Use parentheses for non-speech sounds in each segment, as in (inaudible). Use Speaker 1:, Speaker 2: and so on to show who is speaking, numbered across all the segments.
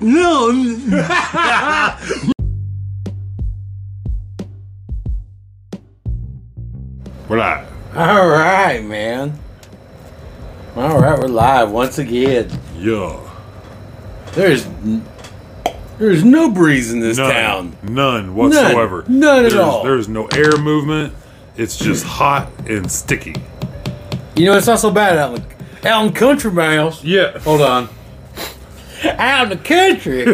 Speaker 1: No.
Speaker 2: We're live.
Speaker 1: All right, man. All right, we're live once again.
Speaker 2: Yeah.
Speaker 1: There's n- there's no breeze in this
Speaker 2: None.
Speaker 1: town.
Speaker 2: None whatsoever.
Speaker 1: None at
Speaker 2: there's,
Speaker 1: all. Hmm.
Speaker 2: There's no air movement. It's just hot and sticky.
Speaker 1: You know it's not so bad out in the, out in country miles.
Speaker 2: Yeah.
Speaker 1: Hold on. Out in the country,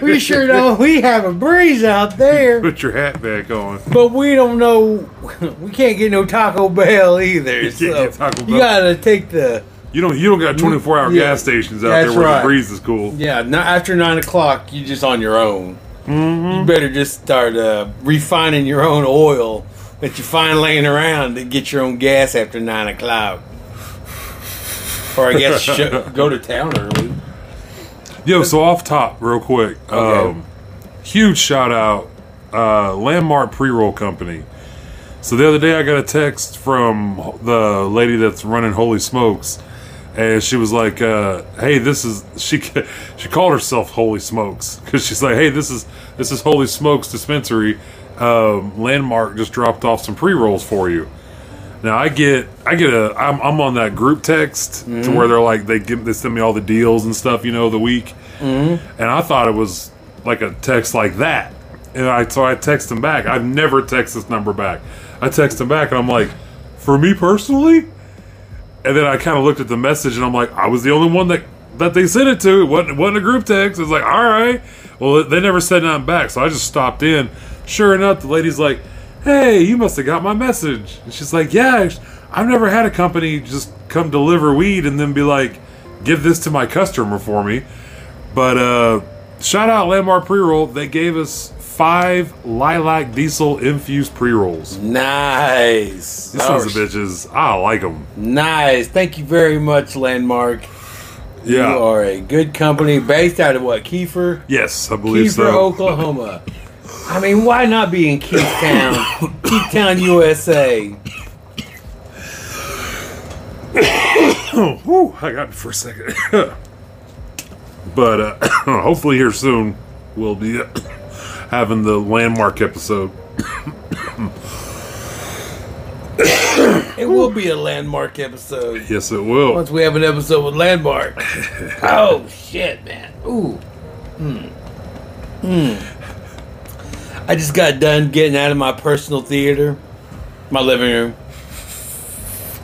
Speaker 1: we (laughs) sure know we have a breeze out there,
Speaker 2: (laughs) Put your hat back on.
Speaker 1: but we don't know. (laughs) We can't get no Taco Bell either.
Speaker 2: (laughs) You can't get
Speaker 1: so
Speaker 2: Taco
Speaker 1: You
Speaker 2: Bell.
Speaker 1: gotta take the
Speaker 2: You don't. You don't got 24 hour
Speaker 1: Hmm. Yeah.
Speaker 2: gas stations out
Speaker 1: That's
Speaker 2: there where
Speaker 1: right.
Speaker 2: the breeze is cool.
Speaker 1: Yeah, no, after nine o'clock, you just on your own.
Speaker 2: Mm-hmm.
Speaker 1: You better just start uh, refining your own oil that you find laying around to get your own gas after nine o'clock. Or I guess sh-
Speaker 2: (laughs)
Speaker 1: go to town early.
Speaker 2: Yo. So off top, real quick.
Speaker 1: Okay.
Speaker 2: Um, huge shout out, uh, Landmark Pre Roll Company. So the other day, I got a text from the lady that's running Holy Smokes, and she was like, uh, "Hey, this is (laughs) she." ca- She called herself Holy Smokes because she's like, "Hey, this is this is Holy Smokes Dispensary. Um, Landmark just dropped off some pre rolls for you." Now I get I get a I'm, I'm on that group text to where they're like they give they send me all the deals and stuff you know of the week, and I thought it was like a text like that. And I so I text him back. I've never texted this number back. I text him back and I'm like, for me personally? And then I kind of looked at the message and I'm like, I was the only one that that they sent it to. It wasn't, it wasn't a group text. It's like, all right. Well, they never said nothing back, so I just stopped in. Sure enough, the lady's like, hey, you must have got my message. And she's like, yeah, I've never had a company just come deliver weed and then be like, give this to my customer for me. But uh, shout out Landmark Pre Roll. They gave us five lilac diesel infused pre rolls.
Speaker 1: Nice.
Speaker 2: These sons of bitches, I like them.
Speaker 1: Nice. Thank you very much, Landmark.
Speaker 2: Yeah.
Speaker 1: You are a good company based out of what, Kiefer?
Speaker 2: Yes, I believe
Speaker 1: Kiefer,
Speaker 2: so.
Speaker 1: Oklahoma. I mean, why not be in
Speaker 2: (coughs)
Speaker 1: Keithtown, Keithtown, USA?
Speaker 2: (laughs) Whew, I got it for a second. (laughs) but uh, (coughs) hopefully here soon we'll be uh, (coughs) having the landmark episode.
Speaker 1: It will be a landmark episode.
Speaker 2: Yes, it will.
Speaker 1: Once we have an episode with (laughs) Landmark. oh shit, man. Ooh. Hmm. Hmm. I just got done getting out of my personal theater, my living room.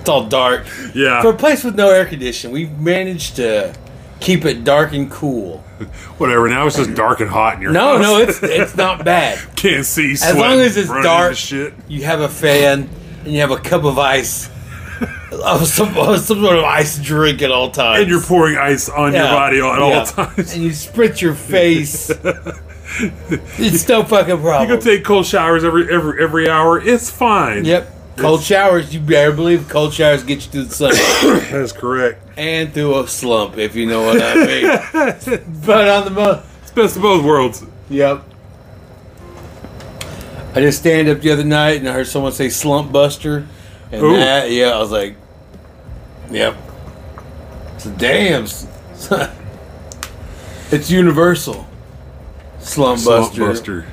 Speaker 1: It's all dark.
Speaker 2: yeah.
Speaker 1: For a place with no air conditioning, we've managed to keep it dark and cool.
Speaker 2: Whatever. Now it's just dark and hot in your
Speaker 1: No,
Speaker 2: house.
Speaker 1: no, it's it's not bad.
Speaker 2: (laughs) Can't see.
Speaker 1: As long
Speaker 2: sweating,
Speaker 1: as it's
Speaker 2: running
Speaker 1: dark,
Speaker 2: and Shit.
Speaker 1: you have a fan and you have a cup of ice, of some, of some sort of ice drink at all times.
Speaker 2: And you're pouring ice on your
Speaker 1: Yeah.
Speaker 2: body at
Speaker 1: Yeah.
Speaker 2: all times. (laughs)
Speaker 1: and you spritz your face. it's no fucking problem.
Speaker 2: You can take cold showers every every every hour. It's fine.
Speaker 1: yep. Cold showers, you better believe cold showers get you through the summer
Speaker 2: (coughs) (laughs) That's correct.
Speaker 1: and through a slump, if you know what I mean.
Speaker 2: (laughs)
Speaker 1: but on the mo
Speaker 2: It's best of both worlds.
Speaker 1: Yep. I just stand up the other night and I heard someone say slump buster. And
Speaker 2: Ooh.
Speaker 1: that, yeah, I was like, yep. So damn. s- (laughs) it's universal. Slump,
Speaker 2: Slump
Speaker 1: buster.
Speaker 2: buster.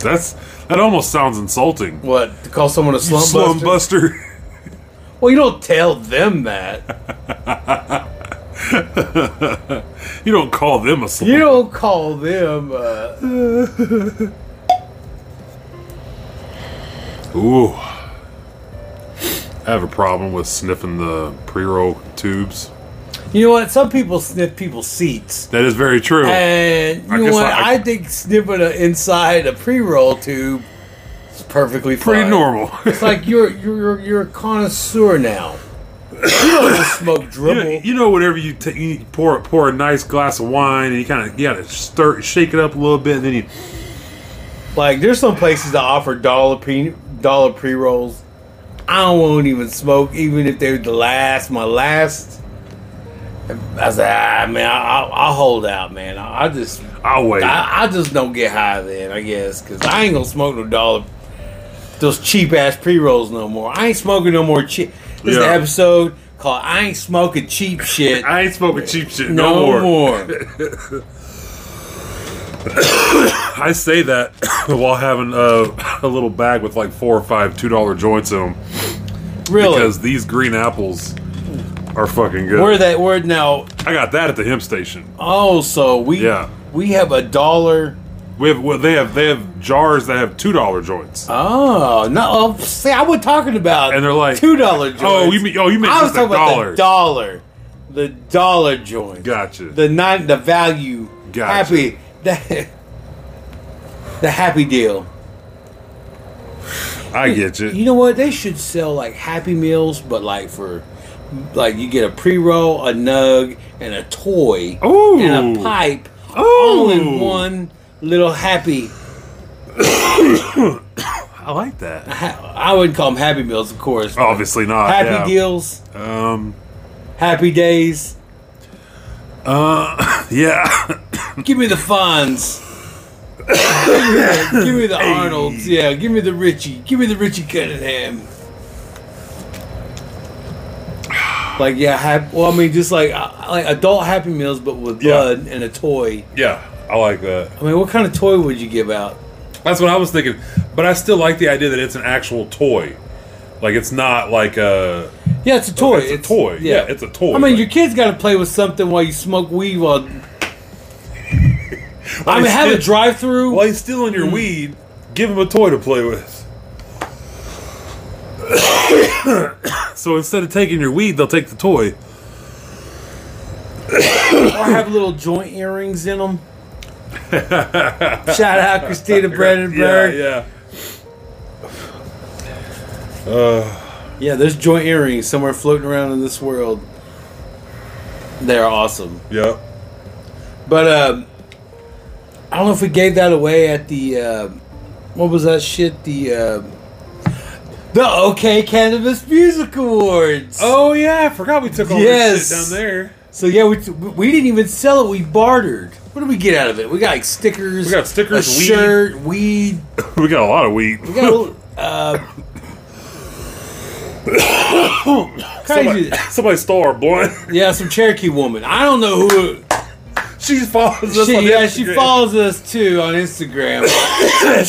Speaker 2: That's that almost sounds insulting.
Speaker 1: What? To call someone a slump,
Speaker 2: Slum
Speaker 1: buster?
Speaker 2: buster.
Speaker 1: Well, you don't tell them that.
Speaker 2: (laughs) You don't call them a slum.
Speaker 1: You don't call them. Uh,
Speaker 2: Ooh. I have a problem with sniffing the pre-roll tubes.
Speaker 1: you know what? Some people sniff people's seats.
Speaker 2: That is very true.
Speaker 1: And you
Speaker 2: I
Speaker 1: know
Speaker 2: guess
Speaker 1: what? I,
Speaker 2: I-
Speaker 1: think sniffing a, inside a pre-roll tube is perfectly fine.
Speaker 2: Pretty normal.
Speaker 1: It's like you're you're you're- you're a connoisseur now. (coughs) You don't just smoke
Speaker 2: (laughs) you, know,
Speaker 1: dribble.
Speaker 2: you know, whenever you, ta- you pour pour a nice glass of wine and you kind of you gotta stir, shake it up a little bit, and then you
Speaker 1: Like there's some places that offer dollar pre dollar pre-rolls. I won't even smoke, even if they're the last, my last. I said, ah, man, I, I'll, I'll hold out, man. I, I just,
Speaker 2: I'll wait.
Speaker 1: I, I just don't get high then, I guess, because I ain't gonna smoke no dollar, those cheap ass pre rolls no more. I ain't smoking no more cheap. This is the
Speaker 2: Yeah.
Speaker 1: episode called I Ain't Smoking Cheap Shit
Speaker 2: I ain't smoking cheap shit no,
Speaker 1: No
Speaker 2: more. (laughs)
Speaker 1: More.
Speaker 2: I say that (coughs) while having a, a little bag with like four or five two dollar joints in them
Speaker 1: Really?
Speaker 2: because these green apples are fucking good.
Speaker 1: Where that word now?
Speaker 2: I got that at the hemp station.
Speaker 1: Oh, so we
Speaker 2: Yeah.
Speaker 1: we have a dollar.
Speaker 2: We have well, they have they have jars that have two dollar joints.
Speaker 1: Oh no! Oh, see, I was talking about
Speaker 2: And they're like-
Speaker 1: two dollar joints.
Speaker 2: Oh, you mean- oh, you meant
Speaker 1: I was
Speaker 2: just the
Speaker 1: talking about the
Speaker 2: dollars.
Speaker 1: dollar, the dollar joint.
Speaker 2: Gotcha.
Speaker 1: The not the value.
Speaker 2: Gotcha.
Speaker 1: Happy the (laughs) the happy deal.
Speaker 2: I get
Speaker 1: You
Speaker 2: you.
Speaker 1: know what? They should sell like Happy Meals, but like for like you get a pre roll, a nug, and a toy,
Speaker 2: Ooh.
Speaker 1: and a pipe, all in
Speaker 2: Ooh.
Speaker 1: one little happy.
Speaker 2: I like that.
Speaker 1: ha- I wouldn't call them Happy Meals, of course.
Speaker 2: Obviously not.
Speaker 1: happy
Speaker 2: Uh, yeah.
Speaker 1: deals,
Speaker 2: Um.
Speaker 1: happy days.
Speaker 2: uh, (coughs) Yeah.
Speaker 1: Give me the
Speaker 2: (coughs)
Speaker 1: Fonz. give me the Arnold's. Yeah, give me the Richie. Give me the Richie Cunningham. Like yeah, hap- well I mean just like uh, like adult Happy Meals, but with
Speaker 2: Yeah.
Speaker 1: blood and a toy.
Speaker 2: yeah. I like that.
Speaker 1: I mean, what kind of toy would you give out?
Speaker 2: That's what I was thinking. But I still like the idea that it's an actual toy. Like it's not like a
Speaker 1: Yeah, it's a toy.
Speaker 2: it's a toy. Yeah, it's a toy.
Speaker 1: I mean,
Speaker 2: Like-
Speaker 1: your kids got to play with something while you smoke weed.
Speaker 2: (laughs)
Speaker 1: While I mean, have a drive-through.
Speaker 2: While he's stealing your weed, give him a toy to play with. (coughs) so instead of taking your weed, they'll take the toy.
Speaker 1: or have little joint earrings in them. Shout out
Speaker 2: (laughs)
Speaker 1: Christina Brandenburg. Yeah,
Speaker 2: Yeah,
Speaker 1: there's joint earrings somewhere floating around in this world. They're awesome.
Speaker 2: yeah, yeah.
Speaker 1: But um, I don't know if we gave that away at the uh, what was that shit? The uh, the OK Cannabis Music Awards.
Speaker 2: Oh yeah, I forgot we took all
Speaker 1: Yes.
Speaker 2: this shit down there.
Speaker 1: so yeah, we, we didn't even sell it. We bartered. What did we get out of it? We got like stickers.
Speaker 2: We got stickers,
Speaker 1: a
Speaker 2: weed.
Speaker 1: shirt, weed.
Speaker 2: We got a lot of weed.
Speaker 1: We got a
Speaker 2: (laughs)
Speaker 1: little, uh, (coughs)
Speaker 2: somebody,
Speaker 1: crazy.
Speaker 2: (laughs) somebody stole our blunt.
Speaker 1: Yeah, some Cherokee woman. I don't know who.
Speaker 2: (laughs) she follows us. on
Speaker 1: She, yeah, she
Speaker 2: Instagram. (laughs)
Speaker 1: follows us too on
Speaker 2: (coughs)
Speaker 1: Instagram.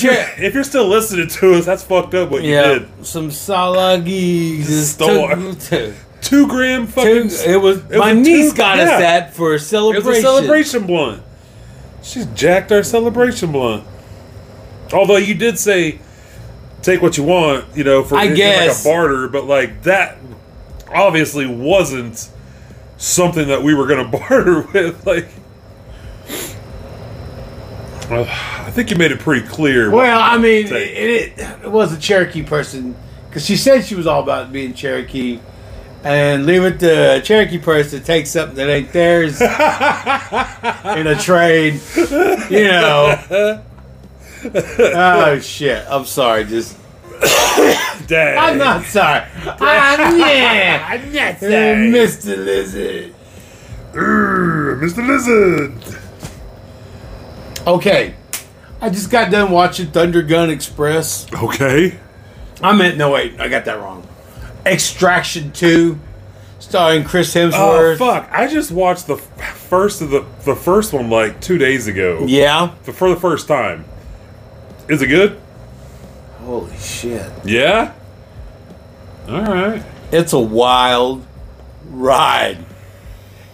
Speaker 1: Che-
Speaker 2: If you're still listening to us, that's fucked up. What you
Speaker 1: yeah,
Speaker 2: did.
Speaker 1: some salagi just
Speaker 2: Store.
Speaker 1: took- took-
Speaker 2: Two gram fucking.
Speaker 1: took- it was
Speaker 2: was
Speaker 1: my
Speaker 2: a
Speaker 1: niece
Speaker 2: two-
Speaker 1: got
Speaker 2: yeah.
Speaker 1: us that for a
Speaker 2: It
Speaker 1: celebration.
Speaker 2: was a celebration blunt. She's jacked our celebration blunt. Although you did say, take what you want, you know, for
Speaker 1: I
Speaker 2: it's
Speaker 1: guess.
Speaker 2: like a barter, but like that obviously wasn't something that we were going to (laughs) barter with. Like, (sighs) Well, I think you made it pretty clear.
Speaker 1: Well, I mean, it,
Speaker 2: Take.
Speaker 1: it, it was a Cherokee person because she said she was all about being Cherokee. And leave it to a Cherokee person to take something that ain't (laughs) theirs in a trade, you know. (laughs) Oh shit! I'm sorry. Just
Speaker 2: Dang.
Speaker 1: I'm not (laughs) sorry. (laughs) I'm yeah. I'm not sorry, Mr. Lizard.
Speaker 2: Urgh, Mr. Lizard.
Speaker 1: Okay, I just got done watching Thunder Gun Express.
Speaker 2: Okay.
Speaker 1: I meant no wait, I got that wrong. Extraction two, starring Chris Hemsworth.
Speaker 2: Oh, fuck. I just watched the f- first of the, the first one like two days ago.
Speaker 1: Yeah.
Speaker 2: for, for the first time. Is it good?
Speaker 1: Holy shit!
Speaker 2: Yeah. All right.
Speaker 1: It's a wild ride.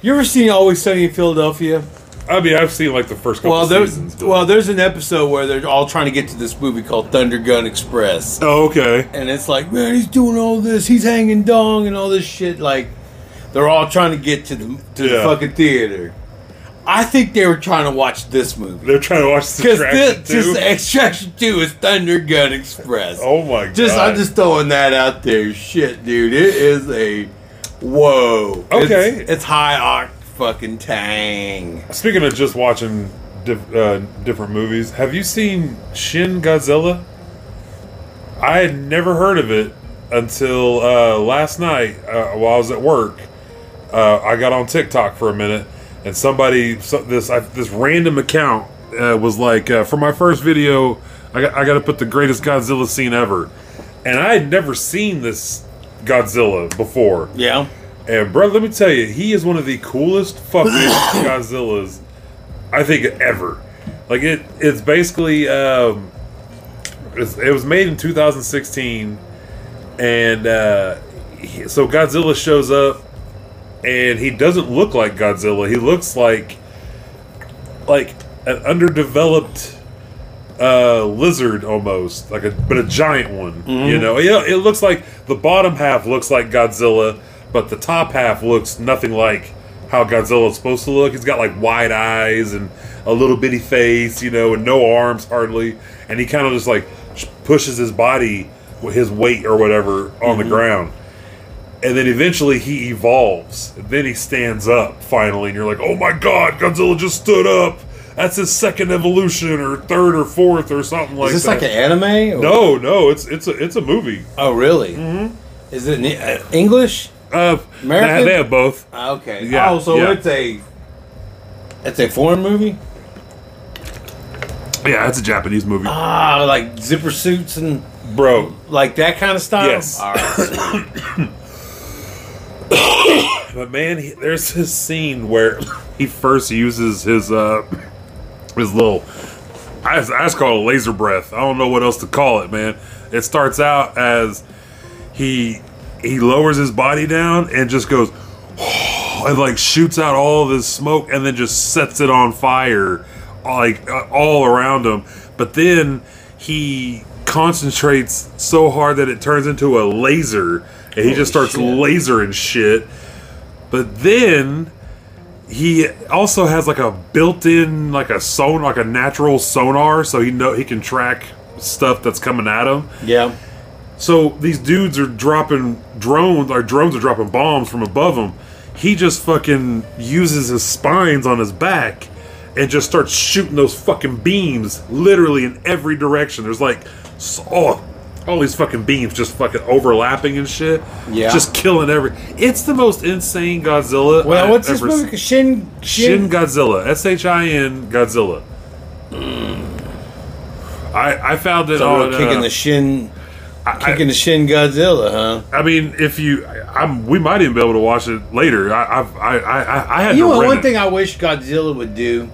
Speaker 1: You ever seen Always Sunny in Philadelphia?
Speaker 2: I mean, I've seen like the first couple
Speaker 1: Well, there's
Speaker 2: seasons. but-
Speaker 1: well, there's an episode where they're all trying to get to this movie called Thunder Gun Express.
Speaker 2: oh, okay.
Speaker 1: and it's like, man, he's doing all this, he's hanging dong and all this shit. Like, they're all trying to get to the to the
Speaker 2: Yeah.
Speaker 1: fucking theater. I think they were trying to watch this movie
Speaker 2: They're trying to watch
Speaker 1: (laughs)
Speaker 2: the
Speaker 1: because
Speaker 2: attraction
Speaker 1: this
Speaker 2: too.
Speaker 1: just Extraction Two is Thunder Gun Express.
Speaker 2: oh my god.
Speaker 1: just I'm just throwing that out there. Shit, dude, it is a whoa.
Speaker 2: Okay.
Speaker 1: it's, it's high arc fucking tang.
Speaker 2: Speaking of just watching diff, uh, different movies, have you seen Shin Godzilla? I had never heard of it until uh, last night uh, while I was at work. Uh, I got on TikTok for a minute, and somebody so, this I, this random account uh, was like, uh, "For my first video, I got I got to put the greatest Godzilla scene ever," and I had never seen this Godzilla before.
Speaker 1: Yeah,
Speaker 2: And bro, let me tell you, he is one of the coolest fucking Godzillas I think ever. Like it, it's basically um, it's, it was made in 2016, and uh, he- so Godzilla shows up, and he doesn't look like Godzilla. He looks like like an underdeveloped uh, lizard almost, like a but a giant one. You know, it, it looks like the bottom half looks like Godzilla, but the top half looks nothing like how Godzilla's supposed to look. He's got like wide eyes and a little bitty face, you know, and no arms hardly, and he kind of just like sh- pushes his body, with his weight or whatever, on the ground. And then eventually he evolves. Then he stands up finally, and you're like, oh my god, Godzilla just stood up. That's his second evolution, or third, or fourth, or something like
Speaker 1: Is this
Speaker 2: that.
Speaker 1: like an anime? or-
Speaker 2: no, no, it's it's a it's a movie.
Speaker 1: Oh, really? Mm-hmm. Is it in, uh, English?
Speaker 2: Uh,
Speaker 1: American?
Speaker 2: They, they have both.
Speaker 1: Ah, Okay.
Speaker 2: Yeah,
Speaker 1: oh, so
Speaker 2: yeah.
Speaker 1: it's a it's a foreign movie.
Speaker 2: Yeah, it's a Japanese movie,
Speaker 1: Ah, like zipper suits and
Speaker 2: bro.
Speaker 1: like that kind of style.
Speaker 2: Yes.
Speaker 1: All right.
Speaker 2: But man, he, there's this scene where (laughs) he first uses his uh his little I, I just call it a laser breath. I don't know what else to call it, man. It starts out as he he lowers his body down and just goes (sighs) and like shoots out all of his smoke and then just sets it on fire like uh, all around him but then he concentrates so hard that it turns into a laser and he just starts
Speaker 1: shit.
Speaker 2: lasering shit but then he also has like a built-in like a sonar like a natural sonar so he know he can track stuff that's coming at him
Speaker 1: yeah.
Speaker 2: so these dudes are dropping drones, our drones are dropping bombs from above him. He just fucking uses his spines on his back and just starts shooting those fucking beams literally in every direction. There's like s- oh, all these fucking beams just fucking overlapping and shit.
Speaker 1: Yeah.
Speaker 2: Just killing every. It's the most insane Godzilla.
Speaker 1: Well,
Speaker 2: I've
Speaker 1: what's this
Speaker 2: ever
Speaker 1: movie?
Speaker 2: seen.
Speaker 1: called? Shin
Speaker 2: Shin
Speaker 1: Shin.
Speaker 2: Godzilla. S H I N Godzilla. Mm. I, I found it
Speaker 1: oh,
Speaker 2: on
Speaker 1: kicking
Speaker 2: uh,
Speaker 1: the shin,
Speaker 2: I- I-
Speaker 1: kicking the shin Godzilla, huh?
Speaker 2: I mean, if you, I- I'm, we might even be able to watch it later. I, I've, I, I, I, I had
Speaker 1: You
Speaker 2: to
Speaker 1: know,
Speaker 2: rent
Speaker 1: one
Speaker 2: it.
Speaker 1: thing I wish Godzilla would do,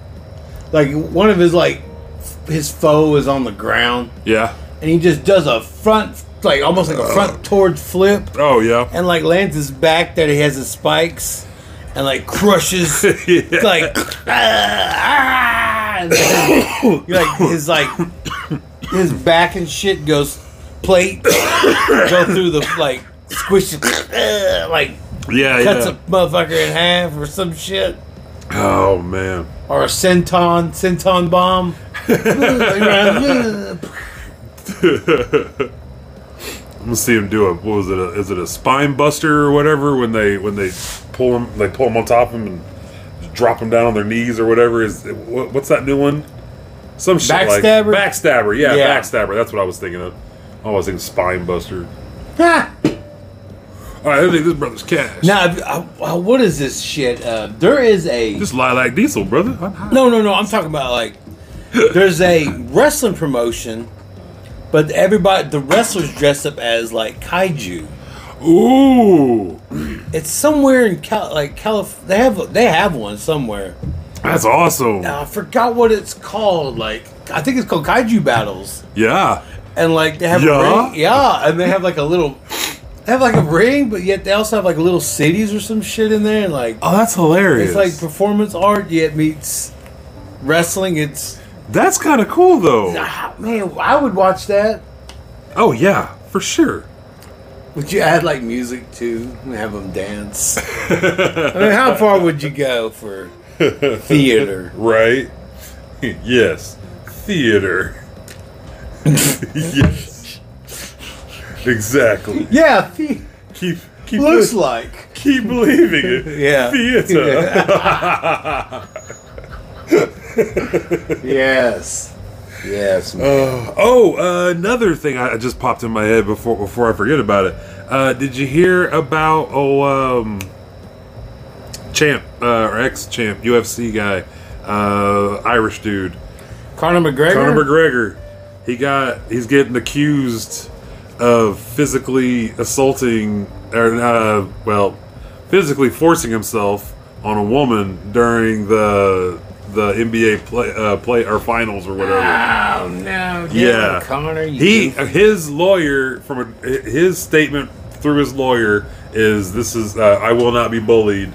Speaker 1: like one of his like f- his foe is on the ground
Speaker 2: Yeah.
Speaker 1: and he just does a front, like almost like a front toward flip,
Speaker 2: Oh yeah. (laughs)
Speaker 1: and like lands his back that he has his spikes, and like (laughs) crushes,
Speaker 2: Yeah.
Speaker 1: like ah, ah, and then, like his like his back and shit goes plate go through the like squish ah, like
Speaker 2: Yeah.
Speaker 1: cuts
Speaker 2: yeah.
Speaker 1: a motherfucker in half or some shit.
Speaker 2: Oh man.
Speaker 1: or a centon centon bomb. (laughs)
Speaker 2: (laughs) I'm gonna see him do a what was it? A, is it a spine buster or whatever? When they when they pull him, they pull him on top of him and drop him down on their knees or whatever. Is what, what's that new one? Some shit
Speaker 1: Backstabber?
Speaker 2: like backstabber. Yeah,
Speaker 1: Yeah.
Speaker 2: backstabber. That's what I was thinking of. I was thinking spine buster.
Speaker 1: Ha!
Speaker 2: All right, I think this brother's cash.
Speaker 1: now, I, I, what is this shit? Uh, there is a
Speaker 2: Just lilac diesel, brother. I'm high.
Speaker 1: no, no, no. I'm talking about like there's a wrestling promotion, but everybody the wrestlers dress up as like kaiju.
Speaker 2: Ooh,
Speaker 1: It's somewhere in Cal, like Calif. They have they have one somewhere.
Speaker 2: that's awesome.
Speaker 1: Now, I forgot what it's called. Like I think it's called Kaiju Battles.
Speaker 2: Yeah,
Speaker 1: and like they have
Speaker 2: Yeah?
Speaker 1: a ring, yeah, and they have like a little, they have like a ring, but yet they also have like little cities or some shit in there, and like
Speaker 2: oh, that's
Speaker 1: it's
Speaker 2: hilarious.
Speaker 1: like performance art yet meets wrestling. It's
Speaker 2: that's kind of cool though.
Speaker 1: ah, man, I would watch that.
Speaker 2: Oh yeah, for sure.
Speaker 1: Would you add like music too and have them dance?
Speaker 2: (laughs)
Speaker 1: I mean, how far would you go for theater?
Speaker 2: Right? (laughs) yes. Theater. (laughs) yes. Exactly.
Speaker 1: Yeah, the-
Speaker 2: Keep keep
Speaker 1: looks like
Speaker 2: keep believing it.
Speaker 1: (laughs) Yeah.
Speaker 2: Theater.
Speaker 1: yes, yes. man.
Speaker 2: Uh, (laughs) oh, uh, another thing I I just popped in my head before before I forget about it. Uh, did you hear about oh um, champ uh, or ex champ UFC guy, uh, Irish dude
Speaker 1: Conor McGregor.
Speaker 2: Conor McGregor? He got he's getting accused of physically assaulting or uh, well physically forcing himself on a woman during the the NBA play uh, play or finals or whatever.
Speaker 1: Oh no, Devin
Speaker 2: Yeah.
Speaker 1: Connor. You
Speaker 2: He
Speaker 1: goof.
Speaker 2: his lawyer from a, his statement through his lawyer is this is uh, I will not be bullied.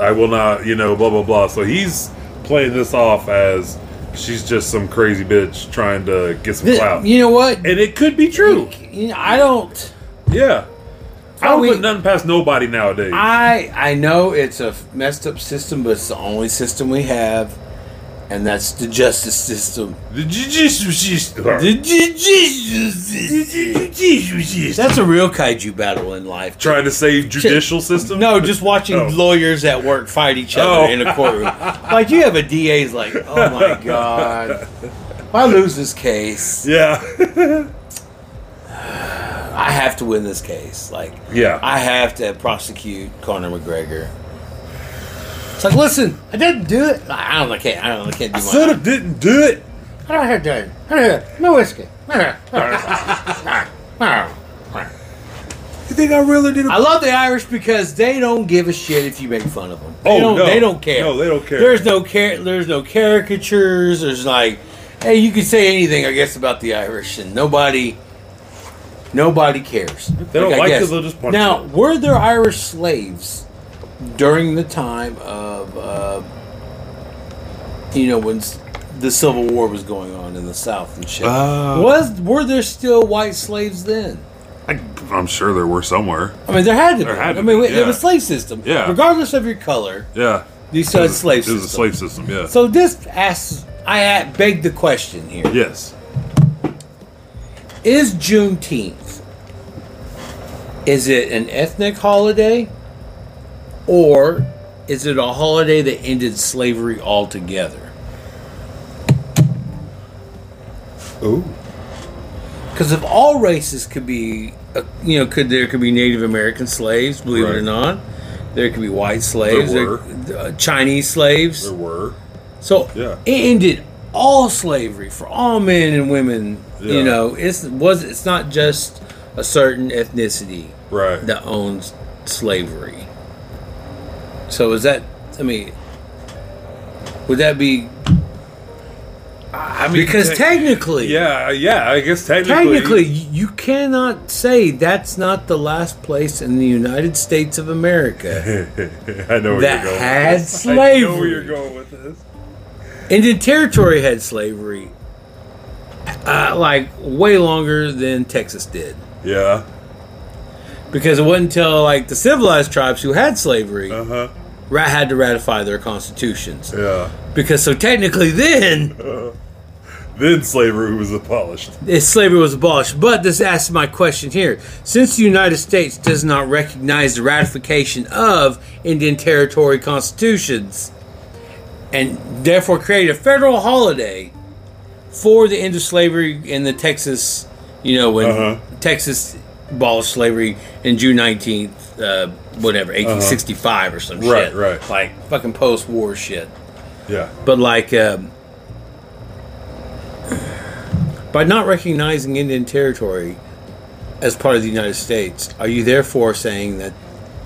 Speaker 2: I will not, you know, blah blah blah. So he's playing this off as she's just some crazy bitch trying to get some
Speaker 1: Th-
Speaker 2: clout.
Speaker 1: you know what?
Speaker 2: and it could be true.
Speaker 1: You know, I don't.
Speaker 2: Yeah. I don't
Speaker 1: we-
Speaker 2: put nothing past nobody nowadays.
Speaker 1: I I know it's a messed up system, but it's the only system we have, and that's the justice system.
Speaker 2: Did you just- just-
Speaker 1: The ju- justice system. That's a real kaiju battle in life.
Speaker 2: trying to save judicial system?
Speaker 1: No, just watching
Speaker 2: Oh.
Speaker 1: lawyers at work fight each other
Speaker 2: Oh.
Speaker 1: in a courtroom. like you have a DA's like, oh (laughs) my god, if I lose this case,
Speaker 2: (laughs) Yeah. (laughs)
Speaker 1: I have to win this case. Like,
Speaker 2: Yeah.
Speaker 1: I have to prosecute Conor McGregor. It's like, listen, I didn't do it. I I don't. I can't. I don't. I can't do
Speaker 2: I
Speaker 1: my.
Speaker 2: sort of didn't do it.
Speaker 1: I don't have to. I don't have no whiskey. (laughs) I
Speaker 2: You think I really did? A-
Speaker 1: love the Irish because they don't give a shit if you make fun of them. They
Speaker 2: Oh,
Speaker 1: don't,
Speaker 2: no.
Speaker 1: They don't care.
Speaker 2: No, they don't care.
Speaker 1: There's no care. There's no caricatures. There's like, hey, you can say anything, I guess, about the Irish, and nobody, nobody cares.
Speaker 2: they don't
Speaker 1: I
Speaker 2: like
Speaker 1: guess.
Speaker 2: you, they'll just punch
Speaker 1: now,
Speaker 2: you.
Speaker 1: were there Irish slaves during the time of, uh, you know, when s- the Civil War was going on in the South and shit?
Speaker 2: Uh.
Speaker 1: was were there still white slaves then?
Speaker 2: I, I'm sure there were somewhere.
Speaker 1: I mean, there had to.
Speaker 2: There
Speaker 1: be.
Speaker 2: had to
Speaker 1: I mean,
Speaker 2: be,
Speaker 1: it there was
Speaker 2: yeah.
Speaker 1: a slave system.
Speaker 2: Yeah.
Speaker 1: Regardless of your color,
Speaker 2: Yeah.
Speaker 1: these uh, slave
Speaker 2: It
Speaker 1: system.
Speaker 2: was a slave system, yeah.
Speaker 1: So this asks, I a- beg the question here: Is
Speaker 2: yes.
Speaker 1: Juneteenth is it an ethnic holiday, or is it a holiday that ended slavery altogether?
Speaker 2: Ooh.
Speaker 1: Because of all races could be, uh, you know, could there could be Native American slaves, believe it or
Speaker 2: Right.
Speaker 1: not. There could be white slaves,
Speaker 2: were.
Speaker 1: uh, Chinese slaves.
Speaker 2: There were.
Speaker 1: So
Speaker 2: Yeah.
Speaker 1: it ended all slavery for all men and women.
Speaker 2: Yeah.
Speaker 1: You know, it's was it's not just a certain ethnicity
Speaker 2: Right.
Speaker 1: that owns slavery. So is that? I mean, would that be?
Speaker 2: I mean,
Speaker 1: Because technically,
Speaker 2: Yeah, yeah, I guess technically.
Speaker 1: technically, you cannot say that's not the last place in the United States of
Speaker 2: (laughs)
Speaker 1: America
Speaker 2: I know where
Speaker 1: that
Speaker 2: you're going.
Speaker 1: had
Speaker 2: (laughs) I know where
Speaker 1: slavery.
Speaker 2: you're going with this.
Speaker 1: Indian Territory had slavery, uh, like way longer than Texas did,
Speaker 2: Yeah.
Speaker 1: because it wasn't until like the civilized tribes who had slavery
Speaker 2: Uh huh.
Speaker 1: ra- had to ratify their constitutions.
Speaker 2: Yeah.
Speaker 1: Because so technically, then
Speaker 2: Then slavery was abolished.
Speaker 1: eh, slavery was abolished. But this asks my question here: since the United States does not recognize the ratification of Indian Territory constitutions, and therefore create a federal holiday for the end of slavery in the Texas, you know, when
Speaker 2: Uh-huh.
Speaker 1: Texas abolished slavery in June 19th, uh, whatever, 1865 or some
Speaker 2: Uh-huh. Right,
Speaker 1: shit.
Speaker 2: right.
Speaker 1: Like fucking post war shit.
Speaker 2: Yeah.
Speaker 1: But like, um, by not recognizing Indian territory as part of the United States, are you therefore saying that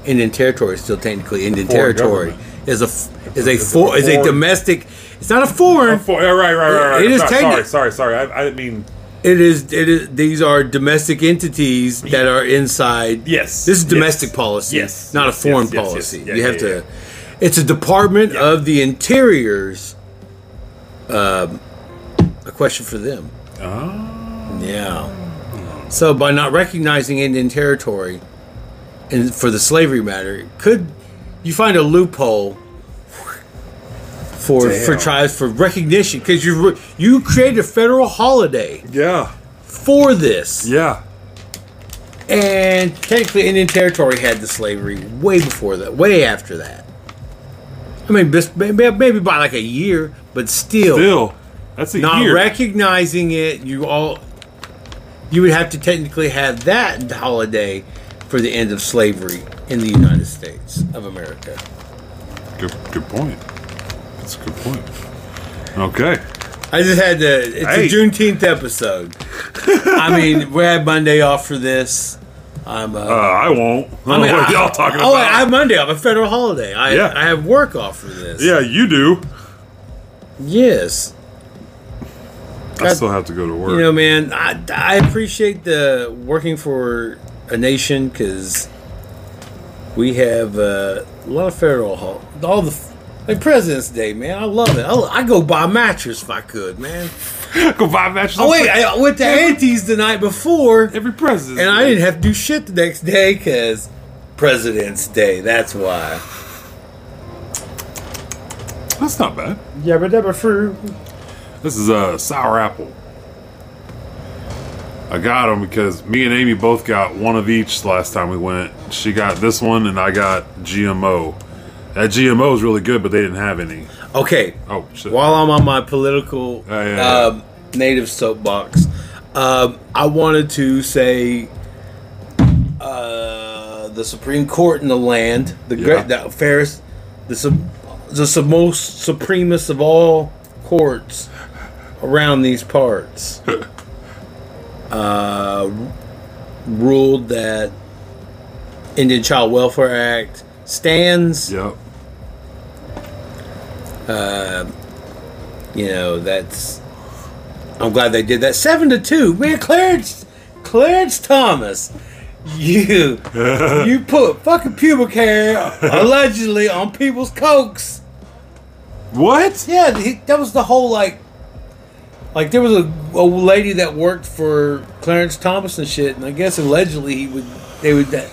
Speaker 1: Indian territory is still technically Indian
Speaker 2: Foreign
Speaker 1: territory?
Speaker 2: government.
Speaker 1: Is a f- is a
Speaker 2: a
Speaker 1: for, is a
Speaker 2: foreign-
Speaker 1: domestic? It's not a foreign.
Speaker 2: For, yeah, right, right, right, right.
Speaker 1: It is
Speaker 2: sorry,
Speaker 1: technic-
Speaker 2: sorry, sorry, sorry. I, I didn't mean.
Speaker 1: It is. It is. These are domestic entities that are inside.
Speaker 2: Yes,
Speaker 1: This is
Speaker 2: yes,
Speaker 1: domestic policy.
Speaker 2: yes,
Speaker 1: Not a
Speaker 2: yes,
Speaker 1: foreign
Speaker 2: yes, yes, yes.
Speaker 1: policy.
Speaker 2: Yeah,
Speaker 1: you
Speaker 2: yeah,
Speaker 1: have to.
Speaker 2: yeah.
Speaker 1: It's a Department of the Interior's. Um, a question for them.
Speaker 2: Oh.
Speaker 1: Yeah. So by not recognizing Indian territory, and for the slavery matter, could you find a loophole for for
Speaker 2: Damn.
Speaker 1: tribes for recognition? Because you re- you created a federal holiday
Speaker 2: Yeah.
Speaker 1: for this.
Speaker 2: Yeah.
Speaker 1: And technically, Indian Territory had the slavery way before that, way after that. I mean, bis- may- may- maybe by like a year, but still,
Speaker 2: Still, that's a
Speaker 1: not
Speaker 2: year.
Speaker 1: recognizing it. You all, you would have to technically have that holiday for the end of slavery in the United States of America.
Speaker 2: Good, good point. That's a good point. Okay.
Speaker 1: I just had to. It's
Speaker 2: Hey.
Speaker 1: a Juneteenth episode. I mean, we had Monday off for this. I'm. Uh,
Speaker 2: Uh, I won't. I
Speaker 1: I
Speaker 2: don't know (laughs) what
Speaker 1: I-
Speaker 2: y'all talking
Speaker 1: oh,
Speaker 2: about.
Speaker 1: I have Monday. I'm a federal holiday. I,
Speaker 2: Yeah.
Speaker 1: I have work off for this.
Speaker 2: yeah, you do.
Speaker 1: Yes.
Speaker 2: I still have to go to work.
Speaker 1: You know, man, I, I appreciate the working for a nation because we have uh, a lot of federal hall. All the like President's Day, man. I love it. I, I go buy a mattress if I could, man.
Speaker 2: (laughs) go buy matches.
Speaker 1: Oh wait, I went to Auntie's the night before,
Speaker 2: every president.
Speaker 1: and I didn't have to do shit the next day because President's Day. That's why.
Speaker 2: That's not bad.
Speaker 1: Yabba dabba fruit.
Speaker 2: This is a sour apple. I got them because me and Amy both got one of each last time we went. She got this one, and I got GMO. That GMO is really good, but they didn't have any.
Speaker 1: Okay,
Speaker 2: Oh shit!
Speaker 1: While I'm on my political
Speaker 2: Oh, yeah, yeah.
Speaker 1: Um, native soapbox, um, I wanted to say uh, the Supreme Court in the land, the
Speaker 2: Yeah.
Speaker 1: great, the fairest, the sub, the sub, most supremest of all courts around these
Speaker 2: (laughs)
Speaker 1: parts, uh, ruled that Indian Child Welfare Act stands
Speaker 2: Yep.
Speaker 1: you know that's i'm glad they did that seven to two man clarence clarence thomas you you put fucking pubic hair allegedly on people's cokes
Speaker 2: What?
Speaker 1: yeah he, that was the whole like like there was a, a lady that worked for clarence thomas and shit and i guess allegedly he would they would that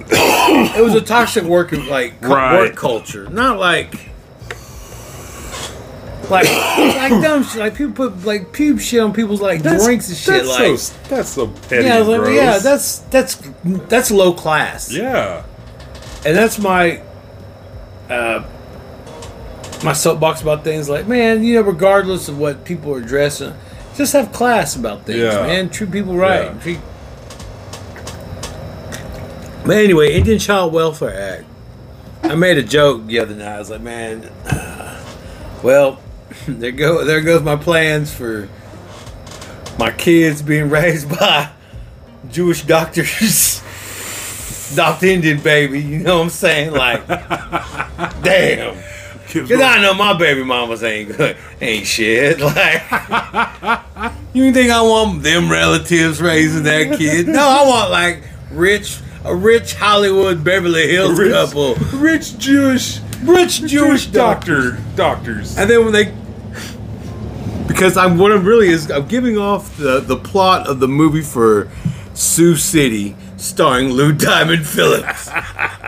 Speaker 1: (coughs) it was a toxic work like cu-
Speaker 2: Right.
Speaker 1: work culture not like like (coughs) like dumb shit. Like people put like pube shit on people's like drinks and shit. Like
Speaker 2: so, that's so petty
Speaker 1: yeah, I
Speaker 2: and
Speaker 1: was like,
Speaker 2: gross.
Speaker 1: yeah, that's that's that's low class.
Speaker 2: yeah.
Speaker 1: and that's my uh my soapbox about things. Like man, you know, regardless of what people are dressing, just have class about things,
Speaker 2: Yeah.
Speaker 1: man. Treat people right.
Speaker 2: Yeah.
Speaker 1: Treat- But anyway, Indian Child Welfare Act. I made a joke the other night. I was like, man, (sighs) well, (laughs) there go there goes my plans for my kids being (laughs) raised by Jewish doctors. (laughs) Adopt Indian baby, you know what I'm saying? Like, damn, cause
Speaker 2: Kids go-
Speaker 1: I know my baby mamas ain't good, ain't shit. (laughs) Like, you think I want them relatives raising that kid? No, I want like rich, a rich Hollywood Beverly Hills
Speaker 2: Rich-
Speaker 1: couple,
Speaker 2: Rich Jewish
Speaker 1: rich Jewish doctor.
Speaker 2: doctor doctors.
Speaker 1: And then when they, because I'm what I'm really is I'm giving off the the plot of the movie for Sioux City, starring Lou Diamond Phillips.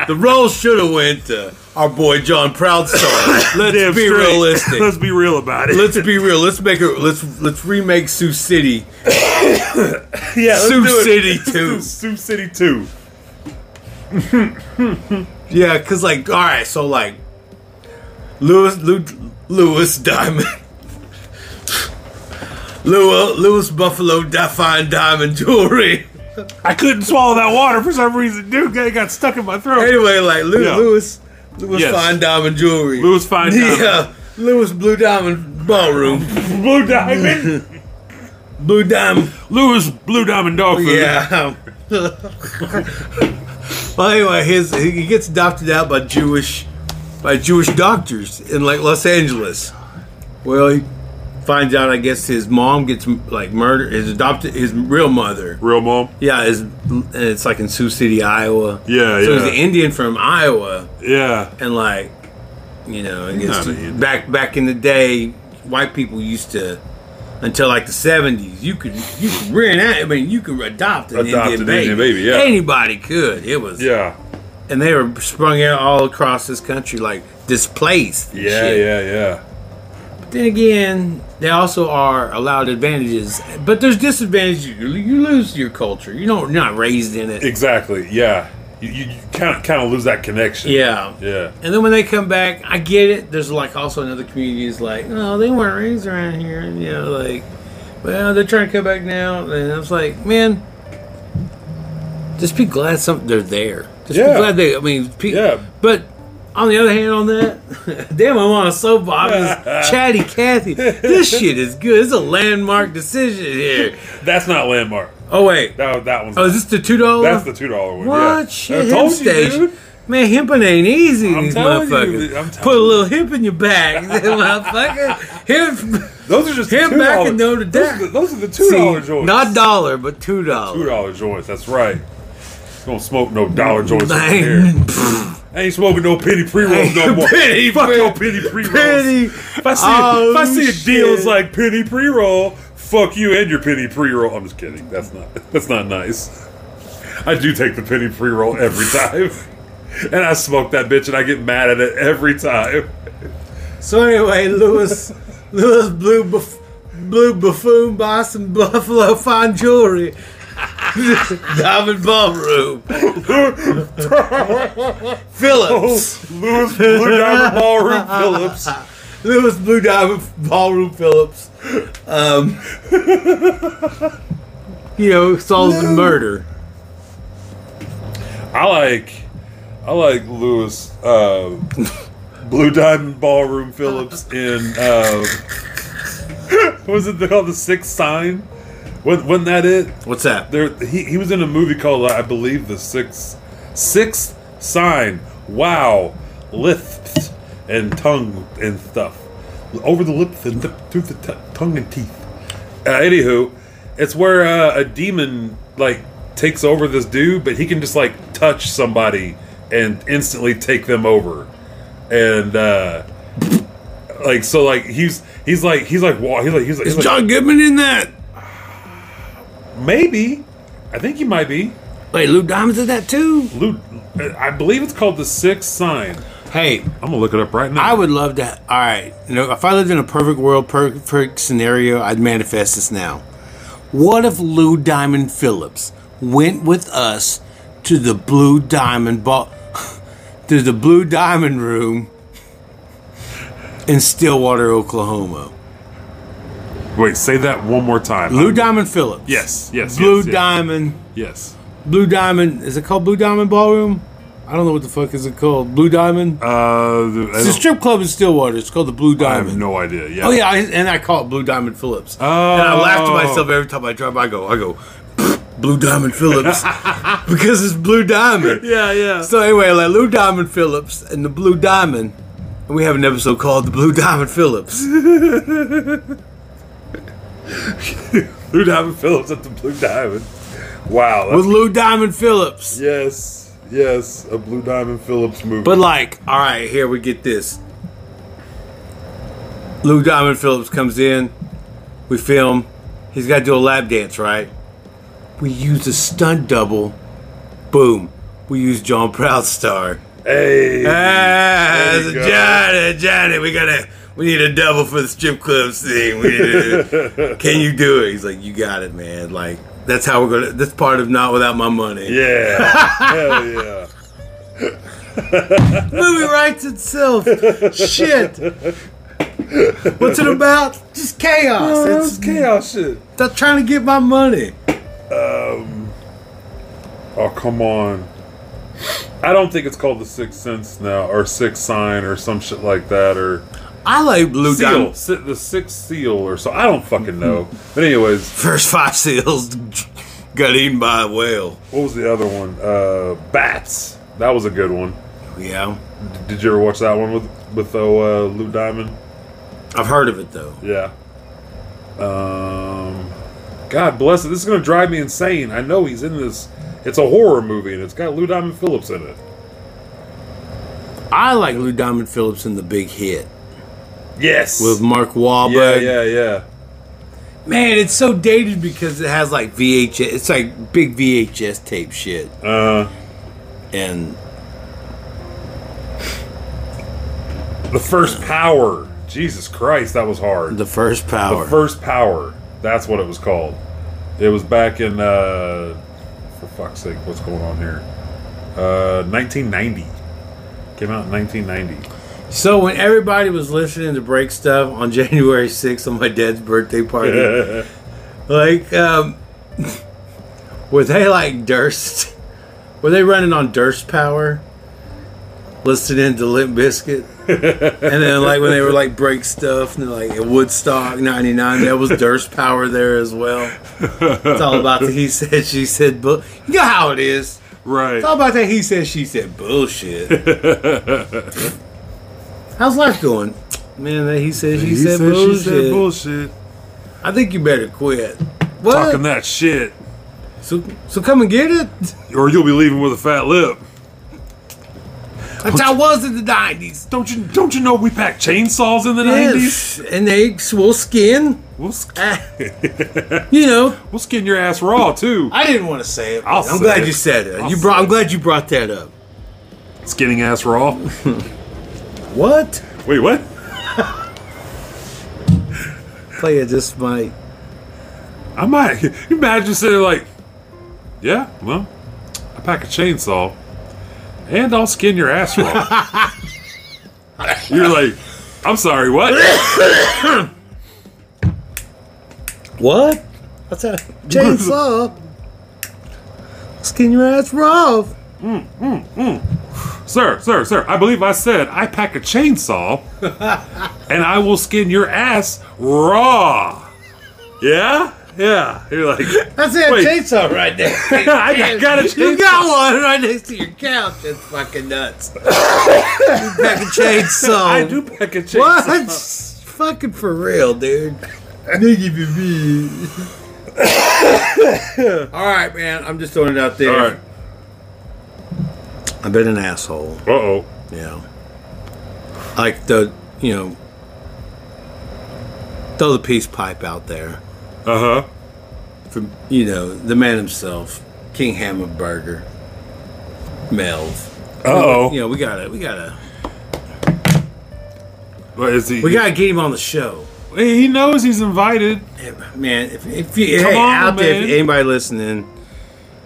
Speaker 1: the role should have went to our boy John (laughs) Proudstar. Let's
Speaker 2: Damn
Speaker 1: be
Speaker 2: straight.
Speaker 1: realistic.
Speaker 2: Let's be real about it.
Speaker 1: Let's be real. Let's make it. Let's let's remake Sioux City.
Speaker 2: yeah,
Speaker 1: Sioux City
Speaker 2: Let's do
Speaker 1: two.
Speaker 2: Sioux City two.
Speaker 1: Yeah, cause like all right, so like Lewis Lew, Lewis Diamond. (laughs) Lewis, Lewis Buffalo Di- Fine Diamond Jewelry. (laughs)
Speaker 2: I couldn't swallow that water for some reason. Dude, it got stuck in my throat.
Speaker 1: Anyway, like Lew,
Speaker 2: Yeah.
Speaker 1: Lewis Lewis
Speaker 2: Yes.
Speaker 1: Fine Diamond Jewelry.
Speaker 2: Lewis Fine
Speaker 1: (laughs)
Speaker 2: Diamond.
Speaker 1: Yeah. Lewis Blue Diamond Ballroom.
Speaker 2: Blue
Speaker 1: (laughs)
Speaker 2: Diamond.
Speaker 1: Blue Diamond.
Speaker 2: Lewis Blue Diamond dog food. (laughs)
Speaker 1: Yeah. (laughs) well, anyway, his he gets adopted out by Jewish by Jewish doctors in like Los Angeles. Well, he finds out, I guess, his mom gets like murdered. His adopted his real mother.
Speaker 2: Real mom.
Speaker 1: Yeah, is and it's like in Sioux City, Iowa.
Speaker 2: Yeah,
Speaker 1: so he's
Speaker 2: yeah.
Speaker 1: an Indian from Iowa,
Speaker 2: Yeah.
Speaker 1: and like, you know, I
Speaker 2: not
Speaker 1: guess
Speaker 2: an Indian.
Speaker 1: back back in the day, white people used to until like the seventies. You could you could rent out. I mean, you could adopt an
Speaker 2: Adopt
Speaker 1: Indian
Speaker 2: an
Speaker 1: baby.
Speaker 2: Indian baby, yeah.
Speaker 1: anybody could. It was
Speaker 2: Yeah.
Speaker 1: and they were sprung out all across this country like displaced. and
Speaker 2: Yeah,
Speaker 1: shit.
Speaker 2: yeah, yeah.
Speaker 1: Then again, they also are allowed advantages, but there's disadvantages. You, you lose your culture. You don't you're not raised in it.
Speaker 2: Exactly. Yeah. You, you, you kind of kind of lose that connection.
Speaker 1: Yeah.
Speaker 2: Yeah.
Speaker 1: And then when they come back, I get it. There's like also another community is like, no, they weren't raised around here, and you know, like, well, they're trying to come back now, and I was like, man, just be glad some they're there. Just
Speaker 2: Yeah.
Speaker 1: be glad they. I mean, pe-
Speaker 2: Yeah.
Speaker 1: But on the other hand, on that, (laughs) damn, I'm on a soapbox.
Speaker 2: (laughs)
Speaker 1: It's Chatty Cathy, this shit is good. It's a landmark decision here.
Speaker 2: That's not landmark.
Speaker 1: Oh wait.
Speaker 2: That, that one's
Speaker 1: Oh, is this the two dollar?
Speaker 2: that's the two dollar one.
Speaker 1: What
Speaker 2: yeah.
Speaker 1: shit?
Speaker 2: I
Speaker 1: Hemp
Speaker 2: told you,
Speaker 1: station.
Speaker 2: dude.
Speaker 1: Man, hemping ain't easy.
Speaker 2: I'm
Speaker 1: these
Speaker 2: telling you,
Speaker 1: motherfuckers.
Speaker 2: I'm telling
Speaker 1: Put a little hemp in your back, (laughs) motherfucker. (laughs) Hemp.
Speaker 2: Those are just
Speaker 1: Him
Speaker 2: two
Speaker 1: back
Speaker 2: dollar-
Speaker 1: in Notre
Speaker 2: Those are
Speaker 1: Dame.
Speaker 2: the- Those are the two dollar
Speaker 1: See,
Speaker 2: joints.
Speaker 1: Not dollar, but two
Speaker 2: two
Speaker 1: dollars.
Speaker 2: dollar joints. That's right. Don't smoke no dollar joints over here.
Speaker 1: Dang. (laughs)
Speaker 2: I ain't smoking no penny pre rolls no more.
Speaker 1: Penny
Speaker 2: Fuck
Speaker 1: pre-
Speaker 2: no penny pre rolls.
Speaker 1: Penny.
Speaker 2: If I see if I
Speaker 1: Oh,
Speaker 2: see a deal it's
Speaker 1: shit.
Speaker 2: like penny pre roll, fuck you and your penny pre roll. I'm just kidding. That's not that's not nice. I do take the penny pre roll every time, (laughs) and I smoke that bitch, and I get mad at it every time.
Speaker 1: So anyway, Lewis, (laughs) Lewis Blue buff, Blue Buffoon Boston Buffalo Fine Jewelry, (laughs) Diamond
Speaker 2: (laughs)
Speaker 1: Ballroom, (laughs)
Speaker 2: (laughs)
Speaker 1: Phillips,
Speaker 2: Lewis Blue Diamond Ballroom Phillips.
Speaker 1: Lewis Blue Diamond Ballroom Phillips. Um, you know, solves the murder.
Speaker 2: I like, I like Lewis, uh, Blue Diamond Ballroom Phillips in, uh, (laughs) what was it called? The Sixth Sign? Wasn't, wasn't that it?
Speaker 1: What's that?
Speaker 2: There, he, he was in a movie called, uh, I believe, The Sixth, Sixth Sign. Wow. Lips and tongue and stuff. Over the lips and lip, through the t- tongue and teeth. Uh, anywho, it's where uh, a demon like takes over this dude, but he can just like touch somebody and instantly take them over, and uh, like so, like he's he's like he's like wa- he's like he's like, he's like
Speaker 1: John Goodman in that?
Speaker 2: maybe I think he might be
Speaker 1: Wait, Lou Diamond's in that too?
Speaker 2: Lou. I believe it's called the sixth sign.
Speaker 1: Hey,
Speaker 2: I'm gonna look it up right now.
Speaker 1: I would love to. All right, you know, if I lived in a perfect world, perfect scenario, I'd manifest this now. What if Lou Diamond Phillips went with us to the Blue Diamond ball, (laughs) to the Blue Diamond Room in Stillwater, Oklahoma?
Speaker 2: wait. Say that one more time.
Speaker 1: Lou Diamond Phillips.
Speaker 2: Um, Yes, yes,
Speaker 1: Blue
Speaker 2: yes, yes.
Speaker 1: Diamond.
Speaker 2: Yes.
Speaker 1: Blue Diamond. Is it called Blue Diamond Ballroom? I don't know what the fuck is it called. Blue Diamond.
Speaker 2: Uh, the- I
Speaker 1: it's a
Speaker 2: don't-
Speaker 1: strip club in Stillwater. It's called the Blue
Speaker 2: I
Speaker 1: Diamond.
Speaker 2: have no idea. Yeah.
Speaker 1: Oh yeah, I, and I call it Blue Diamond Phillips.
Speaker 2: Oh.
Speaker 1: And I laugh to myself every time I drive. I go, I go, Blue Diamond
Speaker 2: (laughs)
Speaker 1: Phillips, because it's Blue Diamond.
Speaker 2: Yeah. Yeah.
Speaker 1: So anyway, like Blue Diamond Phillips and the Blue Diamond, and we have an episode called the Blue Diamond
Speaker 2: (laughs)
Speaker 1: Phillips.
Speaker 2: Blue Diamond Phillips at the Blue Diamond. Wow. that's-
Speaker 1: with Lou Diamond Phillips.
Speaker 2: yes, yes, a Blue Diamond Phillips movie.
Speaker 1: But like, all right, here we get this. Lou Diamond Phillips comes in, we film. He's got to do a lap dance, right? We use a stunt double. Boom. We use John Proudstar.
Speaker 2: hey,
Speaker 1: Ah,
Speaker 2: you go.
Speaker 1: Johnny, Johnny, we gotta, we need a double for the strip club scene. We need
Speaker 2: (laughs)
Speaker 1: a- can you do it? He's like, you got it, man. Like that's how we're gonna. That's part of not without my money.
Speaker 2: (laughs) yeah, hell
Speaker 1: (laughs)
Speaker 2: yeah.
Speaker 1: movie writes itself. Shit. What's it about? Just chaos.
Speaker 2: That's
Speaker 1: It's
Speaker 2: chaos shit.
Speaker 1: not trying to get my money.
Speaker 2: Oh come on. I don't think it's called the Sixth Sense now, or Sixth Sign, or some shit like that, or
Speaker 1: I like Blue
Speaker 2: Seal,
Speaker 1: Diamond.
Speaker 2: Si- the Sixth Seal, or so. I don't fucking know.
Speaker 1: Mm-hmm.
Speaker 2: But anyways,
Speaker 1: First five seals got eaten by a whale.
Speaker 2: what was the other one? Uh, Bats. That was a good one.
Speaker 1: Yeah.
Speaker 2: D- Did you ever watch that one with with uh, Lou Diamond?
Speaker 1: I've heard of it though.
Speaker 2: Yeah. Um, God bless it. This is going to drive me insane. I know he's in this. It's a horror movie, and it's got Lou Diamond Phillips in it.
Speaker 1: I like Lou Diamond Phillips in The Big Hit
Speaker 2: Yes.
Speaker 1: with Mark
Speaker 2: yeah,
Speaker 1: Wahlberg.
Speaker 2: yeah, yeah.
Speaker 1: Man, it's so dated because it has like VHS. It's like big VHS tape shit.
Speaker 2: Uh,
Speaker 1: And
Speaker 2: the first power. Jesus Christ, that was hard.
Speaker 1: the first power.
Speaker 2: The first power. That's what it was called. It was back in. Uh, for fuck's sake, what's going on here? Uh, 1990. Came out in (laughs) 1990.
Speaker 1: So when everybody was listening to break stuff on (laughs) January 6th on my dad's birthday party, like um, (laughs) were they like Durst? Were they running on Durst power? Listening to Limp Biscuit? and then like when they were like break stuff and like at Woodstock '99, there was Durst Power there as well. It's all about the he said she said, but you know how it is.
Speaker 2: Right.
Speaker 1: It's all about that he said she said
Speaker 2: (laughs)
Speaker 1: bullshit. How's life going? Man, that he said she
Speaker 2: He
Speaker 1: said,
Speaker 2: said she
Speaker 1: bullshit.
Speaker 2: said bullshit.
Speaker 1: I think you better quit. What?
Speaker 2: Talking that shit.
Speaker 1: so, so come and get
Speaker 2: (laughs)
Speaker 1: it.
Speaker 2: Or you'll be leaving with a fat lip.
Speaker 1: That's how I was in the nineties.
Speaker 2: Don't you don't you know we packed chainsaws in the nineties?
Speaker 1: Yes, and they will
Speaker 2: (laughs)
Speaker 1: skin.
Speaker 2: We'll, sk-
Speaker 1: Ah. you know,
Speaker 2: we'll skin your ass raw too.
Speaker 1: I didn't want to say it. but
Speaker 2: I'll
Speaker 1: I'm
Speaker 2: say
Speaker 1: glad
Speaker 2: it.
Speaker 1: you said it.
Speaker 2: I'll
Speaker 1: you brought.
Speaker 2: say
Speaker 1: I'm
Speaker 2: it.
Speaker 1: glad you brought that up.
Speaker 2: Skinning ass (laughs) raw.
Speaker 1: What?
Speaker 2: Wait, what?
Speaker 1: Player just might.
Speaker 2: I might (laughs) imagine sitting there like, yeah, well, I pack a chainsaw and I'll skin your ass raw.
Speaker 1: (laughs)
Speaker 2: You're like, I'm sorry, what?
Speaker 1: (coughs) What? What's that?
Speaker 2: (laughs)
Speaker 1: Chainsaw. Skin your ass raw.
Speaker 2: sir, sir, sir, I believe I said I pack
Speaker 1: (laughs)
Speaker 2: a chainsaw and I will skin your ass raw. Yeah? Yeah. You're like, (laughs)
Speaker 1: That's that
Speaker 2: Wait.
Speaker 1: chainsaw right there.
Speaker 2: (laughs) I got a
Speaker 1: You got one right next to your couch. That's fucking (coughs) nuts. you pack a (laughs) chainsaw.
Speaker 2: I do pack a chainsaw.
Speaker 1: What? fucking for real, dude. Nigga for me. All right, man. I'm just throwing it out there.
Speaker 2: All right.
Speaker 1: I've been an asshole.
Speaker 2: Uh oh.
Speaker 1: Yeah. Like the, you know, throw the peace pipe out there
Speaker 2: Uh huh.
Speaker 1: from you know the man himself, King Hamburger, Melv.
Speaker 2: Uh oh.
Speaker 1: You know we gotta we gotta
Speaker 2: What is he?
Speaker 1: we gotta get him on the show,
Speaker 2: he knows he's invited.
Speaker 1: Hey, man. If, if you
Speaker 2: Come
Speaker 1: hey,
Speaker 2: on,
Speaker 1: out there, if
Speaker 2: man.
Speaker 1: anybody listening,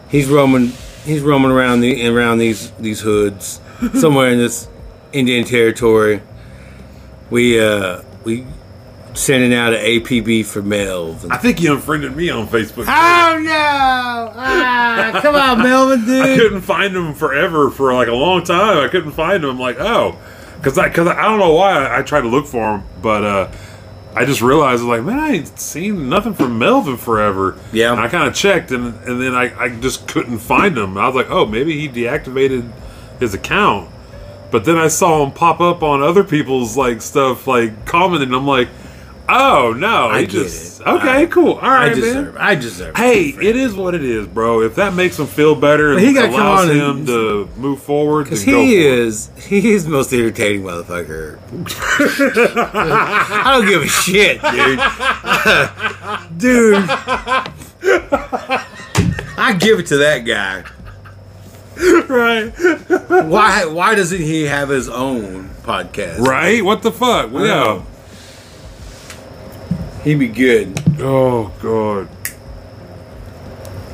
Speaker 1: he's roaming he's roaming around the around these these (laughs) hoods somewhere in this Indian territory. We uh we sending out an APB for Melv.
Speaker 2: I think he unfriended me on Facebook.
Speaker 1: Oh no! Ah, come (laughs) on, Melvin, dude.
Speaker 2: I couldn't find him forever for like a long time. I couldn't find him. I'm like, oh, because I because I, I don't know why I, I tried to look for him, but uh, I just realized like, man, I ain't seen nothing from Melvin forever.
Speaker 1: Yeah.
Speaker 2: and I kind of checked, and and then I, I just couldn't find him. I was like, oh, maybe he deactivated his account. But then I saw him pop up on other people's like stuff, like commenting. I'm like, oh no,
Speaker 1: I
Speaker 2: he
Speaker 1: get
Speaker 2: just
Speaker 1: it.
Speaker 2: okay, cool, all
Speaker 1: I
Speaker 2: right, man.
Speaker 1: deserve. I deserve.
Speaker 2: Hey, it is what it is, bro. If that makes him feel better and
Speaker 1: But he gotta come
Speaker 2: allows
Speaker 1: on
Speaker 2: him
Speaker 1: and-
Speaker 2: to move forward,
Speaker 1: Because
Speaker 2: because
Speaker 1: he is, he is the most entertaining motherfucker. (laughs) I don't give a shit, dude. dude, (laughs) I give it to that guy.
Speaker 2: right,
Speaker 1: Why? Why doesn't he have his own podcast?
Speaker 2: (laughs) right. What the fuck? Yeah.
Speaker 1: Uh-huh. He'd be good.
Speaker 2: Oh god.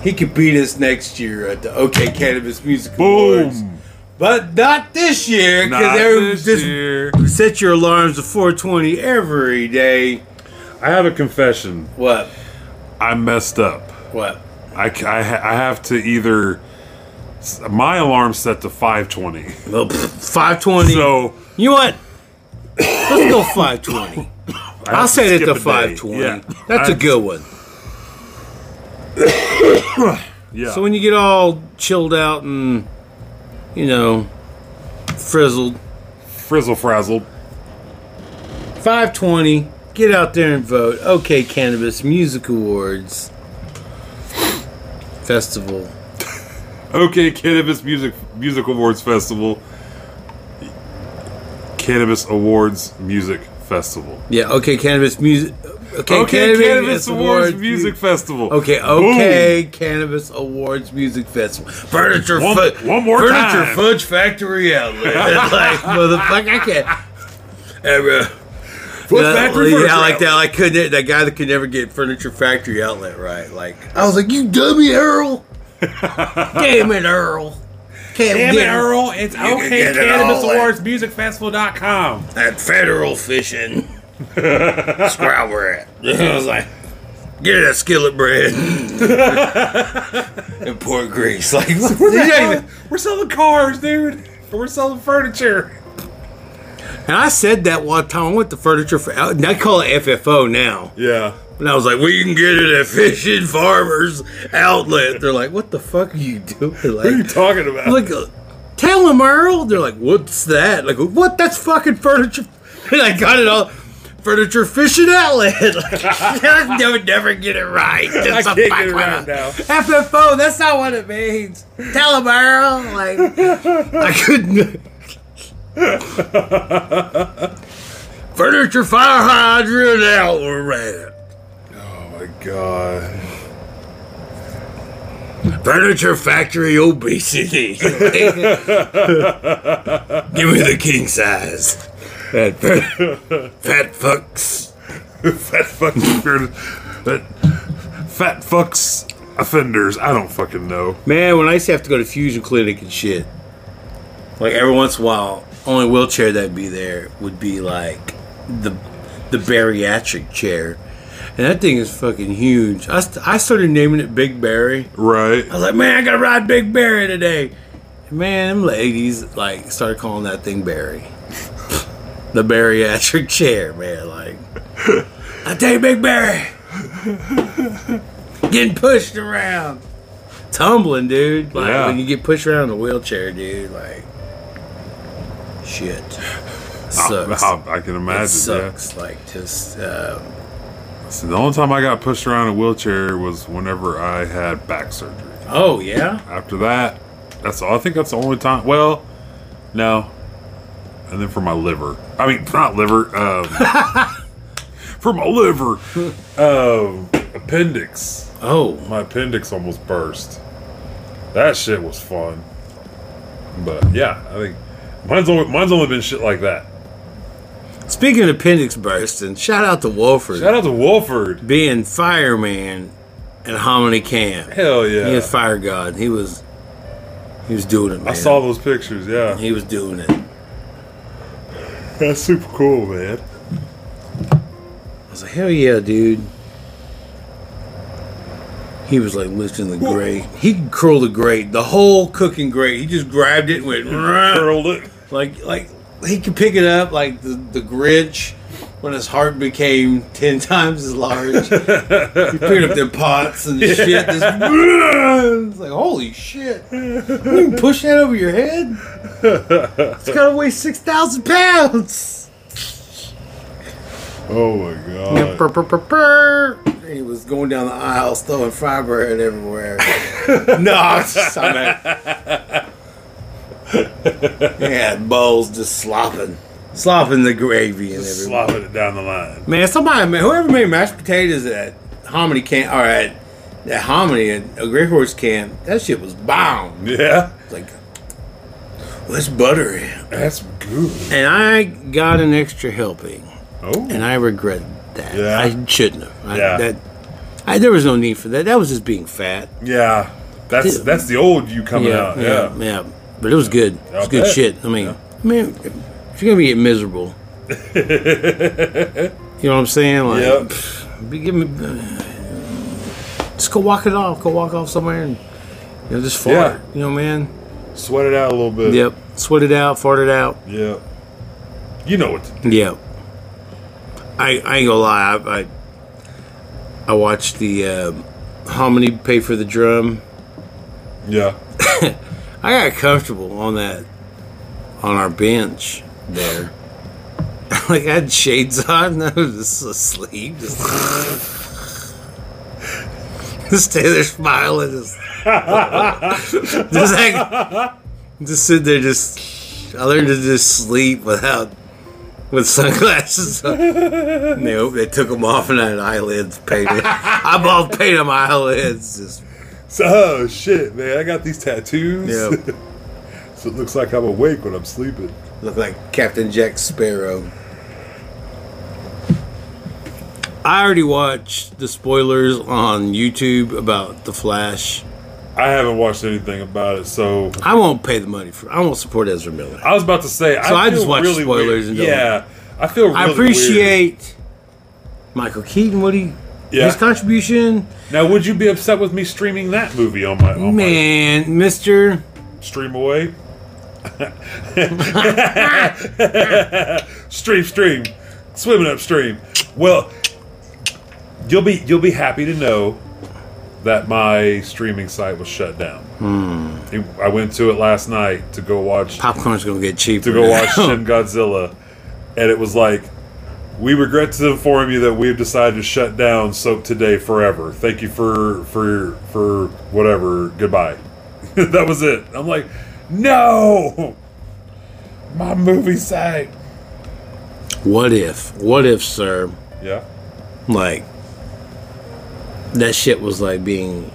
Speaker 1: He could beat us next year at the OK Cannabis Music Awards,
Speaker 2: Boom.
Speaker 1: but not this year
Speaker 2: Not
Speaker 1: because everyone
Speaker 2: this
Speaker 1: just
Speaker 2: year.
Speaker 1: set your alarms to 420 every day.
Speaker 2: I have a confession.
Speaker 1: What?
Speaker 2: I messed up.
Speaker 1: What?
Speaker 2: I, c- I ha- I have to either s- my alarm's set to five twenty. (laughs)
Speaker 1: Well, pff, 520.
Speaker 2: So
Speaker 1: You know what? Let's
Speaker 2: (coughs)
Speaker 1: go 520.
Speaker 2: I
Speaker 1: I'll
Speaker 2: have
Speaker 1: set it
Speaker 2: skip
Speaker 1: to
Speaker 2: a day.
Speaker 1: 520.
Speaker 2: Yeah.
Speaker 1: That's
Speaker 2: I-
Speaker 1: a good one.
Speaker 2: Yeah.
Speaker 1: So when you get all chilled out and, you know, frizzled,
Speaker 2: frizzle frazzled.
Speaker 1: 520, get out there and vote. Okay, Cannabis Music Awards Festival.
Speaker 2: Okay, Cannabis Music Music Awards Festival. Cannabis Awards Music Festival.
Speaker 1: Yeah, okay, Cannabis Music. Okay,
Speaker 2: Okay, Cannabis, Awards, Music Festival.
Speaker 1: Okay,
Speaker 2: Boom.
Speaker 1: okay, Cannabis Awards Music Festival. Furniture
Speaker 2: One-
Speaker 1: Fu-
Speaker 2: one more
Speaker 1: Furniture
Speaker 2: time.
Speaker 1: Fudge Factory Outlet. (laughs) like, motherfucker, I can't. uh, Ever.
Speaker 2: Fudge Factory Furniture
Speaker 1: yeah, I like that.
Speaker 2: Outlet.
Speaker 1: I couldn't. That guy that could never get Furniture Factory Outlet right. Like, I was like, you dummy, Earl. (laughs) Damn it, Earl. Can't
Speaker 2: Damn
Speaker 1: get
Speaker 2: it, Earl. It's
Speaker 1: can
Speaker 2: okay,
Speaker 1: get it
Speaker 2: Cannabis
Speaker 1: all at-
Speaker 2: Awards
Speaker 1: (laughs)
Speaker 2: Music Festival.com.
Speaker 1: That federal fishing. That's where I were at. (laughs) I was like, get that skillet bread (laughs) and pour grease. (laughs) Like,
Speaker 2: We're,
Speaker 1: yeah,
Speaker 2: selling, we're selling cars, dude. We're selling furniture.
Speaker 1: And I said that one time with the furniture. For, I call it FFO now.
Speaker 2: Yeah.
Speaker 1: And I was like, we can get it at Fishing Farmers Outlet. They're like, what the fuck are you doing?
Speaker 2: What are you
Speaker 1: Like,
Speaker 2: talking about?
Speaker 1: like uh, tell him, Earl. They're like, what's that? Like, what? That's fucking furniture. (laughs) And I got it all. Furniture Fishing Outlet. (laughs) Like, I would never get it
Speaker 2: (laughs)
Speaker 1: right. That's
Speaker 2: can't
Speaker 1: a
Speaker 2: get
Speaker 1: fuck
Speaker 2: it right
Speaker 1: one.
Speaker 2: now.
Speaker 1: FFO, that's not what it means. Tell him, Earl. Like,
Speaker 2: (laughs)
Speaker 1: I couldn't. (laughs) Furniture fire hydrant outlet.
Speaker 2: oh my god.
Speaker 1: Furniture factory obesity. (laughs) Give me the king size. Fat,
Speaker 2: (laughs)
Speaker 1: fat, fat fucks.
Speaker 2: fat fucking bearded- that fat fucks offenders. I don't fucking know.
Speaker 1: Man, when I used to have to go to fusion clinic and shit, like every once in a while, only wheelchair that'd be there would be like the the bariatric chair, and that thing is fucking huge. I, st- I started naming it Big Barry.
Speaker 2: Right.
Speaker 1: I was like, man, I gotta ride Big Barry today. Man, them ladies like started calling that thing Barry. (laughs) the bariatric chair, man.
Speaker 2: (laughs)
Speaker 1: Like, I tell you, Big Barry, getting pushed around, tumbling, dude. Like
Speaker 2: Yeah.
Speaker 1: when you get pushed around in a wheelchair, dude. Like,
Speaker 2: (laughs)
Speaker 1: shit,
Speaker 2: Oh,
Speaker 1: sucks.
Speaker 2: I, I can
Speaker 1: It
Speaker 2: imagine. Sucks.
Speaker 1: sucks. Like, just uh,
Speaker 2: Yeah. So the only time I got pushed around in a wheelchair was whenever I had back surgery.
Speaker 1: oh yeah,
Speaker 2: After that, that's all. I think that's the only time. Well, no. And then for my liver. I mean, (laughs) not liver. Um, for my
Speaker 1: (laughs)
Speaker 2: liver, um, appendix.
Speaker 1: oh
Speaker 2: my appendix almost burst. That shit was fun. But yeah, I think mine's only mine's only been shit like that.
Speaker 1: Speaking of appendix bursts, and shout out to Wolford
Speaker 2: Shout out to Wolford.
Speaker 1: being fireman at Hominy Camp.
Speaker 2: Hell yeah.
Speaker 1: He was fire god. He was he was doing it, man.
Speaker 2: I saw those pictures, yeah.
Speaker 1: he was doing it.
Speaker 2: That's super cool, man.
Speaker 1: I was like, hell yeah, dude. He was like lifting the grate. He could curl the grate, the whole cooking grate. He just grabbed it and went "Rah."
Speaker 2: Curled it.
Speaker 1: like like he could pick it up like the, the Grinch when his heart became ten (laughs) times as large. he picked up their pots and shit. Just, it's (laughs) like holy shit! You can push that over your head. It's gotta weigh six thousand pounds.
Speaker 2: Oh my god.
Speaker 1: Brr, brr, brr, brr. He was going down the aisles throwing firebrand everywhere. (laughs) no, I'm just- I'm at- yeah, bowls just slopping, slopping the gravy and everything.
Speaker 2: Slopping it down the line.
Speaker 1: Man, somebody, man, whoever made mashed potatoes at Hominy Camp, or at that Hominy at a Great Horse Camp, that shit was bomb.
Speaker 2: Yeah.
Speaker 1: It's Like, what's butter in?
Speaker 2: That's good.
Speaker 1: And I got an extra helping,
Speaker 2: Oh.
Speaker 1: and I regret that.
Speaker 2: Yeah.
Speaker 1: I shouldn't have. I,
Speaker 2: Yeah.
Speaker 1: That, I, there was no need for that. That was just being fat.
Speaker 2: yeah. That's that's the old you coming out.
Speaker 1: yeah,
Speaker 2: Oh, Yeah.
Speaker 1: yeah. But it was good. It was
Speaker 2: I
Speaker 1: good
Speaker 2: bet.
Speaker 1: shit. I mean, man, if you're gonna be
Speaker 2: (laughs)
Speaker 1: miserable, you know what I'm saying? Like,
Speaker 2: Yep.
Speaker 1: Be- Give me. uh, Just go walk it off. Go walk off somewhere and you know just fart.
Speaker 2: Yeah.
Speaker 1: You know, man.
Speaker 2: Sweat it out a little bit.
Speaker 1: Yep. Sweat it out. Fart it out.
Speaker 2: Yeah. You know what to do.
Speaker 1: Yep. I I ain't gonna lie. I I, I watched the um hominy pay for the drum.
Speaker 2: Yeah. (laughs)
Speaker 1: I got comfortable on that on our bench there. (laughs) like I had shades on (laughs) and I was just asleep. Just, (laughs) just stay there smiling. Just, (laughs) just, like- just sit there just I learned to just sleep without with sunglasses on. And they, they took them off and I had eyelids painted. (laughs) Eyeball paint on my eyelids. Just,
Speaker 2: So, oh shit, man! I got these tattoos.
Speaker 1: Yeah.
Speaker 2: (laughs) so it looks like I'm awake when I'm sleeping.
Speaker 1: Look like Captain Jack Sparrow. I already watched the spoilers on YouTube about The Flash.
Speaker 2: I haven't watched anything about it, so
Speaker 1: I won't pay the money for. I won't support Ezra Miller.
Speaker 2: I was about to say.
Speaker 1: So I
Speaker 2: feel
Speaker 1: just watch
Speaker 2: really
Speaker 1: spoilers
Speaker 2: weird.
Speaker 1: and don't-
Speaker 2: yeah, I feel. Really
Speaker 1: I
Speaker 2: weird.
Speaker 1: appreciate Michael Keaton, what he
Speaker 2: Yeah.
Speaker 1: his contribution.
Speaker 2: Now, would you be upset with me streaming that movie on my on
Speaker 1: Man, Mister,
Speaker 2: my stream away? (laughs) stream, stream, swimming upstream. Well, you'll be you'll be happy to know that my streaming site was shut down. It- I went to it last night to go watch
Speaker 1: Popcorn's gonna get cheaper.
Speaker 2: to go
Speaker 1: now. (laughs)
Speaker 2: watch Shin Godzilla, and it was like, we regret to inform you that we've decided to shut down Soap Today forever. Thank you for for for whatever. Goodbye. (laughs) that was it. I'm like, no, my movie site.
Speaker 1: What if? What if, sir?
Speaker 2: Yeah.
Speaker 1: Like that shit was like being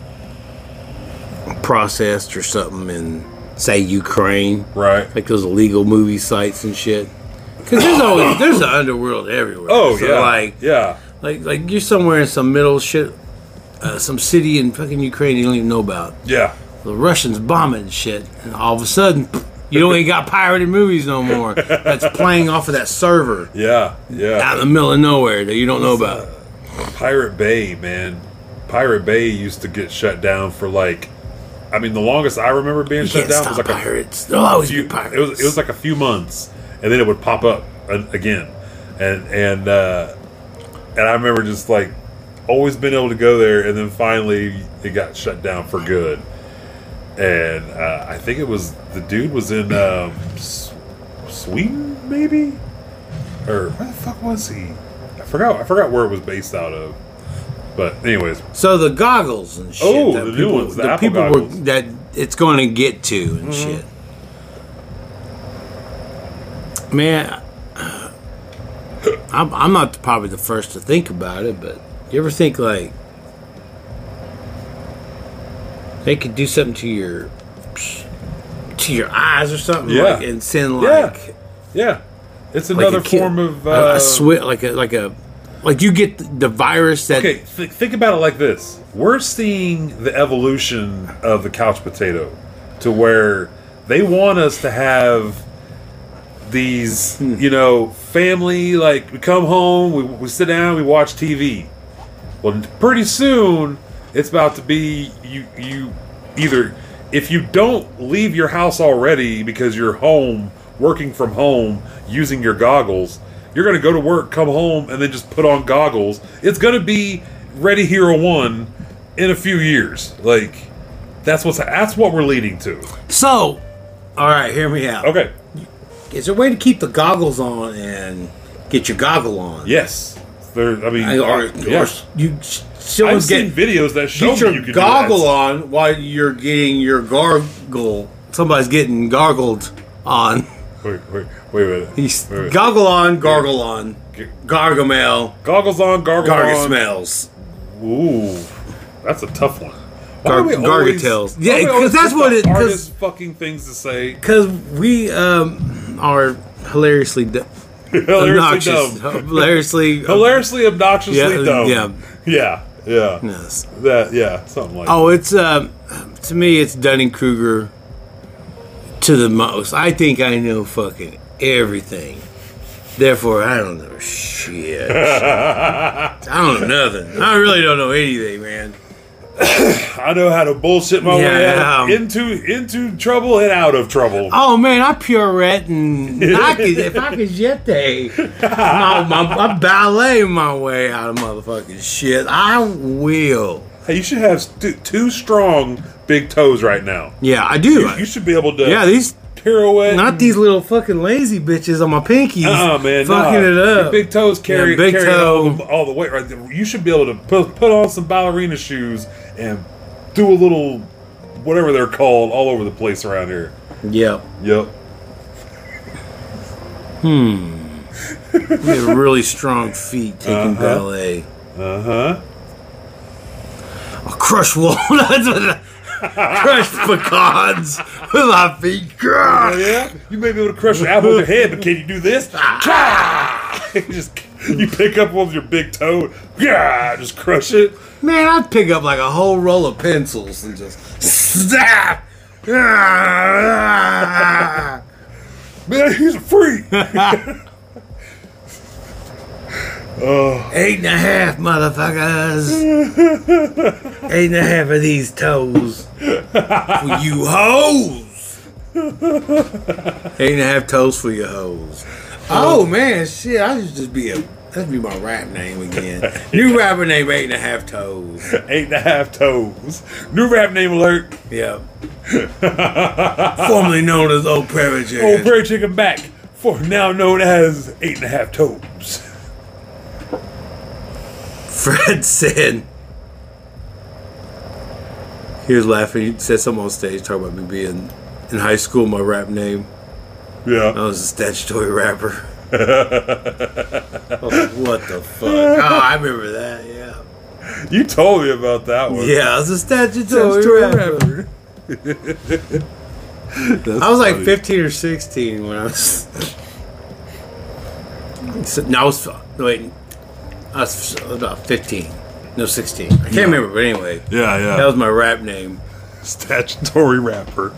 Speaker 1: processed or something in say Ukraine,
Speaker 2: Right.
Speaker 1: like those illegal movie sites and shit. Because
Speaker 2: (coughs)
Speaker 1: there's always there's an underworld everywhere.
Speaker 2: Oh
Speaker 1: So,
Speaker 2: yeah.
Speaker 1: like
Speaker 2: yeah.
Speaker 1: like like you're somewhere in some middle shit, uh, some city in fucking Ukraine you don't even know about.
Speaker 2: Yeah.
Speaker 1: the Russians bombing shit, and all of a sudden, (laughs) you don't ain't got pirated movies no more. That's playing off of that server
Speaker 2: Yeah. Yeah.
Speaker 1: out in the middle of nowhere that you don't know about.
Speaker 2: Pirate Bay, man. Pirate Bay used to get shut down for like, I mean, the longest I remember being
Speaker 1: You
Speaker 2: shut
Speaker 1: can't
Speaker 2: down
Speaker 1: stop
Speaker 2: was like a
Speaker 1: pirates. There'll always
Speaker 2: few-
Speaker 1: be pirates.
Speaker 2: It was it was like a few months, and then it would pop up a- again, and and uh, and I remember just like always being able to go there, and then finally it got shut down for good. And uh, I think it was the dude was in um, S- Sweden, maybe, or where the fuck was he? I forgot. I forgot where it was based out of. But anyways,
Speaker 1: so the goggles and shit.
Speaker 2: Oh,
Speaker 1: that
Speaker 2: the new
Speaker 1: people,
Speaker 2: ones, the Apple
Speaker 1: people
Speaker 2: goggles. Mm-hmm.
Speaker 1: were that it's going to get to and shit. Man, (sighs) I'm, I'm not probably the first to think about it, but you ever think like they could do something to your to your eyes or something,
Speaker 2: Yeah.
Speaker 1: like, and send like
Speaker 2: yeah, yeah, it's
Speaker 1: like
Speaker 2: another
Speaker 1: a kid-
Speaker 2: form of
Speaker 1: a-
Speaker 2: uh,
Speaker 1: a, swi- like a like a like you get the, the virus that
Speaker 2: Okay, th- think about it like this: we're seeing the evolution of the couch potato, to where they want us to have these, you know, family. Like we come home, we, we sit down, we watch TV. Well, pretty soon it's about to be you. You either if you don't leave your house already because you're home working from home using your goggles, you're gonna go to work, come home, and then just put on goggles. It's gonna be Ready Hero One in a few years. Like that's what's that's what we're leading to.
Speaker 1: So, all right, hear me out.
Speaker 2: Okay.
Speaker 1: Is there a way to keep the goggles on and get your goggle on?
Speaker 2: Yes. There. I mean,
Speaker 1: I, or, or
Speaker 2: yes.
Speaker 1: you s- still
Speaker 2: I've seen
Speaker 1: get,
Speaker 2: videos that show
Speaker 1: get
Speaker 2: me you
Speaker 1: your
Speaker 2: can do
Speaker 1: goggle
Speaker 2: that.
Speaker 1: on while you're getting your gargle. Somebody's getting gargled on. (laughs)
Speaker 2: Wait, wait, wait a minute.
Speaker 1: He's
Speaker 2: Wait a minute.
Speaker 1: goggle on, gargle on,
Speaker 2: G-
Speaker 1: gargamel,
Speaker 2: Goggles on, gargle
Speaker 1: gargle
Speaker 2: on.
Speaker 1: smells,
Speaker 2: Ooh, that's a tough one.
Speaker 1: Gar-
Speaker 2: do we always-
Speaker 1: gargoyles.
Speaker 2: why do we
Speaker 1: Yeah, 'cause
Speaker 2: always
Speaker 1: that's
Speaker 2: pick
Speaker 1: what
Speaker 2: the
Speaker 1: it- 'cause-
Speaker 2: hardest fucking things to say. (laughs)
Speaker 1: because we um, are hilariously d-
Speaker 2: Hilariously
Speaker 1: obnoxious, (laughs)
Speaker 2: dumb.
Speaker 1: hilariously
Speaker 2: Hilariously obnoxiously
Speaker 1: Yeah,
Speaker 2: dumb.
Speaker 1: yeah.
Speaker 2: yeah, yeah,
Speaker 1: obnoxious.
Speaker 2: That yeah, something like.
Speaker 1: Oh, it's um, to me, it's Dunning Kruger to the most. I think I know fucking everything. Therefore, I don't know
Speaker 2: (laughs)
Speaker 1: shit. I don't know nothing. I really don't know anything, man.
Speaker 2: I know how to bullshit my way
Speaker 1: Yeah.
Speaker 2: out, into into trouble and out of trouble.
Speaker 1: Oh man, I purette and I could, if I could jet day, my, my, I ballet my way out of motherfucking shit. I will.
Speaker 2: Hey, you should have st- two strong big toes right now.
Speaker 1: Yeah, I do.
Speaker 2: You should be able to.
Speaker 1: yeah, these
Speaker 2: pirouette.
Speaker 1: not these little fucking lazy bitches on my pinkies.
Speaker 2: Uh-uh, man,
Speaker 1: fucking
Speaker 2: nah.
Speaker 1: it
Speaker 2: Your
Speaker 1: up.
Speaker 2: big toes carry,
Speaker 1: Yeah, big
Speaker 2: carry
Speaker 1: toe.
Speaker 2: all, the, all the weight right there. You should be able to put, put on some ballerina shoes and do a little whatever they're called all over the place around here.
Speaker 1: Yep.
Speaker 2: Yep.
Speaker 1: You have really strong feet taking
Speaker 2: Uh-huh.
Speaker 1: ballet.
Speaker 2: Uh huh.
Speaker 1: I'll crush walnuts with a- (laughs) crushed pecans with my feet. Grr.
Speaker 2: Oh, Yeah. You may be able to crush an apple with your head, but can you
Speaker 1: (laughs)
Speaker 2: do this? (laughs) Cha! You just you pick up one with your big toe. Yeah, just crush it.
Speaker 1: Man, I'd pick up like a whole roll of pencils and just (laughs) snap. Ah.
Speaker 2: Man, he's
Speaker 1: (laughs)
Speaker 2: a freak. (laughs) Oh,
Speaker 1: Eight and a half, motherfuckers. Eight and a half of these toes for you hoes. Eight and a half toes for your hoes. Oh man, shit! I should just be a that'd be my rap name again. New rapper name eight and a half toes.
Speaker 2: Eight and a half toes. New rap name alert.
Speaker 1: Yep. Formerly known as Old Prairie
Speaker 2: Old
Speaker 1: Chicken.
Speaker 2: Prairie Chicken back for now known as eight and a half toes.
Speaker 1: Fred said. He was laughing. He said something on stage talking about me being in high school. My rap name. I
Speaker 2: Yeah.
Speaker 1: was a statutory rapper. (laughs) I was like, what the fuck? Oh, I remember that. Yeah.
Speaker 2: You told me about that one.
Speaker 1: Yeah, I was a statutory, rapper. (laughs) I was
Speaker 2: Oh,
Speaker 1: like 15 or 16 when I was. (laughs) So- no, I was no, wait. I was about 15. No, 16. I can't remember, but anyway,
Speaker 2: Yeah, yeah.
Speaker 1: that was my rap name.
Speaker 2: Statutory rapper.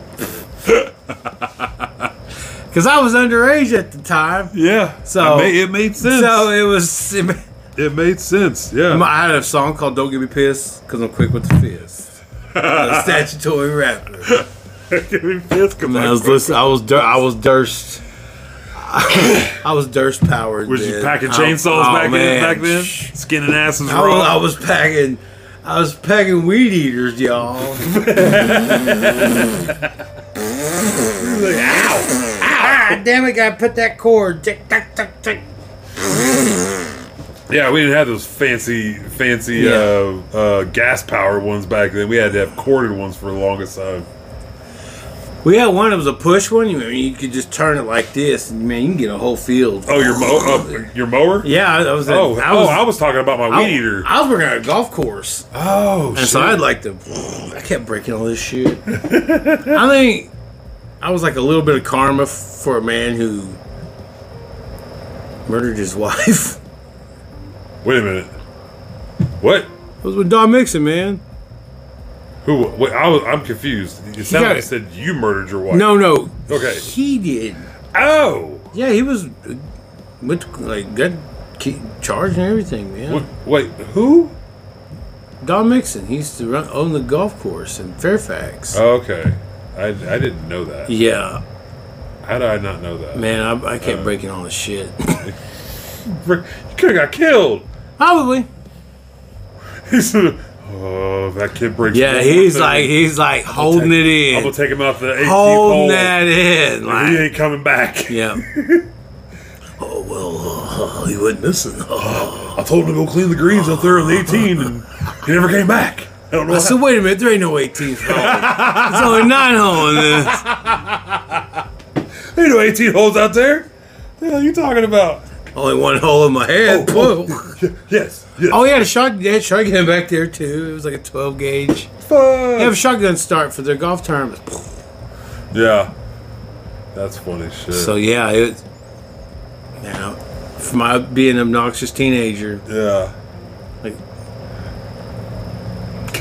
Speaker 1: Because I was underage at the time,
Speaker 2: Yeah.
Speaker 1: So-
Speaker 2: it made, it made sense.
Speaker 1: so it was. (laughs) It, ma-
Speaker 2: it made sense. Yeah.
Speaker 1: I had a song called "Don't Get Me Pissed" because I'm quick with the fist. (laughs) I'm a statutory rapper.
Speaker 2: (laughs) Give me fist, come
Speaker 1: Man, I
Speaker 2: on.
Speaker 1: was listen, I was dur- I was durst. I was durst powered.
Speaker 2: Was you
Speaker 1: then.
Speaker 2: packing
Speaker 1: Oh,
Speaker 2: chainsaws
Speaker 1: oh,
Speaker 2: back,
Speaker 1: man.
Speaker 2: then, back then?
Speaker 1: Shh.
Speaker 2: Skinning asses
Speaker 1: I was, I
Speaker 2: raw.
Speaker 1: was packing. I was packing weed eaters, y'all.
Speaker 2: like, ow!
Speaker 1: (laughs) ah, damn it! Gotta put that cord. Tick, tick, tick, tick.
Speaker 2: Yeah, we didn't have those fancy, fancy
Speaker 1: Yeah.
Speaker 2: uh, uh, gas powered ones back then. We had to have corded ones for the longest time.
Speaker 1: We had one that was a push one. You, you could just turn it like this, and man, you can get a whole field.
Speaker 2: Oh, your mow, uh, your mower?
Speaker 1: Yeah, I, I was. At,
Speaker 2: Oh,
Speaker 1: I was,
Speaker 2: oh, I was talking about my
Speaker 1: I-
Speaker 2: weed eater.
Speaker 1: I was working at a golf course.
Speaker 2: oh,
Speaker 1: And so I'd like to. I kept breaking all this shit. (laughs) I think I was like a little bit of karma f- for a man who murdered his (laughs) wife.
Speaker 2: Wait a minute. What?
Speaker 1: It was with Don Mixon, man.
Speaker 2: Who? Wait, I was, I'm confused. It sounded
Speaker 1: got
Speaker 2: like
Speaker 1: it.
Speaker 2: you said you murdered your wife.
Speaker 1: No, no.
Speaker 2: Okay.
Speaker 1: He did.
Speaker 2: Oh.
Speaker 1: Yeah, he was. Went to, like got ki- charged and everything, man.
Speaker 2: Wait, wait who?
Speaker 1: Don Mixon. He used to run, own the golf course in Fairfax.
Speaker 2: Okay. I, I didn't know that.
Speaker 1: yeah,
Speaker 2: How did I not know that?
Speaker 1: man. I, I kept breaking all this shit. (laughs)
Speaker 2: You could have got killed. (laughs)
Speaker 1: Probably.
Speaker 2: He said, "Oh, that kid breaks."
Speaker 1: Yeah,
Speaker 2: rules."
Speaker 1: he's like he's like holding it in.
Speaker 2: I'm gonna take him out to the 18th hole.
Speaker 1: holding that in.
Speaker 2: He
Speaker 1: Like,
Speaker 2: ain't
Speaker 1: (laughs)
Speaker 2: coming back.
Speaker 1: yeah. (laughs) oh well, uh, he wasn't missing.
Speaker 2: (laughs) I told him to go clean the greens out there on
Speaker 1: (laughs)
Speaker 2: the 18, and he never came back. I don't know.
Speaker 1: I said, wait a minute, there ain't no 18th hole. It's only nine hole in this.
Speaker 2: how- Ain't no 18 holes out there. The hell you talking about?
Speaker 1: (laughs) Only one hole in my head.
Speaker 2: Oh,
Speaker 1: Oh,
Speaker 2: Y- (laughs) yes. yes.
Speaker 1: oh yeah, the shot, they had shotgun back there too. It was like a 12 gauge. They have a
Speaker 2: fuck.
Speaker 1: shotgun start for their golf tournament.
Speaker 2: Yeah. That's funny shit.
Speaker 1: So yeah, it. Now, for my being an obnoxious teenager,
Speaker 2: yeah.
Speaker 1: like,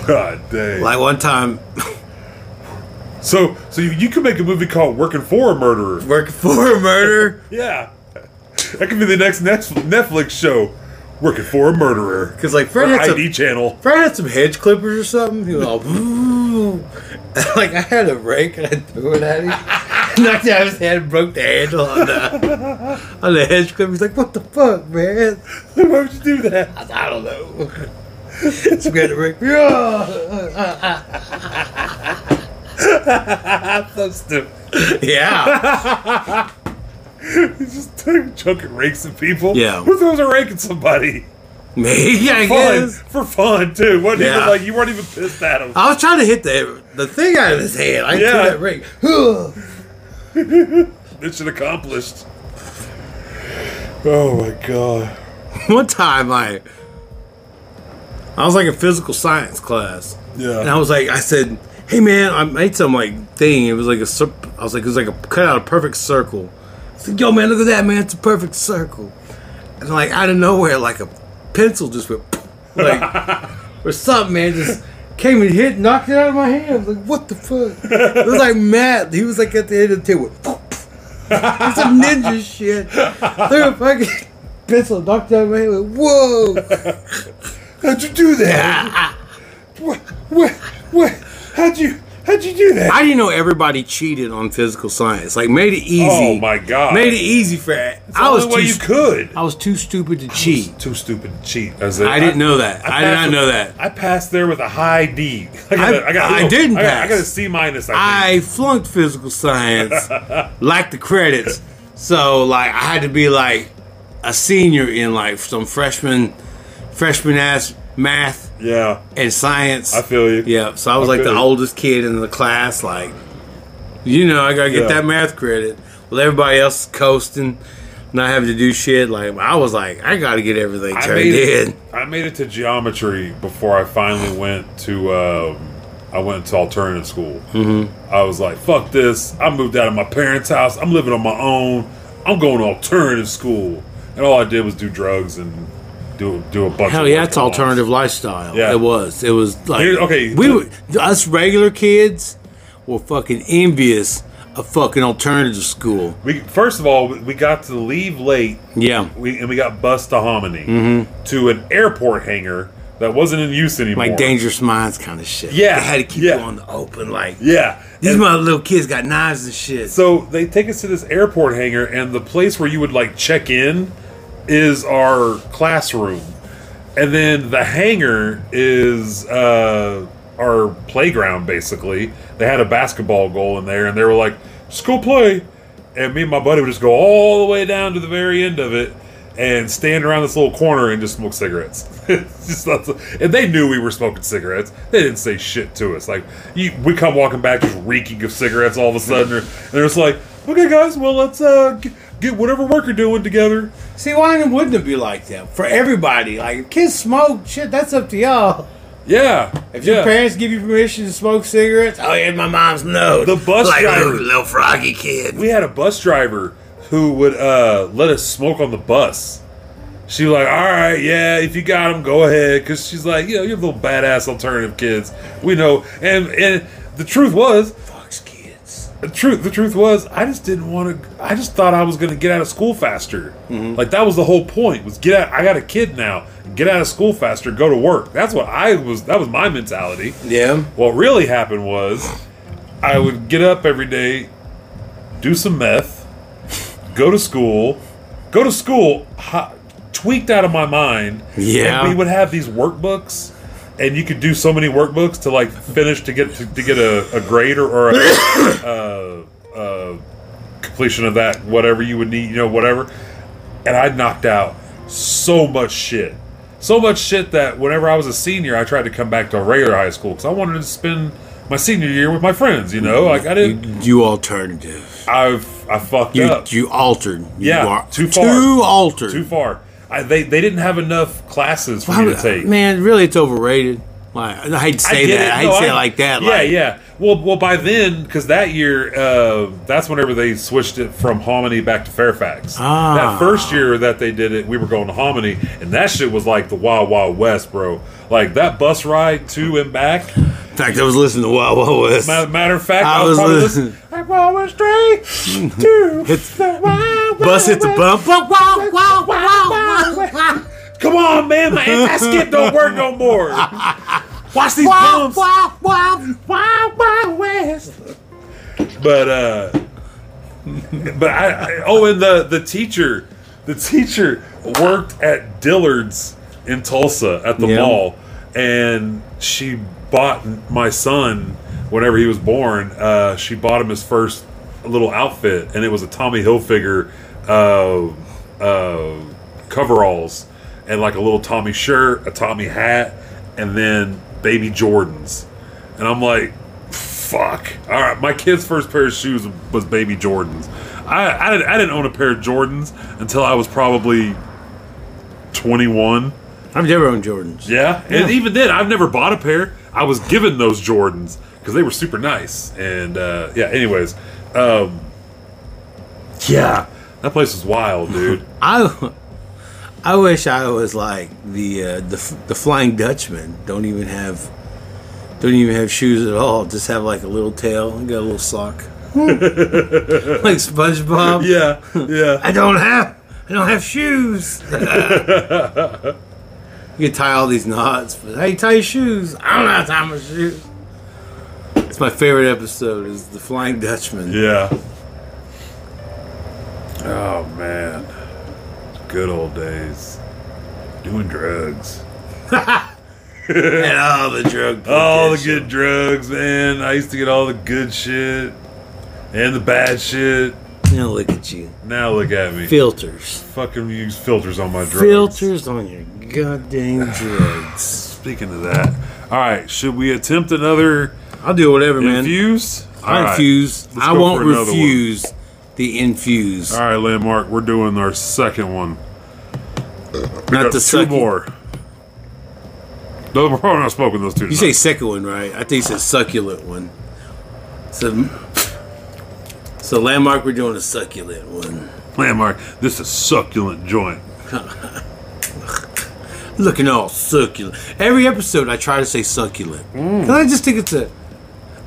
Speaker 2: God dang.
Speaker 1: like one time (laughs)
Speaker 2: so, so you, you could make a movie called "Working for a Murderer."
Speaker 1: working for a murder.
Speaker 2: Yeah. That could be the next next Netflix show. Working for a murderer.
Speaker 1: Because like
Speaker 2: Or
Speaker 1: Fred had some
Speaker 2: ID channel.
Speaker 1: Fred had some hedge clippers or something. He was all, "Ooh." (laughs) like I had a rake and I threw it at him. (laughs) Knocked out his head, and broke the handle on the, (laughs) on the hedge clipper. He's like, "What the fuck, man?
Speaker 2: (laughs) Why would you do that?
Speaker 1: I, I don't know." (laughs) It's got a rake. (laughs) Yeah,
Speaker 2: So (laughs) stupid.
Speaker 1: (laughs) yeah.
Speaker 2: He just took chunk and rakes at people.
Speaker 1: Yeah.
Speaker 2: Who throws a rake at somebody?
Speaker 1: Maybe I
Speaker 2: Fun.
Speaker 1: guess.
Speaker 2: For fun, too. Wasn't even
Speaker 1: Yeah. Uh,
Speaker 2: like you weren't even pissed at him.
Speaker 1: I was trying to hit the the thing out of his head. I
Speaker 2: Yeah.
Speaker 1: threw that rake. (sighs) Ugh.
Speaker 2: Mission accomplished. Oh my god.
Speaker 1: (laughs) One time, I I was like in physical science class. And I
Speaker 2: Yeah.
Speaker 1: was like, I said, hey man, I made some like thing. It was like a, cir- I was like, it was like a cut out a perfect circle. I said, yo man, look at that man, it's a perfect circle. And like out of nowhere, like a pencil just went, (laughs) like, or something, man, just came and hit, knocked it out of my hand. I was like, what the fuck? It was like Matt. He was like at the end of the table. (laughs) It's some ninja shit. Threw a fucking (laughs) pencil, knocked it out of my hand. Like, Whoa. Ah,
Speaker 2: How'd you do that? what, what, what? How'd you
Speaker 3: How'd you do that?
Speaker 1: I didn't know everybody cheated on physical science. Like made it easy.
Speaker 3: Oh my god!
Speaker 1: Made it easy for. I
Speaker 3: I
Speaker 1: was
Speaker 3: was
Speaker 1: too.
Speaker 3: way you
Speaker 1: stu-
Speaker 3: could.
Speaker 1: I was too stupid to cheat.
Speaker 3: Too stupid to cheat.
Speaker 2: As it,
Speaker 1: I didn't know that. I, did
Speaker 3: passed
Speaker 1: not
Speaker 3: with-
Speaker 1: know that.
Speaker 3: I passed there with a high
Speaker 2: (laughs)
Speaker 3: D. I got. a-
Speaker 1: I-
Speaker 3: I, got a
Speaker 1: I
Speaker 3: little-
Speaker 1: didn't
Speaker 3: I got, I
Speaker 1: pass.
Speaker 3: got a C minus. I, think.
Speaker 1: I flunked
Speaker 3: (laughs)
Speaker 1: physical science, lacked the credits, so like I had to be like a senior in like some freshman, freshman ass math
Speaker 3: Yeah,
Speaker 1: and science.
Speaker 3: I feel you.
Speaker 1: Yeah, so I was
Speaker 3: I
Speaker 1: like
Speaker 3: feel
Speaker 1: the
Speaker 3: you.
Speaker 1: oldest kid in the class. Like, you know, I gotta get
Speaker 3: Yeah.
Speaker 1: that math credit. Well, everybody else coasting, not having to do shit. Like, I was like, I gotta get everything
Speaker 3: I
Speaker 1: turned
Speaker 3: made it.
Speaker 1: in.
Speaker 2: I made it to geometry before I finally went to um, I went to alternative school. Mm-hmm. I was like, "Fuck this!" I moved out of my parents' house. I'm living on my own. I'm going to alternative school, and all I did was do drugs and do do a bunch.
Speaker 1: Hell
Speaker 2: of
Speaker 1: yeah,
Speaker 2: work
Speaker 1: it's
Speaker 2: at once.
Speaker 1: alternative lifestyle.
Speaker 2: Yeah.
Speaker 1: It was. It was like
Speaker 2: Here- okay,
Speaker 1: We
Speaker 2: so-
Speaker 1: were us regular kids were fucking envious of fucking alternative school.
Speaker 2: We first of all we- we got to leave late.
Speaker 1: Yeah.
Speaker 2: We, and we got bused to Hominy to an airport hangar that wasn't in use anymore.
Speaker 1: Mm-hmm. Like dangerous minds kind of shit.
Speaker 2: Yeah,
Speaker 1: They had to keep
Speaker 2: yeah.
Speaker 1: you on the open like
Speaker 2: Yeah.
Speaker 1: these
Speaker 2: And-
Speaker 1: my little kids got knives and shit.
Speaker 2: So they take us to this airport hangar, and the place where you would like check in is our classroom, and then the hangar is uh, our playground. Basically, they had a basketball goal in there, and they were like, "Just go play," and me and my buddy would just go all the way down to the very end of it. And stand around this little corner and just smoke cigarettes. (laughs) It's just not so- and they knew we were smoking cigarettes. They didn't say shit to us. Like you, we come walking back just reeking of cigarettes all of a
Speaker 1: (laughs)
Speaker 2: sudden. Or, and they're just like, "Okay, guys, well let's uh, g- get whatever work you're doing together."
Speaker 1: See, why wouldn't it be like that for everybody? Like, if kids smoke shit. That's up to y'all.
Speaker 2: Yeah.
Speaker 1: If
Speaker 2: yeah.
Speaker 1: your parents give you permission to smoke cigarettes, oh yeah, my mom's no.
Speaker 2: The bus
Speaker 1: like,
Speaker 2: driver-
Speaker 1: "Ooh, little froggy kid.
Speaker 2: we had a bus driver who would uh, let us smoke on the bus. She was like, "All right, yeah, if you got them, go ahead." Because she's like, you know, you're little badass alternative kids. We know, and and the truth was,
Speaker 1: Fucks kids.
Speaker 2: the truth the truth was i just didn't want to i just thought i was going to get out of school faster like that was the whole point was get out i got a kid now get out of school faster go to work that's what i was that was my mentality
Speaker 1: Yeah.
Speaker 2: what really happened was i would get up every day do some meth go to school go to school ho tweaked out of my mind
Speaker 1: Yeah.
Speaker 2: and we would have these workbooks and you could do so many workbooks to like finish to get to, to get a, a grade or, or a (coughs) completion of that, whatever you would need, you know, whatever. And I knocked out so much shit. So much shit that whenever I was a senior, I tried to come back to regular high school because I wanted to spend my senior year with my friends, you know? Like, I
Speaker 1: You,
Speaker 2: didn't.
Speaker 1: you alternative.
Speaker 2: I've, I fucked
Speaker 1: You,
Speaker 2: up.
Speaker 1: you altered. You
Speaker 2: Yeah,
Speaker 1: are
Speaker 2: too far.
Speaker 1: Too altered.
Speaker 2: too far. I, they, they didn't have enough classes for
Speaker 1: Why
Speaker 2: me
Speaker 1: would-
Speaker 2: to take.
Speaker 1: Man, really, it's overrated. Like I hate to say
Speaker 2: get
Speaker 1: that.
Speaker 2: it.
Speaker 1: I hate
Speaker 2: No,
Speaker 1: to say it like that.
Speaker 2: Yeah,
Speaker 1: like,
Speaker 2: yeah. Well, well, by then, because that year, uh, that's whenever they switched it from Hominy back to Fairfax.
Speaker 1: Ah.
Speaker 2: That first year that they did it, we were going to Hominy, and that shit was like the Wild Wild West, bro. Like that bus ride to and back.
Speaker 1: In fact, I was listening to Wild Wild West.
Speaker 2: ma- Matter of fact,
Speaker 1: I
Speaker 2: I, was,
Speaker 1: was
Speaker 2: probably
Speaker 1: listening-
Speaker 2: listening. I was
Speaker 1: (laughs)
Speaker 2: straight to the Wild
Speaker 1: Bus
Speaker 2: Wild
Speaker 1: hit the bump.
Speaker 2: West.
Speaker 1: Wow, wow, wow, wow, wow.
Speaker 2: Wild Wild West. Come on, man! My that skip don't work no
Speaker 1: (laughs)
Speaker 2: more. Watch these
Speaker 1: Wow,
Speaker 2: pumps.
Speaker 1: wow, wow.
Speaker 2: Wild Wild West. But uh, but I, I oh, and the the teacher, the teacher worked at Dillard's in Tulsa at the
Speaker 1: Yeah.
Speaker 2: mall, and she bought my son whenever he was born. Uh, she bought him his first little outfit, and it was a Tommy Hilfiger uh, uh, coveralls and like a little Tommy shirt, a Tommy hat, and then baby Jordans. And I'm like, fuck. All right, my kid's first pair of shoes was baby Jordans. I I didn't, I didn't own a pair of Jordans until I was probably 21.
Speaker 1: I've never owned Jordans.
Speaker 2: Yeah, and even then, I've never bought a pair. I was given those Jordans because they were super nice. And uh, yeah, anyways, um, yeah, that place was wild, dude.
Speaker 1: I, I wish I was like the uh, the f- the Flying Dutchman. Don't even have, don't even have shoes at all. Just have like a little tail and got a little sock, (laughs) like SpongeBob.
Speaker 2: (laughs) Hmm. yeah, yeah.
Speaker 1: I don't have I don't have
Speaker 2: (laughs)
Speaker 1: shoes. you can tie all these knots, but how you tie your shoes? I don't know how to tie my shoes. It's That's my favorite episode is the Flying Dutchman.
Speaker 2: Yeah. Oh man, good old days, doing drugs.
Speaker 1: And all the drug
Speaker 2: All the
Speaker 1: potential.
Speaker 2: good drugs, man. I used to get all the good shit and the bad shit.
Speaker 1: Now look at you.
Speaker 2: Now look at me.
Speaker 1: Filters.
Speaker 2: Fucking use filters on my drugs.
Speaker 1: Filters on your (sighs) goddamn drugs.
Speaker 2: Speaking of that, all right, should we attempt another
Speaker 1: I'll do whatever, man.
Speaker 2: infuse? All
Speaker 1: I
Speaker 2: right.
Speaker 1: refuse.
Speaker 2: Let's
Speaker 1: I
Speaker 2: go
Speaker 1: won't
Speaker 2: for another one.
Speaker 1: refuse the infuse.
Speaker 2: All right, landmark. We're doing our second one. We
Speaker 1: Not
Speaker 2: got
Speaker 1: the
Speaker 2: two
Speaker 1: second.
Speaker 2: more. No, we're probably not smoking those two.
Speaker 1: You say
Speaker 2: tonight.
Speaker 1: second one, right? I think you said succulent one. So, so landmark, we're doing a succulent one.
Speaker 2: landmark. This is succulent joint.
Speaker 1: Looking all succulent. Every episode, I try to say succulent because I just think it's a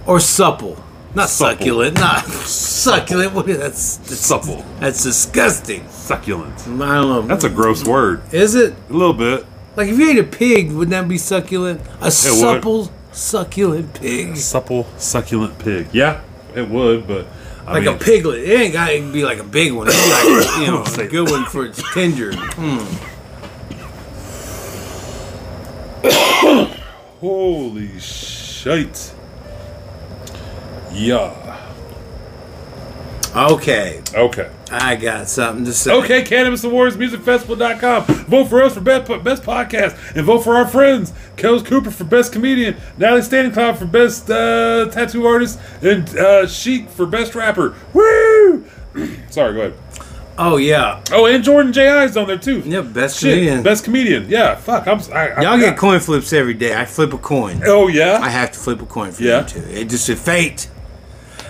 Speaker 1: or supple, not
Speaker 2: Supple.
Speaker 1: succulent, not (laughs) succulent. What is that's that's,
Speaker 2: Supple.
Speaker 1: that's disgusting.
Speaker 2: Succulent.
Speaker 1: I don't know.
Speaker 2: That's a gross word.
Speaker 1: is it
Speaker 2: A little bit.
Speaker 1: like if you ate a pig, wouldn't that be succulent? A supple, succulent pig.
Speaker 2: Supple, succulent pig. Yeah, it would, but I
Speaker 1: Like
Speaker 2: mean,
Speaker 1: a piglet. It ain't got to be like a big one. It's
Speaker 2: (coughs)
Speaker 1: like, you know,
Speaker 2: Say-
Speaker 1: a good one for its tender.
Speaker 2: Holy shit. Yeah.
Speaker 1: Okay,
Speaker 2: Okay.
Speaker 1: I got something to say.
Speaker 2: Okay, Cannabis Awards, MusicFestival.com. Vote for us for best, best podcast, and vote for our friends. Kels Cooper for best comedian, Natalie Standing Cloud for best uh, tattoo artist, and uh, Chic for best rapper. Woo! (clears throat) Sorry, go ahead.
Speaker 1: Oh yeah,
Speaker 2: Oh, and Jordan J. I is on there too.
Speaker 1: yeah. Best
Speaker 2: Shit,
Speaker 1: comedian.
Speaker 2: best comedian. Yeah, fuck. I'm. si
Speaker 1: Y'all get coin flips every day. I flip a coin.
Speaker 2: Oh yeah.
Speaker 1: I have to flip a coin for
Speaker 2: Yeah.
Speaker 1: you too. It just a fate.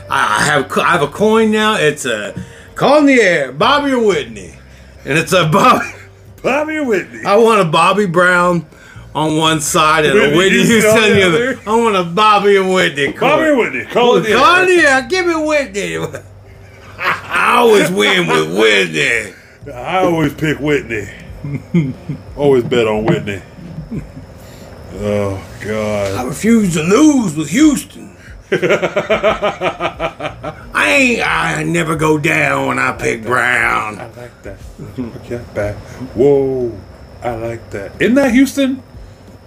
Speaker 1: I I have co- I have a coin now. It's a call in the air, Bobby or Whitney, and it's a Bobby.
Speaker 2: Bobby Whitney.
Speaker 1: I want a Bobby Brown on one side and
Speaker 2: Whitney
Speaker 1: a Whitney Houston
Speaker 2: Houston on
Speaker 1: on
Speaker 2: the
Speaker 1: the other.
Speaker 2: other.
Speaker 1: I want a Bobby and Whitney coin.
Speaker 2: Bobby or Whitney. Call it the
Speaker 1: Call
Speaker 2: air.
Speaker 1: in the air. Give me Whitney. (laughs) I always win with Whitney.
Speaker 2: I always pick (laughs) Whitney. always bet on Whitney. Oh God.
Speaker 1: I refuse to lose with
Speaker 2: (laughs)
Speaker 1: Houston. I ain't. I never go down when I pick Brown.
Speaker 2: I like that. Look at back. Whoa. I like that. Isn't that Houston?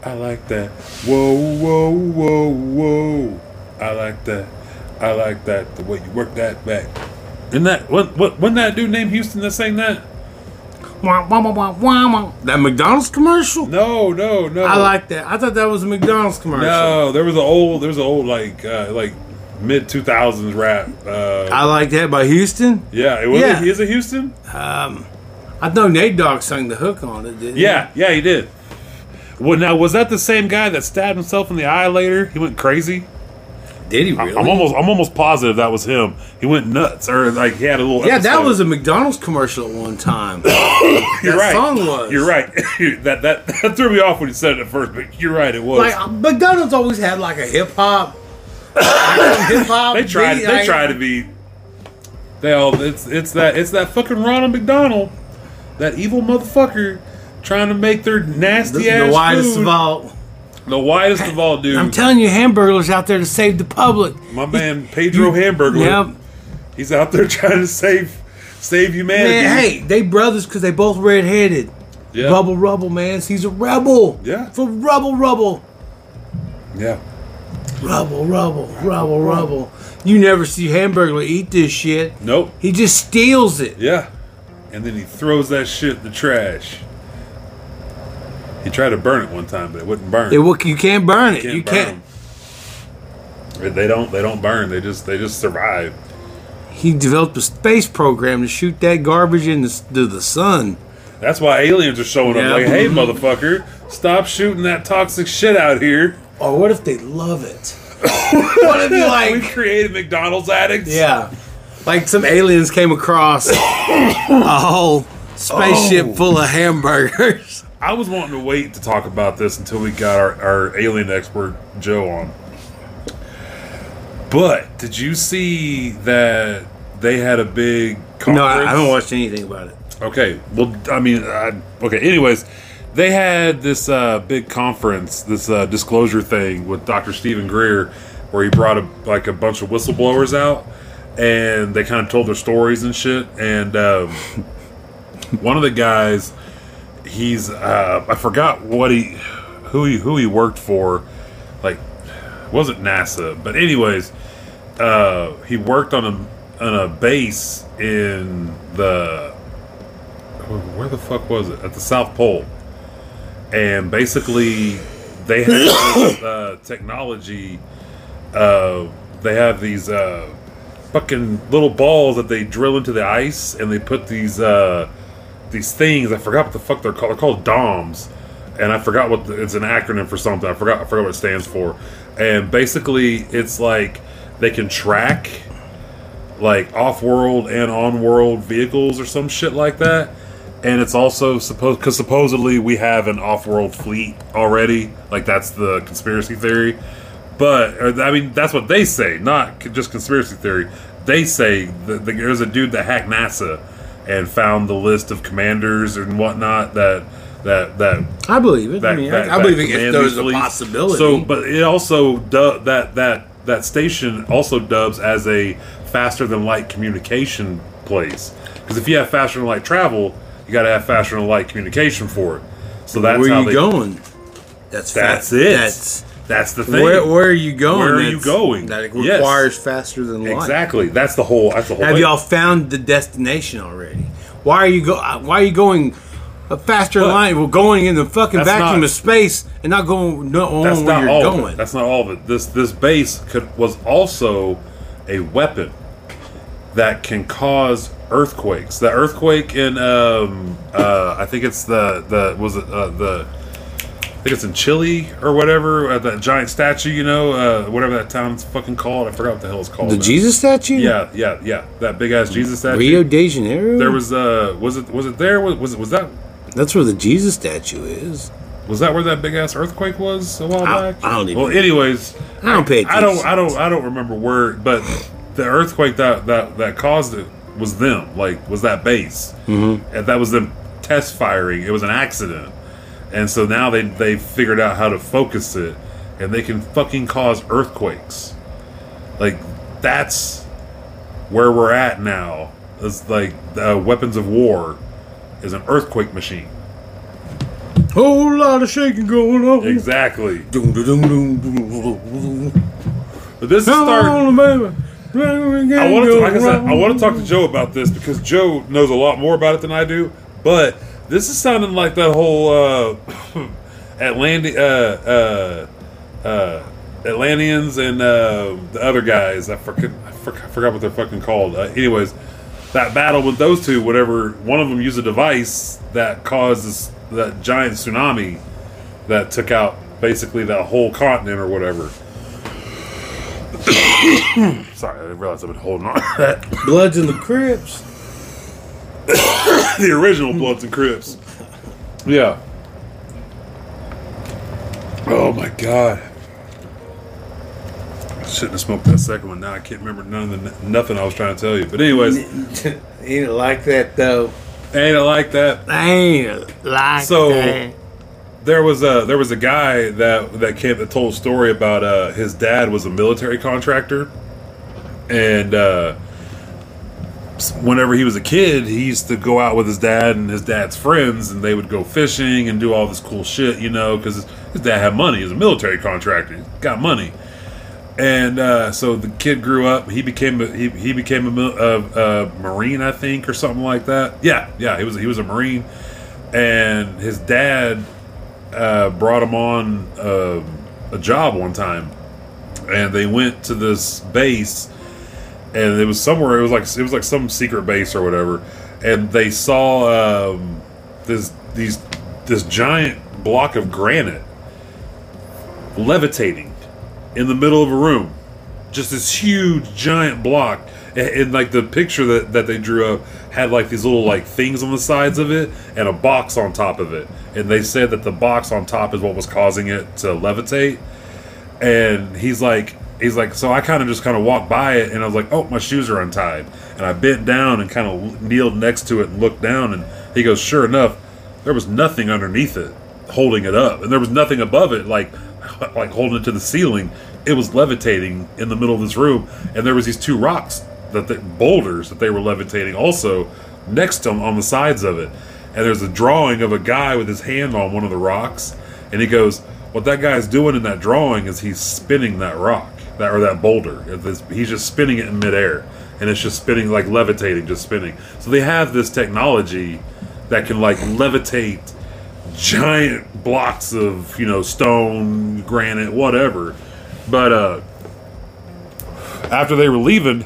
Speaker 2: I like that. Whoa, whoa, whoa, whoa. I like that. I like that. The way you work that back. Isn't that what what wasn't that dude named Houston that sang that?
Speaker 1: Wah, wah, wah, wah, wah, wah. That McDonald's commercial.
Speaker 2: No, no, no.
Speaker 1: I like that. I thought that was a McDonald's commercial.
Speaker 2: No, there was an old there was an old like uh like mid two thousands rap. Uh
Speaker 1: I like that by Houston.
Speaker 2: yeah, it was
Speaker 1: Yeah.
Speaker 2: is it Houston?
Speaker 1: I know Nate Dogg sung the hook on it. Didn't he?
Speaker 2: Yeah, yeah, he did. Well, now was that the same guy that stabbed himself in the eye later? He went crazy.
Speaker 1: Did he really?
Speaker 2: I'm almost I'm almost positive that was him. He went nuts or like he had a little
Speaker 1: yeah, that
Speaker 2: episode.
Speaker 1: was a McDonald's commercial at one time.
Speaker 2: You're
Speaker 1: that
Speaker 2: right.
Speaker 1: song was.
Speaker 2: You're right. (laughs) that, that that threw me off when you said it at first, but you're right, it was.
Speaker 1: Like uh, McDonald's always had like a hip (coughs) hop. hip hop.
Speaker 2: they tried
Speaker 1: beat,
Speaker 2: they
Speaker 1: like-
Speaker 2: tried to be they all it's it's that it's that fucking Ronald McDonald, that evil motherfucker trying to make their
Speaker 1: the,
Speaker 2: nasty
Speaker 1: the
Speaker 2: ass
Speaker 1: widest
Speaker 2: food,
Speaker 1: of all.
Speaker 2: the widest of all dudes.
Speaker 1: I'm telling you, hamburgers out there to save the public.
Speaker 2: My man Pedro Hamburger
Speaker 1: Yep.
Speaker 2: He's out there (laughs) trying to save save humanity.
Speaker 1: Man, hey, they brothers because they both redheaded.
Speaker 2: Yeah.
Speaker 1: Bubble Rubble, man. He's a rebel.
Speaker 2: Yeah.
Speaker 1: For Rubble Rubble.
Speaker 2: Yeah.
Speaker 1: Rubble Rubble. Rubble Rubble. You never see Hamburger eat this shit.
Speaker 2: Nope.
Speaker 1: He just steals it.
Speaker 2: Yeah. And then he throws that shit in the trash. He tried to burn it one time, but it wouldn't burn.
Speaker 1: It will- you can't burn it.
Speaker 2: Can't
Speaker 1: you
Speaker 2: burn
Speaker 1: can't.
Speaker 2: 'em. They don't. They don't burn. They just. They just survive.
Speaker 1: He developed a space program to shoot that garbage into s- to the sun.
Speaker 2: That's why aliens are showing
Speaker 1: Yeah.
Speaker 2: up. Like, hey, motherfucker, stop shooting that toxic shit out
Speaker 1: (laughs)
Speaker 2: here.
Speaker 1: Or Oh, what if they love it? (laughs) what
Speaker 2: (laughs)
Speaker 1: if you
Speaker 2: we
Speaker 1: like?
Speaker 2: created McDonald's addicts.
Speaker 1: Yeah, like some aliens came across a whole spaceship
Speaker 2: Oh.
Speaker 1: full of
Speaker 2: (laughs)
Speaker 1: hamburgers.
Speaker 2: I was wanting to wait to talk about this until we got our, our alien expert Joe on. But did you see that they had a big conference?
Speaker 1: No, I, I haven't watched anything about it.
Speaker 2: Okay. Well, I mean, I, okay. Anyways, they had this uh, big conference, this uh, disclosure thing with Dr. Stephen Greer
Speaker 4: Yeah.
Speaker 2: where he brought a, like a bunch of whistleblowers out, and they kind of told their stories and shit. And um, (laughs) one of the guys, he's uh, I forgot what he, who he who he worked for, like wasn't NASA, but anyways, uh, he worked on a on a base in the where the fuck was it at the South Pole, and basically they had (coughs) this, uh, technology. Uh, they have these uh, fucking little balls that they drill into the ice, and they put these uh, these things. I forgot what the fuck they're called. They're called DOMs, and I forgot what the, it's an acronym for something. I forgot. I forgot what it stands for. And basically, it's like they can track like off-world and on-world vehicles or some shit like that. And it's also supposed because supposedly we have an off-world fleet already. Like that's the conspiracy theory. But or, I mean, that's what they say, not c- just conspiracy theory. They say that that there's a dude that hacked NASA and found the list of commanders and whatnot that that that
Speaker 1: I believe it. I
Speaker 2: that,
Speaker 1: mean,
Speaker 2: that-
Speaker 1: I, I
Speaker 2: that
Speaker 1: believe it if
Speaker 2: command
Speaker 1: there's
Speaker 2: these
Speaker 1: a
Speaker 2: police.
Speaker 1: possibility.
Speaker 2: So, but it also du- that that that station also dubs as a faster than light communication place because if you have faster than light travel, you got to have faster than light communication for it. So that's
Speaker 1: where
Speaker 2: how
Speaker 1: you
Speaker 2: they,
Speaker 1: going? That's
Speaker 2: That's
Speaker 1: fa-
Speaker 2: it.
Speaker 1: That's
Speaker 2: That's the thing.
Speaker 1: where, where are you going?
Speaker 2: Where are you
Speaker 1: That's-
Speaker 2: going?
Speaker 1: That it
Speaker 2: Yes.
Speaker 1: requires faster than light.
Speaker 2: exactly. That's the whole. That's the whole.
Speaker 1: Have
Speaker 2: thing.
Speaker 1: y'all found the destination already? Why are you go? uh, Why are you going uh, faster than
Speaker 2: But-
Speaker 1: light? We're going in the fucking
Speaker 2: That's
Speaker 1: vacuum
Speaker 2: not-
Speaker 1: of space and not going no on
Speaker 2: that's
Speaker 1: where
Speaker 2: not
Speaker 1: you're
Speaker 2: all Of
Speaker 1: going.
Speaker 2: it. That's not all of it. This this base could was also a weapon that can cause earthquakes. The earthquake in um uh I think it's the the was it uh, the I think it's in Chile or whatever at that giant statue you know uh whatever that town's fucking called I forgot what the hell it's called.
Speaker 1: the
Speaker 2: now.
Speaker 1: Jesus statue?
Speaker 2: Yeah, yeah, yeah. That big ass Jesus statue.
Speaker 1: Rio de Janeiro.
Speaker 2: There was uh was it was it there was was it was that
Speaker 1: That's where the Jesus statue is.
Speaker 2: was that where that big ass earthquake was a while
Speaker 1: I-
Speaker 2: back?
Speaker 1: I don't even-
Speaker 2: Well, anyways,
Speaker 1: I don't pay
Speaker 2: I
Speaker 1: attention.
Speaker 2: don't, I don't, I don't remember where, but the earthquake that that that caused it was them. Like, was that base? Mm-hmm. And that was them test firing. It was an accident, and so now they they figured out how to focus it, and they can fucking cause earthquakes. Like, that's where we're at now. It's like uh, weapons of war is an earthquake machine.
Speaker 1: Whole lot of shaking going on.
Speaker 2: Exactly.
Speaker 1: Doom, doom, doom, doom, doom, doom, doom.
Speaker 2: But this is
Speaker 1: Come
Speaker 2: starting.
Speaker 1: on, baby. I
Speaker 2: I want to, like I said, I want to talk to Joe about this because Joe knows a lot more about it than I do. But this is sounding like that whole uh, (coughs) Atlanti- uh, uh, uh, Atlanteans and uh, the other guys. I forget, I forg- I forgot what they're fucking called. Uh, anyways, that battle with those two, whatever. One of them used a device that causes that giant tsunami that took out basically that whole continent or whatever. Sorry, I didn't realize I've been holding on to that.
Speaker 1: Bloods in the Crips. (laughs)
Speaker 2: the original Bloods and Crips. Yeah. Oh my god. I shouldn't have smoked that second one. Now I can't remember none of the nothing I was trying to tell you. But anyways, ain't
Speaker 1: Ain't it like that though?
Speaker 2: it like that?
Speaker 1: Ain't it like
Speaker 2: So-
Speaker 1: that?
Speaker 2: There was a there was a guy that that came that told a story about uh, his dad was a military contractor, and uh, whenever he was a kid, he used to go out with his dad and his dad's friends, and they would go fishing and do all this cool shit, you know, because his dad had money. He was a military contractor, he got money, and uh, so the kid grew up. He became a, he, he became a, mil- a, a marine, I think, or something like that. Yeah, yeah, he was he was a marine, and his dad uh, brought him on uh, a job one time, and they went to this base and it was somewhere. It was like it was like some secret base or whatever. And they saw um, this these this giant block of granite levitating in the middle of a room, just this huge giant block. And, and like the picture that that they drew up had like these little like things on the sides of it and a box on top of it. And they said that the box on top is what was causing it to levitate and he's like he's like so i kind of just kind of walked by it and i was like oh my shoes are untied and i bent down and kind of kneeled next to it and looked down and he goes sure enough there was nothing (laughs) underneath it holding it up and there was nothing above it like like holding it to the ceiling it was levitating in the middle of this room, and there was these two rocks that the boulders that they were levitating also next to them on the sides of it. And there's a drawing of a guy with his hand on one of the rocks, and he goes, "What that guy's doing in that drawing is he's spinning that rock, that or that boulder. It is- He's just spinning it in midair, and it's just spinning like levitating, just spinning. So they have this technology that can like levitate." giant blocks of you know stone, granite, whatever. But uh, after they were leaving,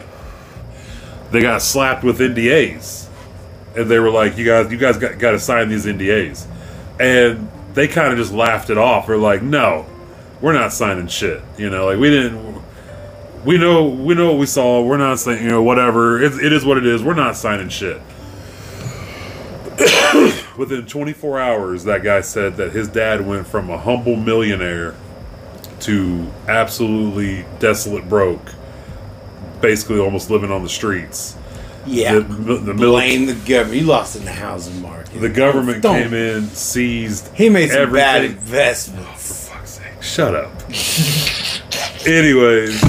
Speaker 2: they got slapped with NDAs, and they were like, "You guys, you guys got, got to sign these NDAs," and they kind of just laughed it off. They're like, "No, we're not signing shit." You know, like we didn't. We know, we know what we saw. We're not saying, you know, whatever. It, it is what it is. We're not signing shit (coughs) within 24 hours, that guy said that his dad went from a humble millionaire to absolutely desolate broke, basically almost living on the streets.
Speaker 1: Yeah.
Speaker 2: The, the,
Speaker 1: Blame the government. You lost in the housing market.
Speaker 2: the government
Speaker 1: Don't-
Speaker 2: came in, seized.
Speaker 1: He made some bad
Speaker 2: everything. Oh,
Speaker 1: investments.
Speaker 2: fuck's sake, shut up. Anyways,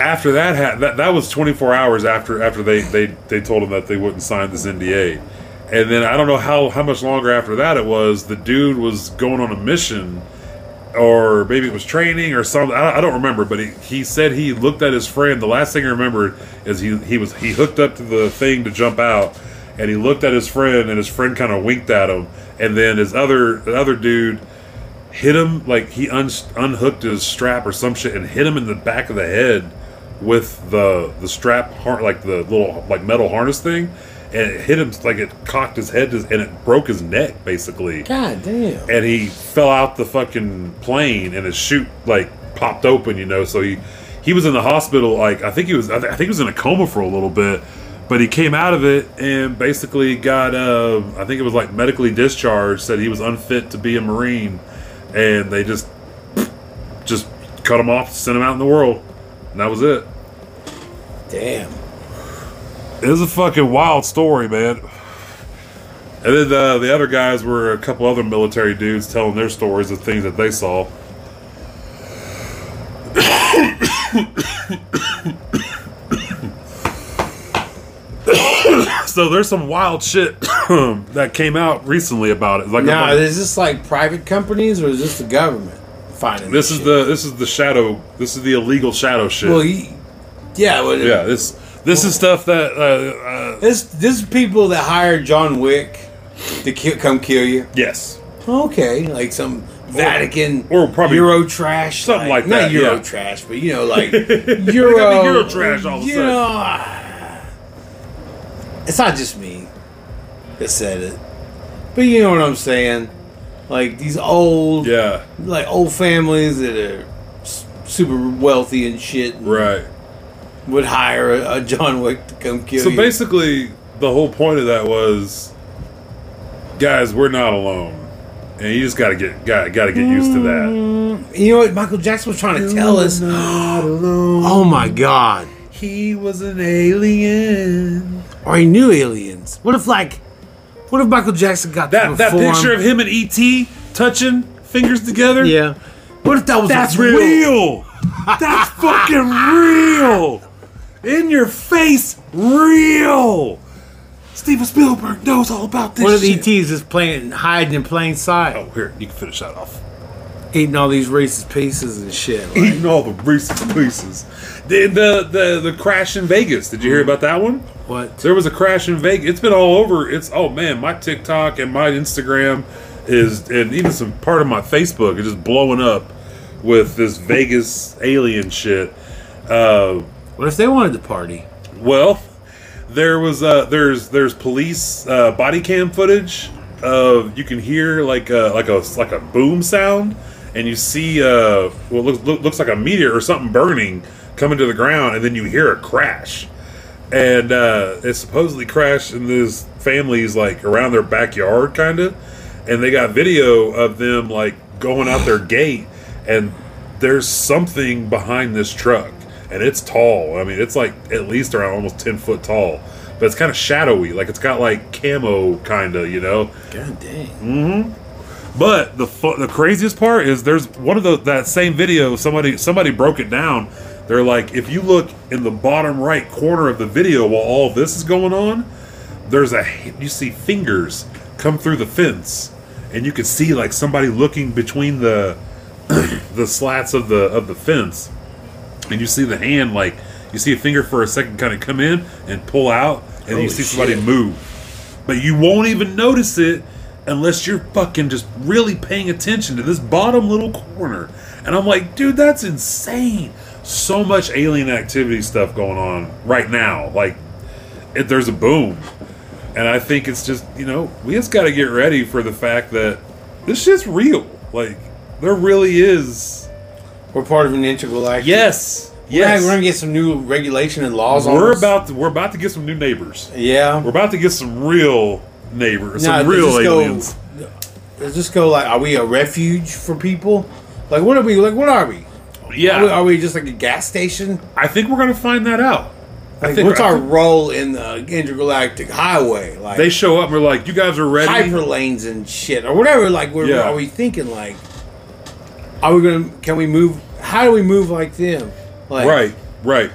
Speaker 2: after that, ha- that that was 24 hours after after they they they told him that they wouldn't sign this NDA, and then I don't know how how much longer after that it was. The dude was going on a mission. Or maybe it was training or something. I, I don't remember, but he, he said he looked at his friend. The last thing I remember is he, he was he hooked up to the thing to jump out, and he looked at his friend, and his friend kind of winked at him, and then his other the other dude hit him like he un- unhooked his strap or some shit and hit him in the back of the head with the the strap har- like the little like metal harness thing and it hit him like it cocked his head and it broke his neck basically
Speaker 1: God damn.
Speaker 2: and he fell out the fucking plane and his chute like popped open you know so he he was in the hospital like i think he was i, th- I think he was in a coma for a little bit but he came out of it and basically got uh, i think it was like medically discharged said he was unfit to be a marine and they just just cut him off sent him out in the world and that was it
Speaker 1: Damn.
Speaker 2: it was a fucking wild story, man. And then uh, the other guys were a couple other military dudes telling their stories of things that they saw. (coughs) so there's some wild shit (coughs) that came out recently about it. Like
Speaker 1: Now, is this like private companies or is this the government finding
Speaker 2: this is
Speaker 1: shit?
Speaker 2: the this is the shadow. This is the illegal shadow shit.
Speaker 1: Well, he, yeah, well,
Speaker 2: yeah, this this is stuff that uh, uh,
Speaker 1: This this is people that hired John Wick to kill, come kill you.
Speaker 2: yes.
Speaker 1: Okay, like some Vatican
Speaker 2: or probably-
Speaker 1: Euro trash,
Speaker 2: something like
Speaker 1: not
Speaker 2: that,
Speaker 1: Euro
Speaker 2: yeah.
Speaker 1: trash, but you know, like
Speaker 2: (laughs) They
Speaker 1: Euro
Speaker 2: got me Eurotrash all of a
Speaker 1: you
Speaker 2: sudden.
Speaker 1: know, ah. it's not just me that said it, but you know what I'm saying. Like these old,
Speaker 2: Yeah,
Speaker 1: like old families that are s- super wealthy and shit and
Speaker 2: right.
Speaker 1: would hire a, a John Wick to come kill
Speaker 2: So
Speaker 1: you.
Speaker 2: basically, the whole point of that was, guys, we're not alone, and you just gotta get got gotta get used to
Speaker 1: Mm.
Speaker 2: that.
Speaker 1: You know what Michael Jackson was trying to tell us?
Speaker 2: not alone.
Speaker 1: (gasps) Oh my god.
Speaker 2: He was an alien.
Speaker 1: Or he knew aliens. What if like what if Michael Jackson got to
Speaker 2: That that
Speaker 1: perform-
Speaker 2: picture of him and ET touching fingers together.
Speaker 1: Yeah. What if that was
Speaker 2: that's
Speaker 1: real?
Speaker 2: real. (laughs) That's fucking real. In your face, real. Steven Spielberg knows all about this.
Speaker 1: What E if
Speaker 2: shit.
Speaker 1: ET's just playing hiding in plain sight,
Speaker 2: Oh, here you can finish that off.
Speaker 1: eating all these racist pieces and shit? like-
Speaker 2: eating all the Reese's Pieces. The, the the the crash in Vegas. Did you hear about that one?
Speaker 1: what?
Speaker 2: There was a crash in Vegas. It's been all over. It's oh man, my TikTok and my Instagram is and even some part of my Facebook is just blowing up with this Vegas alien shit. Uh,
Speaker 1: What if they wanted to party?
Speaker 2: well, there was uh, there's there's police uh, body cam footage of you can hear like a, like a like a boom sound, and you see uh, what looks look, looks like a meteor or something burning coming to the ground, and then you hear a crash, and uh, it supposedly crashed in this family's like around their backyard kind of, and they got video of them like going out their gate, and there's something behind this truck and it's tall. I mean, it's like at least around almost ten foot tall, but it's kind of shadowy. Like it's got like camo kind of, you know.
Speaker 1: God dang.
Speaker 2: But the fu- the craziest part is there's one of those that same video somebody somebody broke it down. They're like if you look in the bottom right corner of the video while all this is going on, there's a you see fingers come through the fence and you can see like somebody looking between the (clears throat) the slats of the of the fence and you see the hand like you see a finger for a second kind of come in and pull out and
Speaker 1: Holy
Speaker 2: you see somebody
Speaker 1: shit.
Speaker 2: move but you won't even notice it unless you're fucking just really paying attention to this bottom little corner and i'm like dude that's insane so much alien activity stuff going on right now like it, there's a boom and i think it's just you know we just got to get ready for the fact that this shit's real like there really is
Speaker 1: We're part of an integral act.
Speaker 2: yes
Speaker 1: Yeah,
Speaker 2: yes
Speaker 1: we're gonna get some new regulation and laws on
Speaker 2: we're
Speaker 1: this.
Speaker 2: about to, we're about to get some new neighbors.
Speaker 1: Yeah.
Speaker 2: We're about to get some real neighbors,
Speaker 1: Nah,
Speaker 2: some
Speaker 1: does
Speaker 2: real
Speaker 1: this go-
Speaker 2: aliens.
Speaker 1: Does this go like are we a refuge for people? Like what are we like what are we? Are we,
Speaker 2: yeah,
Speaker 1: are we just like a gas station?
Speaker 2: I think we're gonna find that out. I
Speaker 1: Like,
Speaker 2: think
Speaker 1: what's
Speaker 2: I
Speaker 1: our
Speaker 2: think
Speaker 1: role in the intergalactic highway? Like
Speaker 2: they show up and we're like, you guys are ready.
Speaker 1: hyper lanes and shit or whatever. Like, we're,
Speaker 2: Yeah.
Speaker 1: are we thinking like, are we gonna? Can we move? How do we move like them? Like,
Speaker 2: Right, right.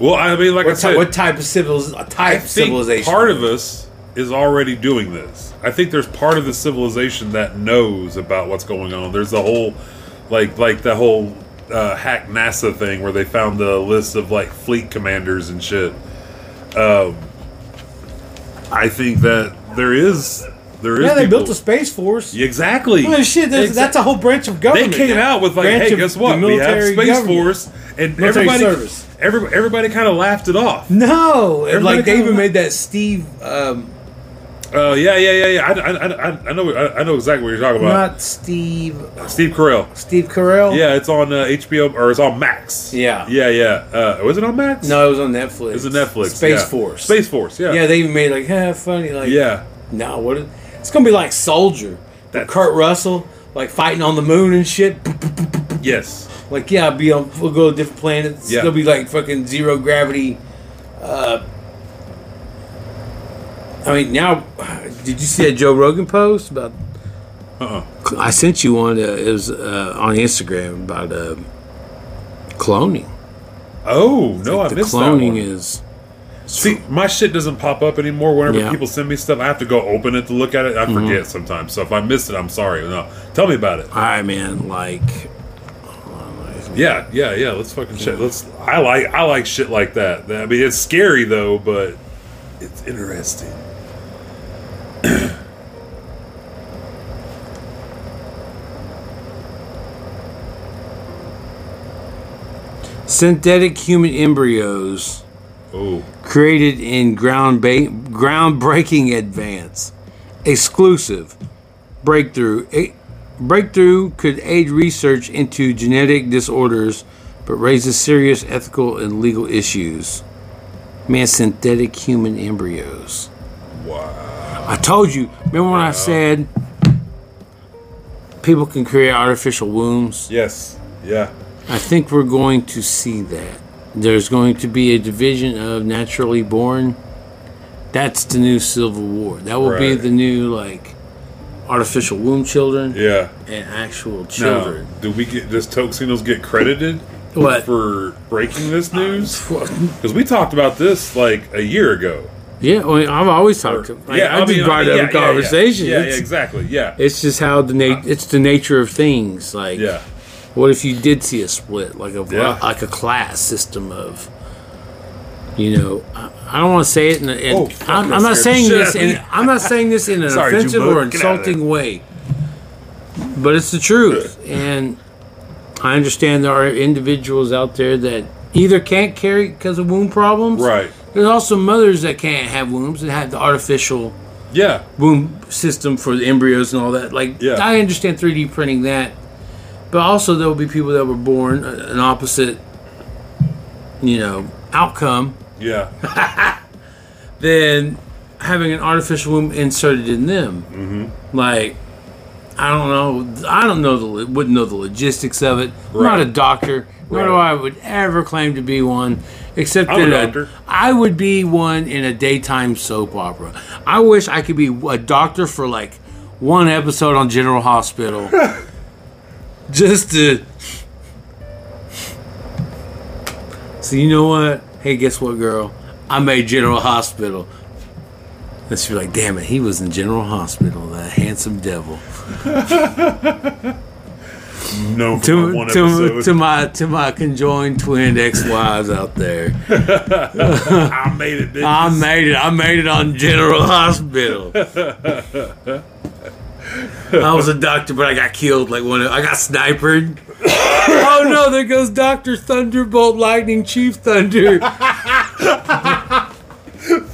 Speaker 2: Well, I mean, like I
Speaker 1: What,
Speaker 2: said,
Speaker 1: ty- what type of civiliz- a
Speaker 2: I
Speaker 1: type
Speaker 2: think
Speaker 1: civilization?
Speaker 2: part of us is already doing this. I think there's part of the civilization that knows about what's going on. There's the whole, like, like the whole uh, hack NASA thing where they found the list of like fleet commanders and shit. Um, I think that there is there is
Speaker 1: yeah, they
Speaker 2: people-
Speaker 1: built a space force.
Speaker 2: Yeah, exactly.
Speaker 1: Well, shit, there's,
Speaker 2: Exac-
Speaker 1: that's a whole branch of
Speaker 2: they
Speaker 1: government.
Speaker 2: came
Speaker 1: now.
Speaker 2: out with like,
Speaker 1: Branch
Speaker 2: hey,
Speaker 1: of
Speaker 2: guess
Speaker 1: the
Speaker 2: what? We have
Speaker 1: military
Speaker 2: space
Speaker 1: government.
Speaker 2: force, and
Speaker 1: Military
Speaker 2: everybody,
Speaker 1: service.
Speaker 2: everybody, everybody kind of laughed it off.
Speaker 1: No, and
Speaker 2: Everybody
Speaker 1: like they
Speaker 2: came
Speaker 1: even
Speaker 2: out.
Speaker 1: made that Steve, um,
Speaker 2: Oh yeah, yeah, yeah, yeah. I, I, I, I know, I, I know exactly what you're talking about.
Speaker 1: not Steve, uh,
Speaker 2: Steve Carell.
Speaker 1: Steve Carell.
Speaker 2: Yeah, it's on uh, HBO or it's on Max.
Speaker 1: Yeah.
Speaker 2: yeah, yeah. Uh, was it on Max?
Speaker 1: No, it was on Netflix.
Speaker 2: it's a Netflix.
Speaker 1: Space
Speaker 2: yeah.
Speaker 1: Force.
Speaker 2: Space Force. Yeah,
Speaker 1: Yeah, they even made like, huh, funny, like,
Speaker 2: yeah.
Speaker 1: No, what? Is, it's gonna be like Soldier, that
Speaker 2: That's-
Speaker 1: Kurt Russell, like fighting on the moon and shit.
Speaker 2: Yes.
Speaker 1: Like, yeah, I'll be on. We'll go to different planets. It's
Speaker 2: Yeah.
Speaker 1: gonna be like fucking zero gravity. Uh, I mean, now, did you see that Joe Rogan post about?
Speaker 2: Uh-uh.
Speaker 1: I sent you one. Uh, it was uh, on Instagram about uh, cloning.
Speaker 2: Oh no, I
Speaker 1: the
Speaker 2: missed that
Speaker 1: cloning
Speaker 2: one.
Speaker 1: is.
Speaker 2: See, my shit doesn't pop up anymore. Whenever
Speaker 1: Yeah. Mm-hmm.
Speaker 2: people send me stuff, I have to go open it to look at it. I forget sometimes. So if I missed it, I'm sorry. No, tell me about it.
Speaker 1: All right, man. Like,
Speaker 2: Yeah, yeah, yeah. Let's fucking shit. Let's. I like. I like shit like that. I mean, it's scary though, but it's interesting.
Speaker 1: synthetic human embryos
Speaker 2: Oh,
Speaker 1: created in ground ba- groundbreaking advance. Exclusive breakthrough. A- breakthrough could aid research into genetic disorders, but raises serious ethical and legal issues. Man, synthetic human embryos.
Speaker 2: wow.
Speaker 1: I told you. Remember when I said people can create artificial wombs?
Speaker 2: Yes. Yeah.
Speaker 1: I think we're going to see that. There's going to be a division of naturally born. That's the new civil war. That will be
Speaker 2: Right.
Speaker 1: the new like artificial womb children
Speaker 2: Yeah.
Speaker 1: and actual
Speaker 2: Now,
Speaker 1: children.
Speaker 2: do we get does Toxinos get credited
Speaker 1: What?
Speaker 2: for breaking this news? Because we talked about this like a year ago.
Speaker 1: Yeah, I mean, I've always talked. To, like, yeah, I,
Speaker 2: mean,
Speaker 1: just brought
Speaker 2: mean,
Speaker 1: it up in
Speaker 2: yeah, yeah, yeah.
Speaker 1: conversation.
Speaker 2: Yeah, yeah,
Speaker 1: it's,
Speaker 2: exactly. Yeah,
Speaker 1: it's just how the na- it's the nature of things. Like,
Speaker 2: yeah,
Speaker 1: what if you did see a split, like a
Speaker 2: Yeah.
Speaker 1: like a class system of, you know, I, I don't want to say it, in a, in,
Speaker 2: Oh, fuck,
Speaker 1: I'm,
Speaker 2: that
Speaker 1: I'm not
Speaker 2: scared the
Speaker 1: saying
Speaker 2: shit
Speaker 1: this,
Speaker 2: out of me.
Speaker 1: in, I'm not saying this in an
Speaker 2: (laughs) Sorry, Jew
Speaker 1: offensive
Speaker 2: bug.
Speaker 1: or
Speaker 2: Get out of there.
Speaker 1: insulting way, but it's the
Speaker 2: (laughs)
Speaker 1: truth, and I understand there are individuals out there that either can't carry because of womb problems,
Speaker 2: Right.
Speaker 1: There's also mothers that can't have wombs and have the artificial
Speaker 2: yeah.
Speaker 1: womb system for the embryos and all that. Like,
Speaker 2: Yeah.
Speaker 1: I understand 3D printing that, but also there will be people that were born a- an opposite, you know, outcome
Speaker 2: Yeah,
Speaker 1: than having an artificial womb inserted in them. Mm-hmm. Like, I don't know. I don't know the lo- wouldn't know the logistics of it. I'm not
Speaker 2: Right.
Speaker 1: a doctor, nor do
Speaker 2: Right.
Speaker 1: I would ever claim to be one. Except
Speaker 2: I'm a
Speaker 1: that uh,
Speaker 2: doctor.
Speaker 1: I would be one in a daytime soap opera. I wish I could be a doctor for like one episode on General
Speaker 2: (laughs)
Speaker 1: Hospital just to. So you know what? Hey, guess what, girl? I made General Hospital. And she's like, damn it, he was in General Hospital, that handsome devil.
Speaker 2: No, for that
Speaker 1: to,
Speaker 2: one
Speaker 1: to,
Speaker 2: episode.
Speaker 1: to my to my conjoined twin ex-wives out there.
Speaker 2: I made it, bitch.
Speaker 1: I made it. I made it on General Hospital. I was a doctor, but I got killed like one. Of, I got snipered. oh no! There goes Doctor Thunderbolt, Lightning Chief Thunder.
Speaker 2: (laughs)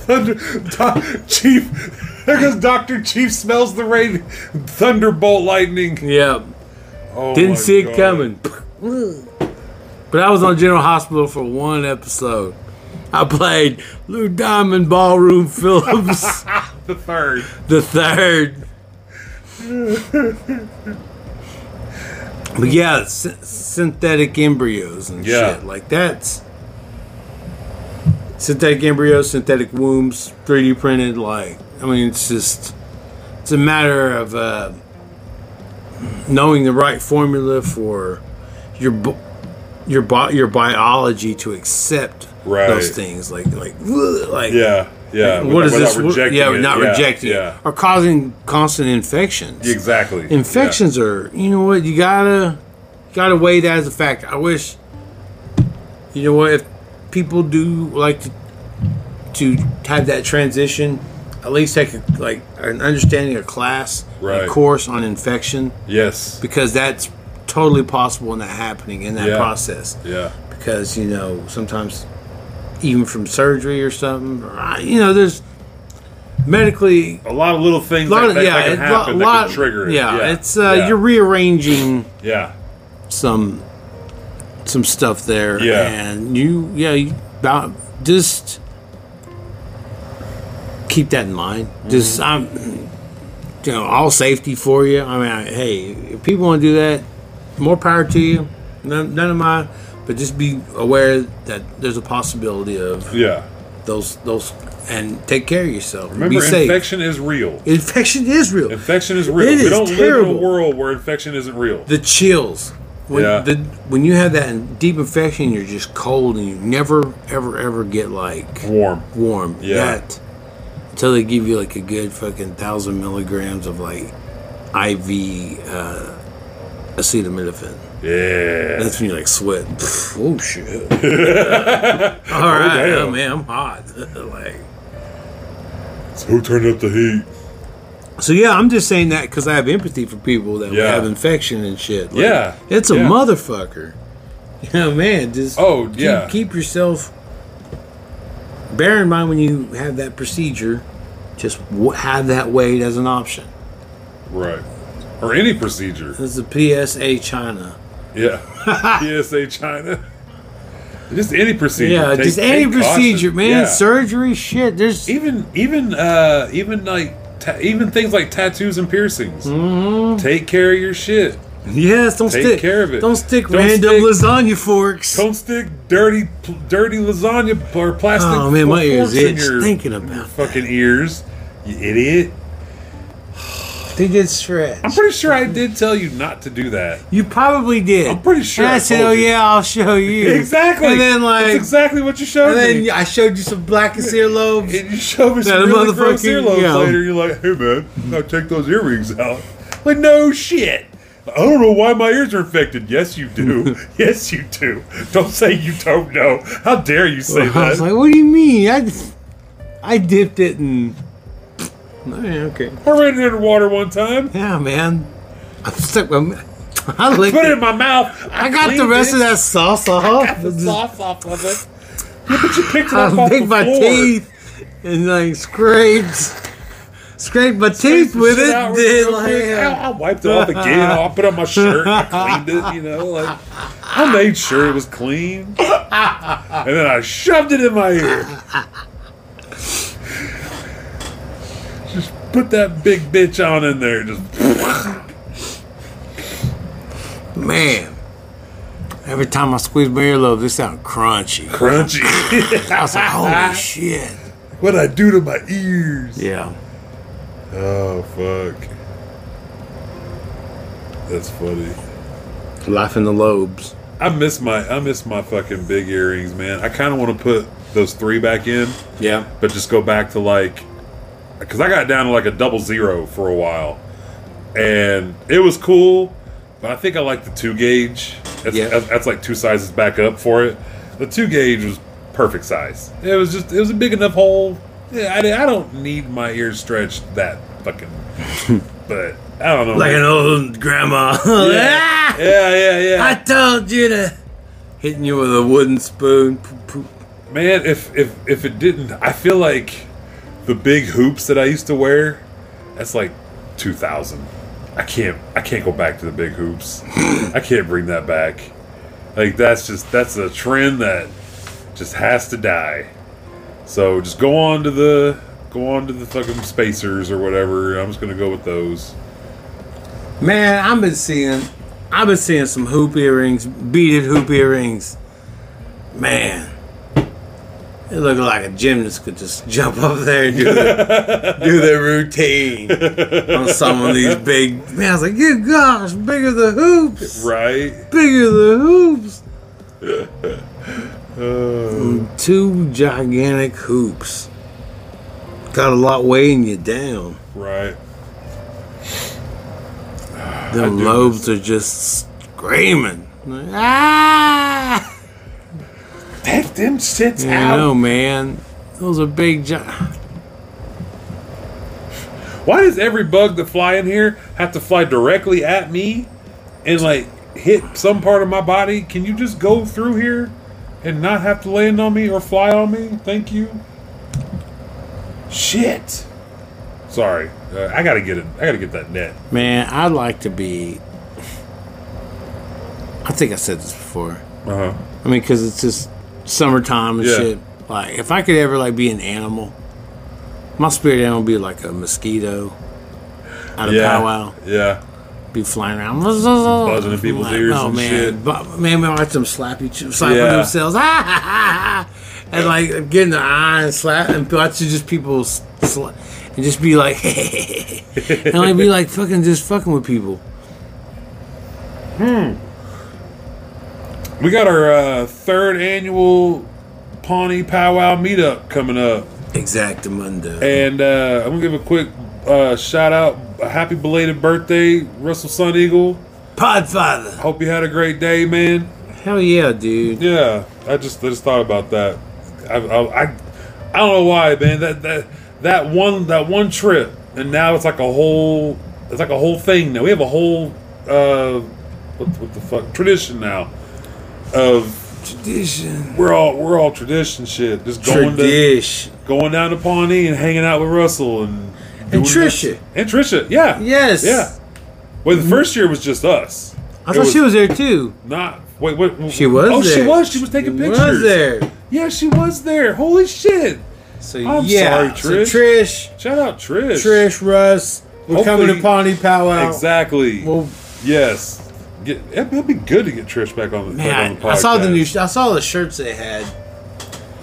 Speaker 2: Thunder, Do- Chief. There goes Doctor Chief. Smells the rain. Thunderbolt lightning.
Speaker 1: yeah,
Speaker 2: Oh my
Speaker 1: didn't see it
Speaker 2: God.
Speaker 1: coming. But I was on General Hospital for one episode. I played Lou Diamond Ballroom Phillips
Speaker 2: The third.
Speaker 1: the third. but yeah, sy- synthetic embryos and
Speaker 2: Yeah.
Speaker 1: shit like that's synthetic embryos, synthetic wombs, three D printed. Like I mean, it's just it's a matter of uh, knowing the right formula for your bo- your bi- your biology to accept
Speaker 2: Right.
Speaker 1: those things. Like like like
Speaker 2: Yeah. Yeah.
Speaker 1: what is
Speaker 2: without
Speaker 1: this?
Speaker 2: Rejecting
Speaker 1: yeah,
Speaker 2: it.
Speaker 1: not
Speaker 2: yeah,
Speaker 1: rejecting
Speaker 2: Yeah.
Speaker 1: it. Or causing constant infections.
Speaker 2: Exactly.
Speaker 1: Infections are, you know what, you gotta, you gotta weigh that as a factor. I wish, you know what, if people do like to, to have that transition, at least take a, like an understanding of class,
Speaker 2: Right.
Speaker 1: a course on infection,
Speaker 2: Yeah. Yes.
Speaker 1: because that's totally possible in that happening in that
Speaker 2: Yeah.
Speaker 1: process
Speaker 2: Yeah.
Speaker 1: because you know sometimes even from surgery or something or I- you know there's medically
Speaker 2: A lot of little things
Speaker 1: a lot
Speaker 2: that,
Speaker 1: of
Speaker 2: that,
Speaker 1: yeah
Speaker 2: that can
Speaker 1: it-
Speaker 2: happen
Speaker 1: lot-
Speaker 2: that can trigger it.
Speaker 1: yeah, it's uh,
Speaker 2: yeah.
Speaker 1: you're rearranging
Speaker 2: yeah.
Speaker 1: some some stuff there
Speaker 2: Yeah.
Speaker 1: and you yeah you about just keep that in mind
Speaker 2: Mm-hmm.
Speaker 1: just i'm you know all safety for you i mean I, hey if people want to do that more power to you none, none of mine but just be aware that there's a possibility of
Speaker 2: Yeah.
Speaker 1: those those and take care of yourself be
Speaker 2: Remember,
Speaker 1: safe
Speaker 2: infection is real.
Speaker 1: infection is real
Speaker 2: Infection is real.
Speaker 1: It
Speaker 2: we
Speaker 1: is
Speaker 2: don't live in
Speaker 1: terrible.
Speaker 2: a world where infection isn't real.
Speaker 1: the chills when
Speaker 2: Yeah.
Speaker 1: the when you have that deep infection you're just cold and you never ever ever get like
Speaker 2: Warm.
Speaker 1: warm
Speaker 2: Yeah.
Speaker 1: That- until they give you like a good fucking thousand milligrams of like IV uh, acetaminophen
Speaker 2: Yeah.
Speaker 1: that's when you like sweat oh
Speaker 2: (laughs)
Speaker 1: shit all right
Speaker 2: damn.
Speaker 1: oh, man I'm hot (laughs) like
Speaker 2: Who turned up the heat?
Speaker 1: so yeah I'm just saying that because I have empathy for people that
Speaker 2: Yeah.
Speaker 1: have infection and shit Like,
Speaker 2: Yeah.
Speaker 1: It's a
Speaker 2: Yeah.
Speaker 1: motherfucker. (laughs) Yeah, man. Just
Speaker 2: Oh,
Speaker 1: keep,
Speaker 2: yeah.
Speaker 1: Keep yourself. Bear in mind when you have that procedure, just w- have that weight as an option.
Speaker 2: Right. Or any procedure.
Speaker 1: This is the PSA China. (laughs)
Speaker 2: Yeah. PSA China. Just any procedure.
Speaker 1: yeah,
Speaker 2: Take-
Speaker 1: just any
Speaker 2: take
Speaker 1: procedure,
Speaker 2: caution.
Speaker 1: man.
Speaker 2: Yeah.
Speaker 1: Surgery, shit. There's
Speaker 2: even even uh even like ta- even things like tattoos and piercings.
Speaker 1: Mm-hmm.
Speaker 2: Take care of your shit.
Speaker 1: yes. Don't
Speaker 2: Take
Speaker 1: stick.
Speaker 2: care of it.
Speaker 1: Don't stick
Speaker 2: Don't
Speaker 1: random
Speaker 2: stick-
Speaker 1: lasagna forks.
Speaker 2: Don't stick dirty pl- dirty lasagna or plastic.
Speaker 1: Oh man, my ears
Speaker 2: forks in
Speaker 1: itch
Speaker 2: your
Speaker 1: thinking about.
Speaker 2: fucking ears. You idiot.
Speaker 1: They did stretch.
Speaker 2: I'm pretty sure I did tell you not to do that.
Speaker 1: You probably did.
Speaker 2: I'm pretty sure
Speaker 1: And I,
Speaker 2: I
Speaker 1: said,
Speaker 2: told
Speaker 1: "Oh
Speaker 2: you."
Speaker 1: yeah, I'll show you."
Speaker 2: (laughs)
Speaker 1: (laughs)
Speaker 2: Exactly.
Speaker 1: And then like,
Speaker 2: That's exactly what you showed
Speaker 1: and
Speaker 2: me.
Speaker 1: then I showed you some blackest earlobes.
Speaker 2: And you show me
Speaker 1: That
Speaker 2: some really gross
Speaker 1: motherfucking-
Speaker 2: earlobes
Speaker 1: yeah.
Speaker 2: later. You're like, hey man, now take those earrings out. Like, no shit. I don't know why my ears are infected. Yes,
Speaker 1: (laughs)
Speaker 2: you do. yes, you do. Don't say you don't know. How dare you say
Speaker 1: I was
Speaker 2: that?
Speaker 1: like, "What do you mean? I, just- I dipped it in." Oh, yeah, okay.
Speaker 2: I ran it underwater one time.
Speaker 1: Yeah, man. I stuck my. m- I licked
Speaker 2: Put it
Speaker 1: it.
Speaker 2: in my mouth.
Speaker 1: I got the rest of that sauce off.
Speaker 2: the sauce off of it. Yeah, but you picked it
Speaker 1: (laughs)
Speaker 2: up
Speaker 1: I
Speaker 2: off the
Speaker 1: picked my
Speaker 2: floor.
Speaker 1: teeth and like scraped, scraped my teeth
Speaker 2: Picked the
Speaker 1: with
Speaker 2: shit
Speaker 1: it.
Speaker 2: out real
Speaker 1: Then
Speaker 2: quick.
Speaker 1: like,
Speaker 2: Ow, I, wiped it off again.
Speaker 1: (laughs)
Speaker 2: I put on my shirt. I cleaned it. You know, like I made sure it was clean, and then I shoved it in my ear. Just put that big bitch on in there. Just
Speaker 1: man. Every time I squeeze my earlobe, this sound crunchy.
Speaker 2: crunchy. (laughs)
Speaker 1: I was like, holy shit.
Speaker 2: What I do to my ears?
Speaker 1: Yeah.
Speaker 2: Oh fuck. That's funny.
Speaker 1: Life in the lobes.
Speaker 2: I miss my I miss my fucking big earrings, man. I kind of want to put those three back in,
Speaker 1: Yeah.
Speaker 2: but just go back to like, because I got down to like a double zero for a while, and it was cool. But I think I like the two gauge. That's,
Speaker 1: Yeah.
Speaker 2: that's, that's like two sizes back up for it. The two gauge was perfect size. It was just it was a big enough hole. Yeah, I, di- I don't need my ears stretched that fucking. (laughs) but I don't know.
Speaker 1: Like an
Speaker 2: man.
Speaker 1: old grandma. (laughs)
Speaker 2: yeah, yeah, yeah, yeah.
Speaker 1: I told you to. Hitting you with a wooden spoon. Poop, poop.
Speaker 2: Man, if if if it didn't, I feel like the big hoops that I used to wear, that's like two thousand. I can't I can't go back to the big (laughs) hoops. I can't bring that back. Like that's just that's a trend that just has to die. So just go on to the go on to the fucking spacers or whatever. I'm just gonna go with those.
Speaker 1: Man, I've been seeing, I've been seeing some hoop earrings, beaded hoop earrings. Man, it looked like a gymnast could just (laughs) jump up there and do their, do their (laughs) routine on some of these big. Man, I was like, good gosh, bigger the hoops,
Speaker 2: Right?
Speaker 1: bigger the hoops. Two gigantic hoops. Got a lot weighing you down.
Speaker 2: Right.
Speaker 1: The
Speaker 2: do
Speaker 1: lobes are just screaming. Like, ah!
Speaker 2: Take them shits
Speaker 1: I know, man. Those are big. Jo-
Speaker 2: Why does every bug that fly in here have to fly directly at me and like hit some part of my body? Can you just go through here and not have to land on me or fly on me? Thank you. Shit. Sorry, uh, I gotta get it. I gotta get that net.
Speaker 1: man, I'd like to be. I think I said this before.
Speaker 2: Uh huh.
Speaker 1: I mean, because it's just summertime and
Speaker 2: Yeah.
Speaker 1: shit. Like, if I could ever like be an animal, my spirit animal would be like a mosquito out of
Speaker 2: Yeah.
Speaker 1: powwow.
Speaker 2: Yeah.
Speaker 1: be flying around, buzzing
Speaker 2: in people's ears
Speaker 1: Oh
Speaker 2: and
Speaker 1: man,
Speaker 2: shit.
Speaker 1: But, man, man, watch them slap each, slapping
Speaker 2: Yeah.
Speaker 1: themselves, (laughs) ah, ha, ha, ha. and like get in the eye and slap, and watch just people sla- and just be like, (laughs) and like be like fucking just fucking with people.
Speaker 2: We got our uh, third annual Pawnee Powwow meetup coming up.
Speaker 1: Exactamundo.
Speaker 2: And uh, I'm gonna give a quick uh, shout out. A happy belated birthday, Russell Sun Eagle.
Speaker 1: Podfather.
Speaker 2: Hope you had a great day, man.
Speaker 1: Hell yeah, dude.
Speaker 2: Yeah, I just I just thought about that. I I, I, I don't know why, man. That that that one that one trip, and now it's like a whole it's like a whole thing. Now we have a whole uh, what, what the fuck tradition now of
Speaker 1: Tradition.
Speaker 2: we're all we're all tradition shit. Just going to
Speaker 1: Tradition.
Speaker 2: going down to Pawnee and hanging out with Russell and doing that-
Speaker 1: Tricia.
Speaker 2: and Trisha. Yeah,
Speaker 1: Yes. Mm-hmm.
Speaker 2: yeah. Well, the first year was just us.
Speaker 1: I
Speaker 2: It
Speaker 1: thought she was there too.
Speaker 2: not. Wait, what?
Speaker 1: She was.
Speaker 2: Oh,
Speaker 1: there.
Speaker 2: she was. She was taking pictures.
Speaker 1: Was there?
Speaker 2: Yeah, she was there. Holy shit!
Speaker 1: So
Speaker 2: I'm
Speaker 1: yeah.
Speaker 2: sorry,
Speaker 1: So Trish.
Speaker 2: Shout out Trish.
Speaker 1: Trish Russ. We're coming to
Speaker 2: Hopefully-
Speaker 1: Pawnee Powwow.
Speaker 2: Exactly.
Speaker 1: Well,
Speaker 2: yes. Get, it'd, it'd be good to get Trish back on the, back
Speaker 1: man,
Speaker 2: on the
Speaker 1: I, I saw the
Speaker 2: podcast.
Speaker 1: new. sh- I saw the shirts they had.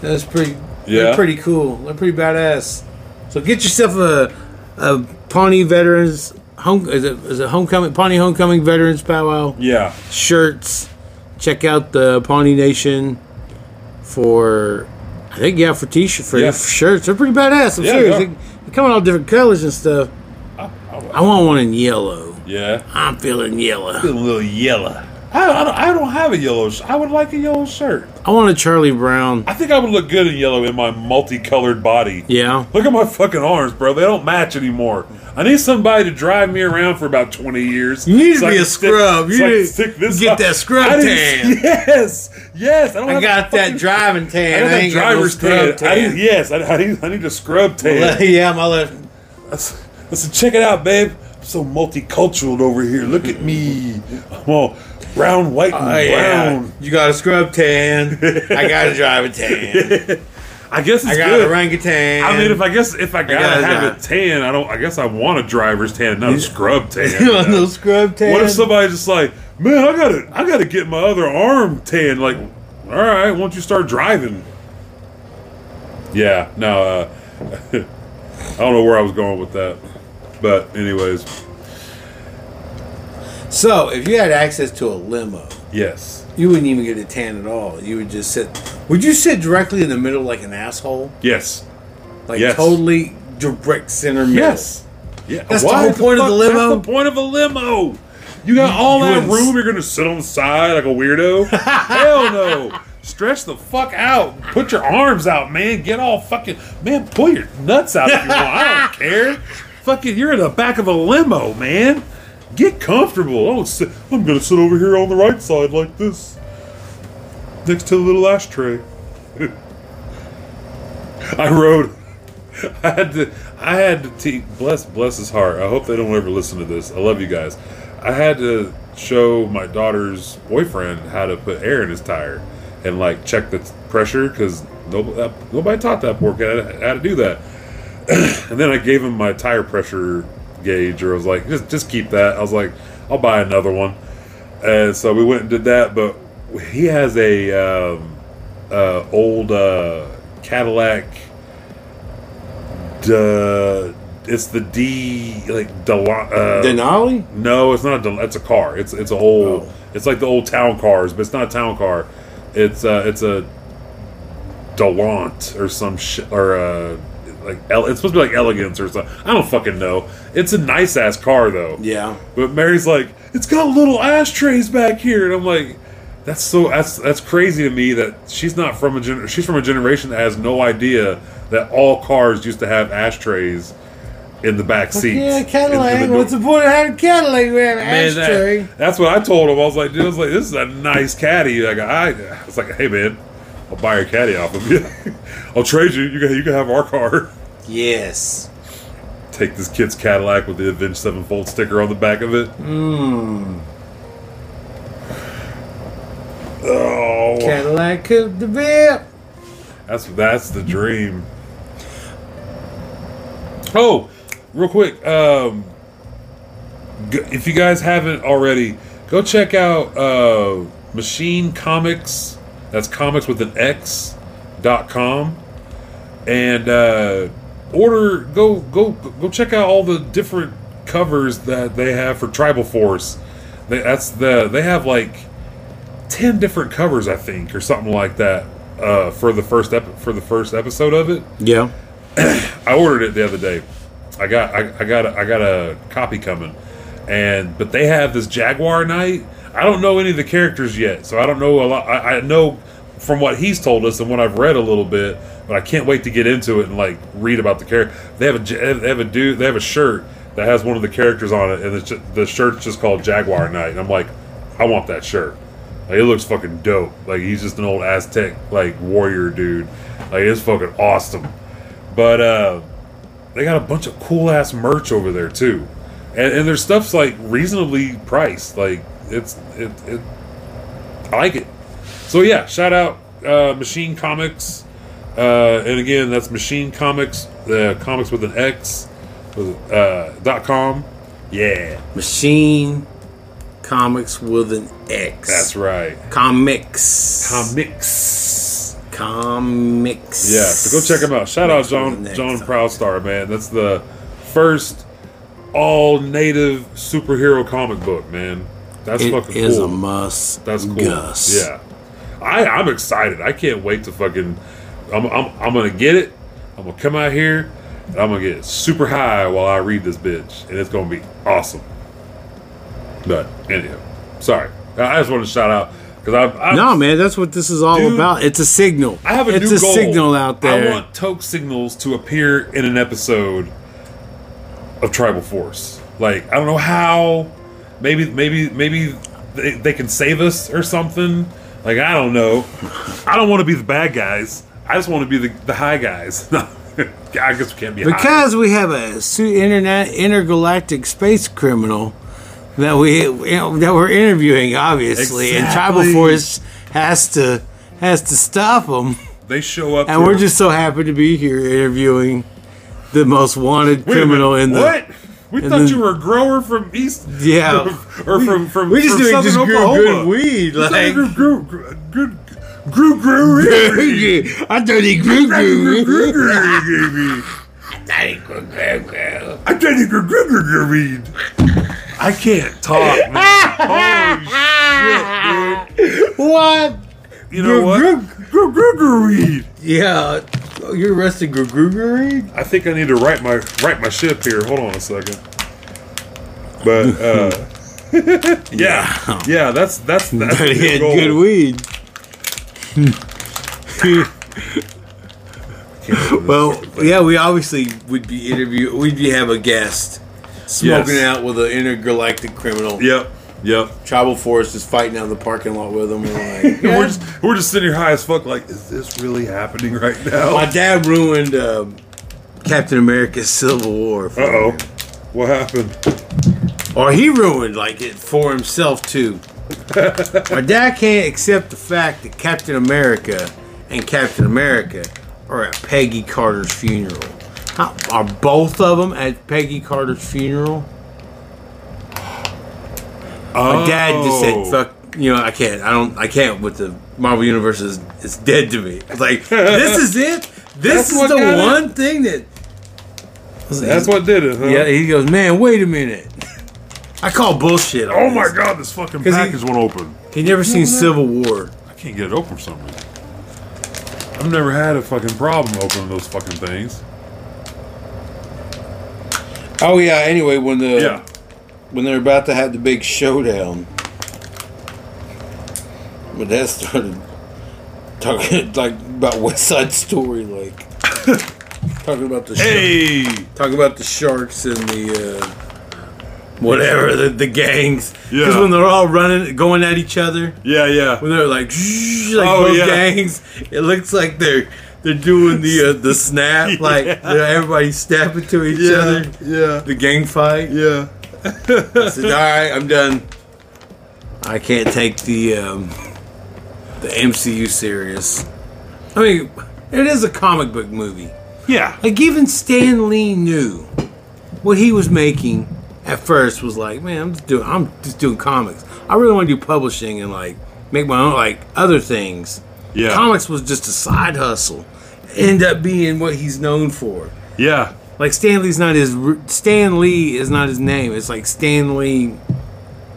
Speaker 1: That's pretty. They're
Speaker 2: Yeah?
Speaker 1: pretty cool. They're pretty badass. So get yourself a a Pawnee Veterans Home. Is it is it homecoming Pawnee Homecoming Veterans Powwow
Speaker 2: Yeah.
Speaker 1: shirts? Check out the Pawnee Nation for. I think yeah, for t-shirt for
Speaker 2: Yeah.
Speaker 1: shirts, they're pretty badass. I'm
Speaker 2: Yeah,
Speaker 1: serious.
Speaker 2: they
Speaker 1: They,
Speaker 2: are.
Speaker 1: they come in all different colors and stuff. I want one in yellow.
Speaker 2: Yeah.
Speaker 1: I'm feeling yellow.
Speaker 2: A little yellow. I, I, don't, I don't have a yellow. Sh- I would like a yellow shirt.
Speaker 1: I want a Charlie Brown.
Speaker 2: I think I would look good in yellow in my multicolored body.
Speaker 1: Yeah.
Speaker 2: Look at my fucking arms, bro. They don't match anymore. I need somebody to drive me around for about twenty years.
Speaker 1: You need to
Speaker 2: I
Speaker 1: be
Speaker 2: can
Speaker 1: a scrub. You
Speaker 2: I can
Speaker 1: need to get that scrub
Speaker 2: I didn't-
Speaker 1: tan.
Speaker 2: (laughs) Yes, yes. I, don't
Speaker 1: I
Speaker 2: have a
Speaker 1: got
Speaker 2: fucking-
Speaker 1: that driving tan.
Speaker 2: I
Speaker 1: I,
Speaker 2: got that
Speaker 1: ain't got no
Speaker 2: driver's
Speaker 1: scrub
Speaker 2: tan. I
Speaker 1: tan.
Speaker 2: need, yes, I, I need. I need a scrub
Speaker 1: Le-
Speaker 2: tan.
Speaker 1: (laughs) yeah, my left.
Speaker 2: Listen, listen, check it out, babe. I'm so multicultural over here. Look at me. I'm all brown, white, and
Speaker 1: Oh, yeah.
Speaker 2: brown.
Speaker 1: You got a scrub
Speaker 2: (laughs)
Speaker 1: tan. I got a driving tan.
Speaker 2: I guess it's
Speaker 1: I got
Speaker 2: good.
Speaker 1: a orangutan.
Speaker 2: I mean, if I guess if I gotta
Speaker 1: gotta
Speaker 2: have
Speaker 1: drive.
Speaker 2: a tan, I don't. I guess I want a driver's tan, not a scrub tan.
Speaker 1: (laughs) (laughs) you want no scrub tan.
Speaker 2: What if somebody's just like, man, I gotta, I gotta get my other arm tan. Like, all right, won't you start driving? Yeah, no, uh, (laughs) I don't know where I was going with that, but anyways,
Speaker 1: So, if you had access to a limo,
Speaker 2: Yes.
Speaker 1: you wouldn't even get a tan at all. You would just sit. Would you sit directly in the middle like an asshole?
Speaker 2: Yes.
Speaker 1: Like
Speaker 2: Yes.
Speaker 1: totally direct center middle.
Speaker 2: Yes. Yeah.
Speaker 1: That's the whole point of the
Speaker 2: fuck-
Speaker 1: limo?
Speaker 2: That's the point of a limo. You got all
Speaker 1: you
Speaker 2: that
Speaker 1: wouldn't
Speaker 2: room.
Speaker 1: s-
Speaker 2: You're gonna sit on the side like
Speaker 1: (laughs)
Speaker 2: a weirdo. Hell no. Stretch the fuck out. Put your arms out, man. Get all fucking man. Pull your nuts out if you
Speaker 1: (laughs)
Speaker 2: want. I don't care. Fucking, you're in the back of a limo, man. Get comfortable. Oh, sit, I'm gonna sit over here on the right side like this, next to the little ashtray. (laughs) I rode. (laughs) I had to. I had to. Te- bless, bless his heart. I hope they don't ever listen to this. I love you guys. I had to show my daughter's boyfriend how to put air in his tire and like check the pressure because nobody, nobody taught that poor kid how to do that. and then I gave him my tire pressure gauge, or I was like, just just keep that. I was like, I'll buy another one. And so we went and did that, but he has a um, uh, old uh, Cadillac Duh, it's the D like Del- uh,
Speaker 1: Denali?
Speaker 2: No, it's not. A Del- it's a car. It's it's a whole.
Speaker 1: Oh.
Speaker 2: It's like the old town cars, but it's not a town car. It's uh, it's a Delaunt or some shit or uh, like ele- it's supposed to be like elegance or something. I don't fucking know. It's a nice ass car though.
Speaker 1: Yeah.
Speaker 2: But Mary's like, it's got little ashtrays back here, and I'm like, that's so that's that's crazy to me that she's not from a gener- she's from a generation that has no idea that all cars used to have ashtrays in the back seats.
Speaker 1: Yeah,
Speaker 2: In- in
Speaker 1: Cadillac.
Speaker 2: the
Speaker 1: What's the point of having a Cadillac? We have an
Speaker 2: Man, that-
Speaker 1: ashtray.
Speaker 2: that's what I told him. I was like, dude, I was like, this is a nice caddy. Like I, I was like, hey man, I'll buy your caddy off of you. (laughs) I'll trade you. You can you can have our car. (laughs)
Speaker 1: Yes.
Speaker 2: Take this kid's Cadillac with the Avenged Sevenfold sticker on the back of it. Oh,
Speaker 1: Cadillac Coupe de Ville.
Speaker 2: That's that's the dream. Oh, real quick, um, g- if you guys haven't already, go check out uh, Machine Comics. That's comics with an X. dot com, and uh, order. Go go go check out all the different covers that they have for Tribal Force. They, that's the they have like ten different covers, I think, or something like that, uh, for the first ep- for the first episode of it.
Speaker 1: Yeah.
Speaker 2: I ordered it the other day. I got I, I got a, I got a copy coming, and but they have this Jaguar night. I don't know any of the characters yet, so I don't know a lot. I, I know from what he's told us and what I've read a little bit, but I can't wait to get into it and like read about the character. They have a j- they have a dude they have a shirt that has one of the characters on it, and the, sh- the shirt's just called Jaguar Night. And I'm like, I want that shirt. Like, it looks fucking dope. Like he's just an old Aztec like warrior dude. Like it's fucking awesome. But uh, they got a bunch of cool ass merch over there too, and, and their stuff's like reasonably priced. Like it's it, it I like it. So yeah, shout out uh, Machine Comics, uh, and again that's Machine Comics, the comics with an X, uh, dot com. Yeah,
Speaker 1: Machine Comics with an X.
Speaker 2: that's right.
Speaker 1: Comics.
Speaker 2: Comics.
Speaker 1: Comics.
Speaker 2: Yeah, so go check them out. Shout out
Speaker 1: Next one,
Speaker 2: John
Speaker 1: next
Speaker 2: John
Speaker 1: one.
Speaker 2: Proudstar, man. That's the first all native superhero comic book, man. That's
Speaker 1: It
Speaker 2: fucking
Speaker 1: is
Speaker 2: cool.
Speaker 1: a must.
Speaker 2: That's cool.
Speaker 1: Gus.
Speaker 2: Yeah, I I'm excited. I can't wait to fucking. I'm I'm I'm gonna get it. I'm gonna come out here. And I'm gonna get super high while I read this bitch, and it's gonna be awesome. But anyhow, sorry. I I just want to shout out because I, I
Speaker 1: No, man, that's what this is all
Speaker 2: Dude,
Speaker 1: about. It's a signal.
Speaker 2: I have a
Speaker 1: It's
Speaker 2: new
Speaker 1: a
Speaker 2: goal.
Speaker 1: signal out there.
Speaker 2: I want toke signals to appear in an episode of Tribal Force. Like I don't know how. Maybe maybe maybe they, they can save us or something. Like I don't know. I don't want to be the bad guys. I just want to be the, the high guys. (laughs) I guess we can't be high.
Speaker 1: because we have a su- internet intergalactic space criminal that we you know, that we're interviewing, obviously, and Tribal
Speaker 2: Exactly.
Speaker 1: Force has to has to stop them.
Speaker 2: they show up.
Speaker 1: And
Speaker 2: to-
Speaker 1: we're just so happy to be here interviewing the most wanted
Speaker 2: Wait a
Speaker 1: criminal
Speaker 2: minute,
Speaker 1: in the.
Speaker 2: what? We
Speaker 1: in
Speaker 2: thought
Speaker 1: the-
Speaker 2: you were a grower from East,
Speaker 1: Yeah.
Speaker 2: or from from
Speaker 1: We just
Speaker 2: from
Speaker 1: knew it
Speaker 2: Southern
Speaker 1: just grew
Speaker 2: Oklahoma.
Speaker 1: good weed.
Speaker 2: Just
Speaker 1: Like,
Speaker 2: grew, grew, grew, grew, grew, grew, grew,
Speaker 1: I thought he grew
Speaker 2: grew,
Speaker 1: grew.
Speaker 2: grew, grew. I tried to grew, grew, grew, grew, grew. I can't talk. Man.
Speaker 4: Holy shit, dude.
Speaker 1: What?
Speaker 4: You know what? Gregory.
Speaker 1: Yeah, you're arrested Gregory?
Speaker 2: I think I need to write my write my ship here. Hold on a second. But uh, yeah, yeah, that's that's that's
Speaker 1: But he
Speaker 2: the
Speaker 1: had
Speaker 2: goal.
Speaker 1: good weed. well, yeah, we obviously would be interview. We'd be have a guest smoking
Speaker 4: Yes.
Speaker 1: out with an intergalactic criminal.
Speaker 4: Yep. Yep.
Speaker 1: Tribal Forest is fighting out in the parking lot with him. We're (laughs) like,
Speaker 2: We're just we're just sitting here high as fuck. Like, is this really happening right now?
Speaker 1: My
Speaker 2: Uh
Speaker 1: dad ruined um, Captain America's Civil War, for
Speaker 2: oh,
Speaker 1: me.
Speaker 2: what happened?
Speaker 1: or Oh, he ruined like it for himself too. My dad can't accept the fact that Captain America and Captain America are at Peggy Carter's funeral. How, are both of them at Peggy Carter's funeral? My dad just
Speaker 4: Oh.
Speaker 1: said,
Speaker 2: Oh.
Speaker 1: "Fuck." You know, I can't. I don't. I can't with the Marvel Universe is, is dead to me. Like this is it. This
Speaker 2: That's
Speaker 1: is
Speaker 2: what
Speaker 1: the
Speaker 2: got it?
Speaker 1: one thing that
Speaker 2: That's what did it, huh?
Speaker 1: Yeah, he goes, man, wait a minute. I call bullshit.
Speaker 4: Oh my god, this fucking
Speaker 1: 'Cause he-
Speaker 4: package won't open.
Speaker 1: He never seen Civil War.
Speaker 4: I can't get it open for some reason. I've never had a fucking problem opening those fucking things.
Speaker 1: Oh yeah. Anyway, when the
Speaker 4: Yeah.
Speaker 1: when they're about to have the big showdown, my dad started talking (laughs) like about West Side Story, like
Speaker 4: (laughs)
Speaker 1: talking about the
Speaker 4: Hey.
Speaker 1: talking about the sharks and the uh, whatever the, the gangs. Because
Speaker 4: Yeah.
Speaker 1: when they're all running, going at each other,
Speaker 4: Yeah, yeah.
Speaker 1: when they're like, "Zzzz," like
Speaker 4: Oh,
Speaker 1: both
Speaker 4: yeah.
Speaker 1: gangs, it looks like they're they're doing the uh,
Speaker 4: (laughs)
Speaker 1: the snap, like they're everybody snapping to each other.
Speaker 4: uh, yeah.
Speaker 1: The gang fight.
Speaker 4: Yeah.
Speaker 1: I said, all right, I'm done. I can't take the um, the MCU serious. I mean, it is a comic book movie.
Speaker 4: Yeah.
Speaker 1: Like even Stan Lee knew what he was making at first was like, man, I'm just doing I'm just doing comics. I really want to do publishing and like make my own like other things.
Speaker 4: Yeah.
Speaker 1: Comics was just a side hustle. End up being what he's known for.
Speaker 4: Yeah.
Speaker 1: Like Stan Lee's not his r- Stan Lee is not his name. It's like Stan Lee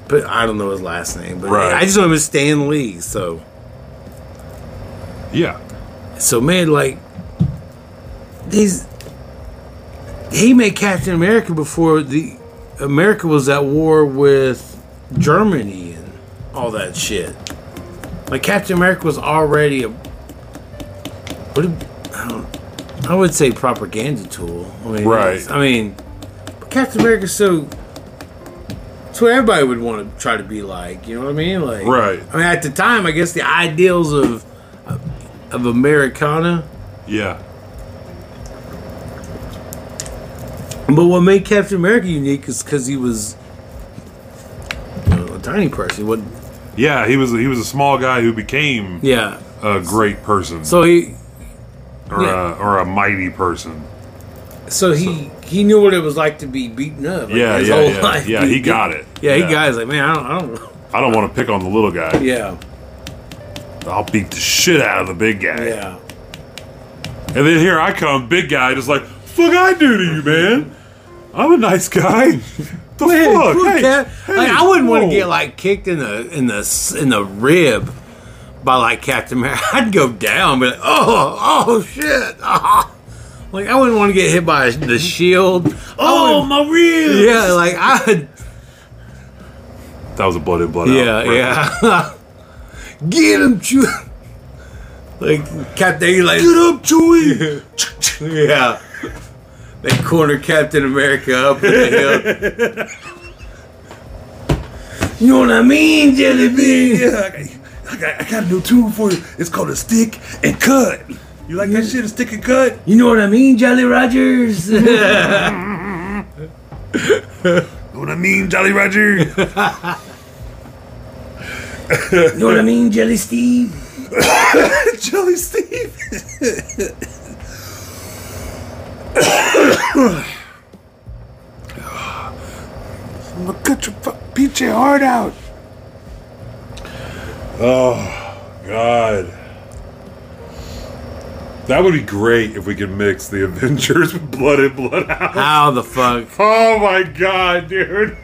Speaker 1: but I don't know his last name, but
Speaker 4: Right.
Speaker 1: I just know him as Stan Lee, so
Speaker 4: Yeah.
Speaker 1: so man, like these, he made Captain America before the America was at war with Germany and all that shit. Like Captain America was already a what? A, I, don't, I would say propaganda tool. I mean,
Speaker 4: Right.
Speaker 1: I mean, but Captain America's so. It's what everybody would want to try to be like. You know what I mean? Like,
Speaker 4: Right.
Speaker 1: I mean, at the time, I guess the ideals of of Americana.
Speaker 4: Yeah.
Speaker 1: But what made Captain America unique is because he was you know, a tiny person. What?
Speaker 4: Yeah, he was he was a small guy who became
Speaker 1: Yeah.
Speaker 4: a great person
Speaker 1: So he,
Speaker 4: or
Speaker 1: yeah.
Speaker 4: a, or a mighty person.
Speaker 1: so he, he knew what it was like to be beaten up. like,
Speaker 4: Yeah,
Speaker 1: his
Speaker 4: yeah,
Speaker 1: whole
Speaker 4: yeah.
Speaker 1: life.
Speaker 4: Yeah, he got it.
Speaker 1: (laughs) Yeah,
Speaker 4: Yeah.
Speaker 1: he got. it. He's like, man, I don't, I don't know. (laughs)
Speaker 4: I don't want to pick on the little guy.
Speaker 1: Yeah,
Speaker 4: I'll beat the shit out of the big guy.
Speaker 1: yeah.
Speaker 4: And then here I come, big guy, just like, fuck I do to you, man. I'm a nice guy.
Speaker 2: (laughs)
Speaker 4: The
Speaker 1: Hey,
Speaker 4: fuck?
Speaker 1: cool,
Speaker 4: Hey,
Speaker 1: Cap.
Speaker 4: hey,
Speaker 1: like, I wouldn't want to
Speaker 4: whoa.
Speaker 1: get like kicked in the in the s- in the rib by like Captain America. (laughs) I'd go down, but like, oh oh shit. (laughs) ah. Like I wouldn't want to get hit by the shield.
Speaker 4: Oh,
Speaker 1: Oh
Speaker 4: my ribs.
Speaker 1: yeah, like I
Speaker 4: That was a blood in, blood out.
Speaker 1: Yeah, (laughs)
Speaker 2: (laughs)
Speaker 1: yeah. Get him, Chewie. Like Captain, like get up, Chewie. yeah. They corner Captain America up in the
Speaker 4: (laughs)
Speaker 1: hill. You know what I mean, Jelly Bean?
Speaker 2: (laughs) Yeah, I got, I, got, I got a new tune for you. It's called a stick and cut. You like that shit? A stick and cut?
Speaker 1: You know what I mean, Jolly Rogers? (laughs)
Speaker 2: You know what I mean,
Speaker 1: (laughs)
Speaker 2: Jolly Roger?
Speaker 1: You know what I mean, Jelly Steve?
Speaker 2: (laughs) Jelly Steve. (coughs) I'm gonna cut your fu- beat your heart out. Oh God, that would be great if we could mix the Avengers (laughs) with Blood and Blood Out.
Speaker 1: How the fuck?
Speaker 4: Oh my god, dude.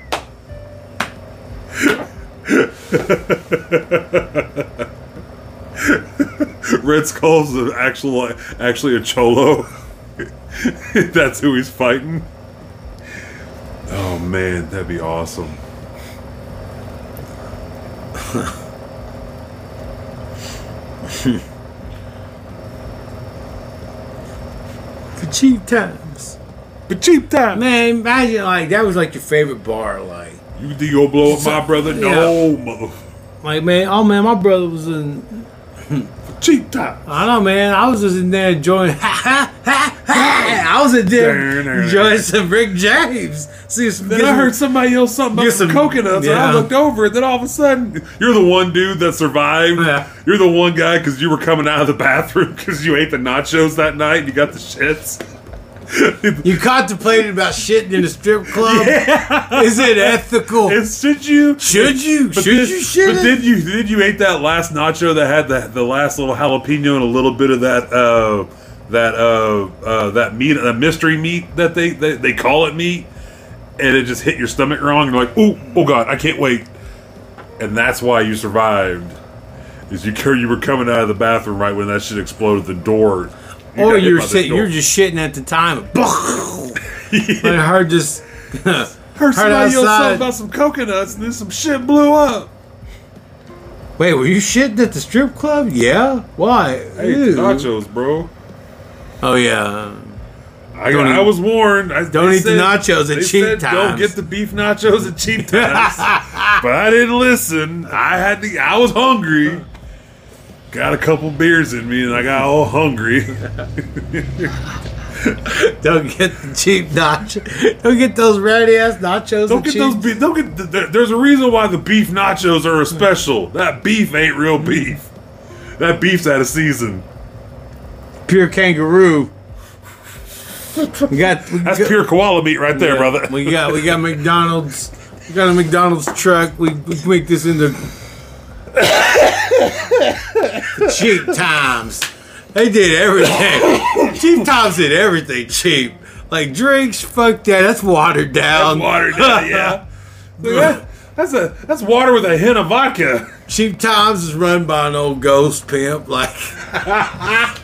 Speaker 2: Red Skull's an actual, actually a cholo. That's who he's fighting. Oh man, that'd be awesome.
Speaker 1: For cheap times.
Speaker 2: But cheap time.
Speaker 1: Man, imagine like that was like your favorite bar, like
Speaker 2: You think you'll blow up my brother? No, mother.
Speaker 1: like man, oh man, my brother was in
Speaker 2: Cheap time.
Speaker 1: I don't know man, I was just in there enjoying (laughs) ha ha ha ha I was in there enjoying some Rick James. See some
Speaker 2: Then I heard somebody yell something
Speaker 1: Get
Speaker 2: about some
Speaker 1: some-
Speaker 2: coconuts, and I
Speaker 1: yeah.
Speaker 2: looked over, and then all of a sudden, you're the one dude that survived.
Speaker 1: Yeah.
Speaker 2: You're the one guy because you were coming out of the bathroom because you ate the nachos that night and you got the (laughs) shits.
Speaker 1: you contemplated about shitting in a strip
Speaker 2: (laughs)
Speaker 1: club? Is it ethical?
Speaker 2: And should you?
Speaker 1: Oh. Should you?
Speaker 2: But
Speaker 1: Should
Speaker 2: then-
Speaker 1: you shit
Speaker 2: But
Speaker 1: it?
Speaker 2: did you did you ate that last nacho that had the the last little jalapeno and a little bit of that uh that uh, uh that meat that mystery meat that they, they they call it meat and it just hit your stomach wrong and you're like oh oh god I can't wait and that's why you survived is you cur- you were coming out of the bathroom right when that shit exploded the door you
Speaker 1: or
Speaker 2: got hit
Speaker 1: you're
Speaker 2: by the
Speaker 1: shit,
Speaker 2: door.
Speaker 1: you're just shitting at the
Speaker 2: (laughs)
Speaker 1: time. But I heard just (laughs)
Speaker 2: heard somebody yell
Speaker 1: outside.
Speaker 2: something about some coconuts and then some shit blew up
Speaker 1: Wait, were you shitting at the strip club? Yeah. Why?
Speaker 2: I ate
Speaker 1: Ew.
Speaker 2: the nachos bro.
Speaker 1: Oh yeah.
Speaker 2: I,
Speaker 1: Don't
Speaker 2: I
Speaker 1: eat-
Speaker 2: was warned. I,
Speaker 1: don't
Speaker 2: they
Speaker 1: eat the nachos at
Speaker 2: they
Speaker 1: cheap
Speaker 2: said, Don't
Speaker 1: times."
Speaker 2: get the beef nachos at
Speaker 1: (laughs)
Speaker 2: cheap times. but I didn't listen. I had to. I was hungry. Got a couple beers in me, and I got
Speaker 1: (laughs)
Speaker 2: all hungry.
Speaker 1: Don't get the cheap nachos. (laughs) Don't get those ratty ass nachos. and
Speaker 2: don't get those.
Speaker 1: cheese.
Speaker 2: Be- don't get. The, there- there's a reason why the beef nachos are a special. That beef ain't real beef. That beef's out of season.
Speaker 1: pure kangaroo. We got we
Speaker 2: That's
Speaker 1: got,
Speaker 2: pure koala meat right there, brother.
Speaker 1: We got we got McDonald's. We got a McDonald's truck. We, we make this into cheap times. They did everything. cheap times did everything cheap. Like drinks, fuck that. That's watered down.
Speaker 2: (laughs)
Speaker 1: (laughs)
Speaker 2: water down, yeah. Look, that- that's a that's water with a hint of vodka.
Speaker 1: Cheap Times is run by an old ghost pimp. Like that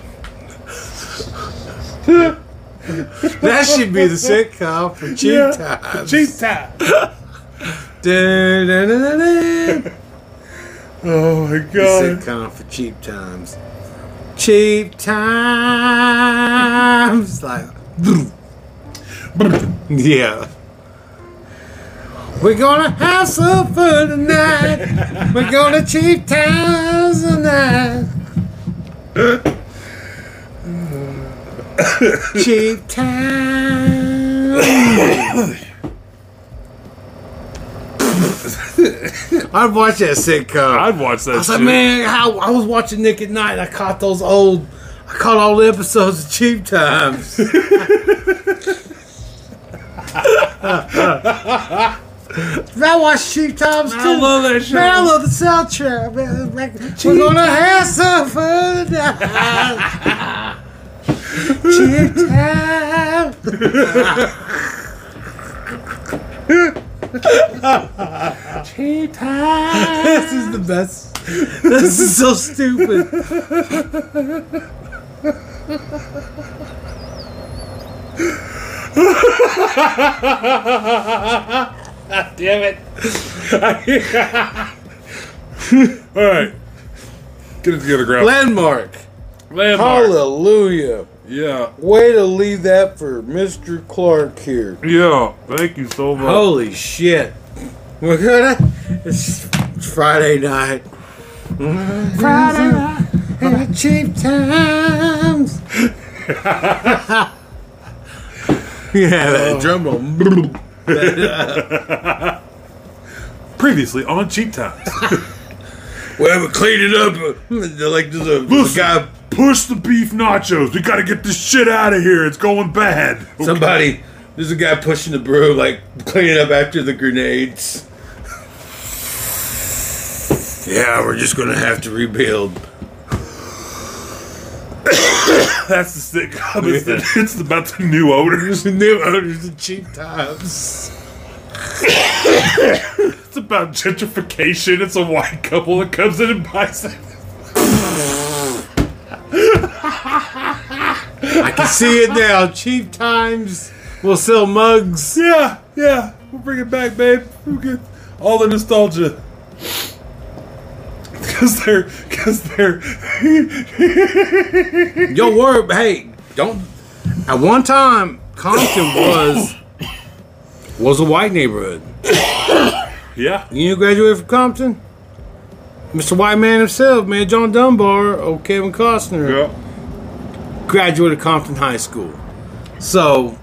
Speaker 1: should be the sitcom for Cheap
Speaker 2: Yeah,
Speaker 1: Times.
Speaker 2: Cheap time.
Speaker 1: Dun, dun, dun, dun, dun.
Speaker 2: Oh my
Speaker 1: The
Speaker 2: god.
Speaker 1: sitcom for Cheap Times. Cheap Times. Like (laughs) yeah. We're gonna have some fun tonight. We're gonna cheap times tonight. cheap times. I'd watch that sitcom.
Speaker 2: I'd watch that
Speaker 1: I was like,
Speaker 2: shit.
Speaker 1: man, how I was watching Nick at Night, and I caught those old, I caught all the episodes of Cheap Times. I watched Cheap Times too.
Speaker 2: I love that show.
Speaker 1: Man, I love the soundtrack. Man, like, we're gonna have some fun. tonight. Cheap Times.
Speaker 2: Cheap time.
Speaker 1: this is the best. (laughs) This is so stupid.
Speaker 2: Damn it. (laughs) All right. Get it together, Ground.
Speaker 1: Landmark.
Speaker 2: Landmark.
Speaker 1: Hallelujah.
Speaker 2: Yeah.
Speaker 1: Way to leave that for Mr. Clark here.
Speaker 4: Yeah, thank you so much.
Speaker 1: Holy shit. We're gonna. It's Friday night. Friday night. And cheap times. (laughs) yeah, that drum roll.
Speaker 2: Previously on Cheap Times.
Speaker 1: We haven't cleaned it up. uh, Like, there's a, there's a
Speaker 2: Listen,
Speaker 1: guy.
Speaker 2: push the beef nachos. We gotta get this shit out of here. It's going bad.
Speaker 1: Somebody. There's a guy pushing the broom, like, cleaning up after the grenades. Yeah, we're just gonna have to rebuild.
Speaker 2: (laughs) That's the sitcom. It's, the, it's about the new owners.
Speaker 1: New owners and cheap times.
Speaker 2: It's about gentrification. It's a white couple that comes in and buys it.
Speaker 1: I can see it now. Cheap times. We'll sell mugs.
Speaker 2: Yeah, yeah. We'll bring it back, babe. We'll get all the nostalgia. (laughs) Because they're, because they're, (laughs)
Speaker 1: Yo, word. Hey, don't. At one time, Compton was was a white neighborhood.
Speaker 2: yeah.
Speaker 1: You know, who graduated from Compton. Mr. White Man himself, man, John Dunbar, old Kevin Costner.
Speaker 2: Yeah.
Speaker 1: graduate of Compton High School. So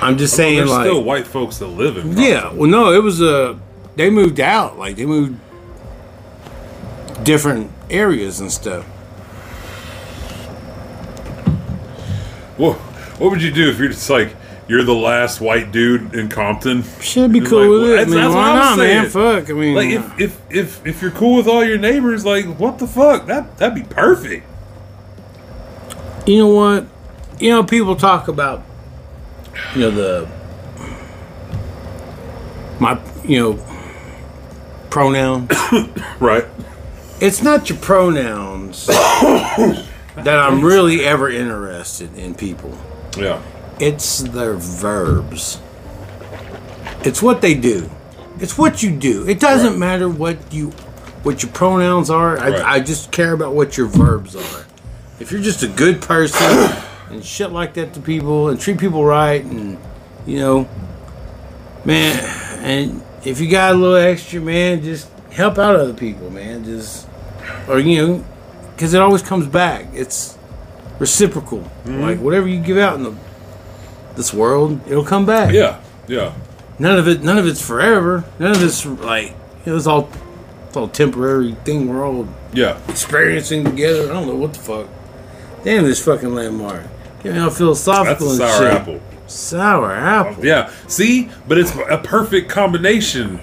Speaker 1: I'm just saying,
Speaker 2: There's
Speaker 1: like,
Speaker 2: still white folks that live in. Compton.
Speaker 1: yeah. Well, no, it was a they moved out, like they moved different areas and stuff.
Speaker 2: Whoa. What would you do if you're just like you're the last white dude in Compton?
Speaker 1: Should be
Speaker 2: Like,
Speaker 1: cool
Speaker 2: well,
Speaker 1: with it,
Speaker 2: that's-
Speaker 1: man.
Speaker 2: that's what
Speaker 1: Why
Speaker 2: I'm
Speaker 1: not, man?
Speaker 2: saying.
Speaker 1: Fuck, I mean,
Speaker 2: Like if, if if if you're cool with all your neighbors, like what the fuck? That that'd be perfect.
Speaker 1: you know what? You know, people talk about you know the my you know pronoun.
Speaker 2: Right.
Speaker 1: it's not your
Speaker 2: (coughs)
Speaker 1: pronouns that I'm really ever interested in people.
Speaker 2: Yeah.
Speaker 1: It's their verbs. It's what they do. It's what you do. It doesn't
Speaker 2: Right.
Speaker 1: matter what you what your pronouns are. I,
Speaker 2: Right.
Speaker 1: I just care about what your verbs are. If you're just a good person (coughs) and shit like that to people and treat people right and you know man and if you got a little extra man just help out other people man just or you know because it always comes back it's reciprocal
Speaker 2: Mm-hmm.
Speaker 1: like whatever you give out in the this world it'll come back
Speaker 2: Yeah. Yeah.
Speaker 1: none of it none of it's forever none of it's like you know, it's all it's all temporary thing we're all
Speaker 2: Yeah.
Speaker 1: experiencing together i don't know what the fuck damn this fucking landmark getting all
Speaker 2: That's
Speaker 1: philosophical
Speaker 2: a
Speaker 1: and
Speaker 2: sour
Speaker 1: shit
Speaker 2: apple.
Speaker 1: sour apple
Speaker 2: Yeah. See, but it's a perfect combination.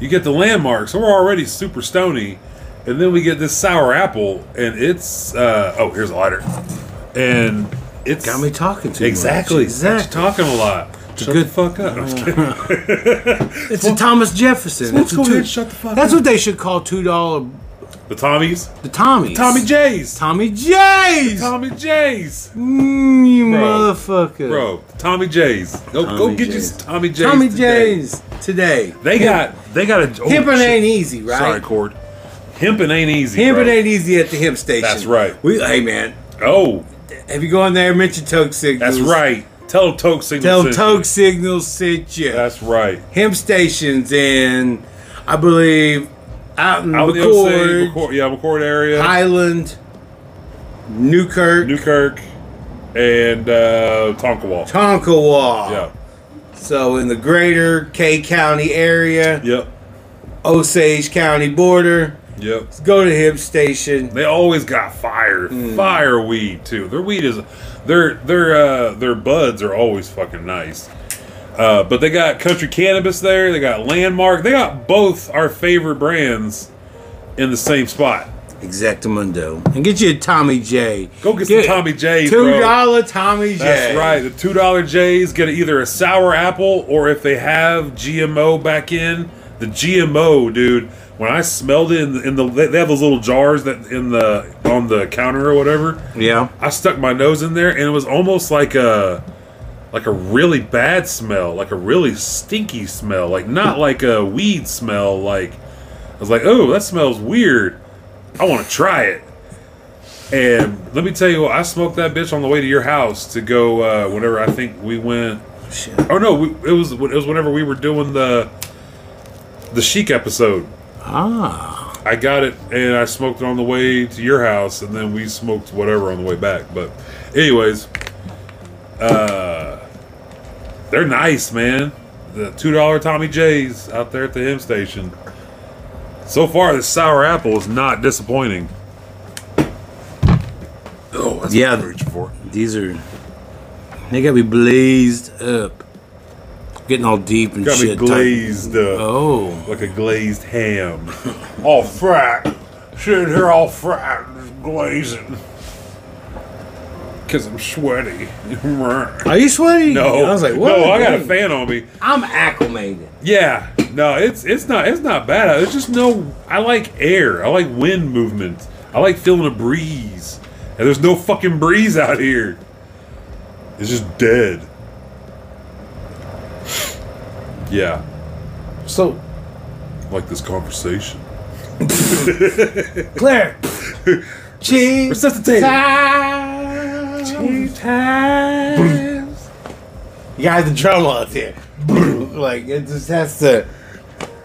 Speaker 2: You get the landmarks. We're already super stony, and then we get this sour apple, and it's uh, oh, here's a lighter, and it's
Speaker 1: got me talking to
Speaker 2: exactly
Speaker 1: exactly
Speaker 2: talking a lot. Shut
Speaker 1: good- Uh,
Speaker 2: the fuck up. I'm just kidding.
Speaker 1: (laughs) It's a Thomas Jefferson. It's
Speaker 2: Let's
Speaker 1: a
Speaker 2: go
Speaker 1: two-
Speaker 2: ahead and shut the fuck
Speaker 1: That's
Speaker 2: up.
Speaker 1: what they should call two dollar
Speaker 2: The Tommies.
Speaker 1: the Tommies.
Speaker 2: Tommy J's.
Speaker 1: Tommy J's.
Speaker 2: Tommy J's.
Speaker 1: Mm, you
Speaker 2: Bro.
Speaker 1: motherfucker.
Speaker 2: Bro, Tommy J's. Go go
Speaker 1: Tommy
Speaker 2: get you
Speaker 1: J's.
Speaker 2: some Tommy J's.
Speaker 1: Tommy
Speaker 2: today.
Speaker 1: J's today.
Speaker 2: They got they got a oh,
Speaker 1: Hemping
Speaker 2: shit.
Speaker 1: ain't easy, right?
Speaker 2: Sorry, Cord. Hemping ain't easy.
Speaker 1: Hemping
Speaker 2: bro.
Speaker 1: ain't easy at the hemp station.
Speaker 2: That's right.
Speaker 1: We, hey man,
Speaker 2: Oh,
Speaker 1: have you gone there? Mention Toke Signals.
Speaker 2: that's right. Tell Toke signals.
Speaker 1: Tell
Speaker 2: sent you.
Speaker 1: Toke Signals sent you.
Speaker 2: That's right.
Speaker 1: hemp stations and I believe out in
Speaker 2: Out in the
Speaker 1: McCord,
Speaker 2: OC, McCord, yeah, McCord area,
Speaker 1: Highland, Newkirk,
Speaker 2: Newkirk, and uh, Tonkawa.
Speaker 1: Tonkawa.
Speaker 2: Yeah.
Speaker 1: So in the greater K County area,
Speaker 2: Yep.
Speaker 1: Osage County border,
Speaker 2: Yep.
Speaker 1: go to Hemp Station.
Speaker 2: They always got fire,
Speaker 1: Hmm.
Speaker 2: fire weed too. Their weed is, their their uh, their buds are always fucking nice. Uh, but they got country cannabis there. They got landmark. They got both our favorite brands in the same spot.
Speaker 1: Exactamundo. And get you a Tommy J.
Speaker 2: Go get some Tommy J's, bro.
Speaker 1: Two dollar Tommy J.
Speaker 2: That's right. The two dollar J's get either a sour apple or if they have GMO back in the GMO, dude. When I smelled it in the, in the they they have those little jars that in the on the counter or whatever.
Speaker 1: Yeah.
Speaker 2: I stuck my nose in there and it was almost like a like a really bad smell, like a really stinky smell, like not like a weed smell. Like I was like, oh, that smells weird. I want to try it. And let me tell you, what, I smoked that bitch on the way to your house to go. Uh, whenever I think we went,
Speaker 1: Shit.
Speaker 2: oh no, we, it was it was whenever we were doing the the chic episode.
Speaker 1: Ah.
Speaker 2: I got it and I smoked it on the way to your house and then we smoked whatever on the way back. But anyways, uh they're nice, man. The two dollar Tommy J's out there at the hymn station. So far the sour apple is not disappointing. Oh, that's
Speaker 1: Yeah.
Speaker 2: what I'm reaching for.
Speaker 1: These are they gotta be blazed up. Getting all deep and
Speaker 2: Got me
Speaker 1: shit.
Speaker 2: glazed up.
Speaker 1: Oh.
Speaker 2: Like a glazed ham. all fried. Shit here all fried and just glazing. because I'm sweaty. (laughs) no.
Speaker 1: Are you sweaty? I was like, what?
Speaker 2: No, I got a fan on me.
Speaker 1: I'm acclimated.
Speaker 2: Yeah, no, it's it's not it's not bad. It's just no. I like air. I like wind movement. I like feeling a breeze, and there's no fucking breeze out here. It's just dead. Yeah,
Speaker 1: So,
Speaker 2: like this conversation.
Speaker 1: Claire, (laughs) cheese.
Speaker 2: Resuscitate.
Speaker 1: time.
Speaker 2: times.
Speaker 1: You got the drum out (laughs) there. like, it just has to.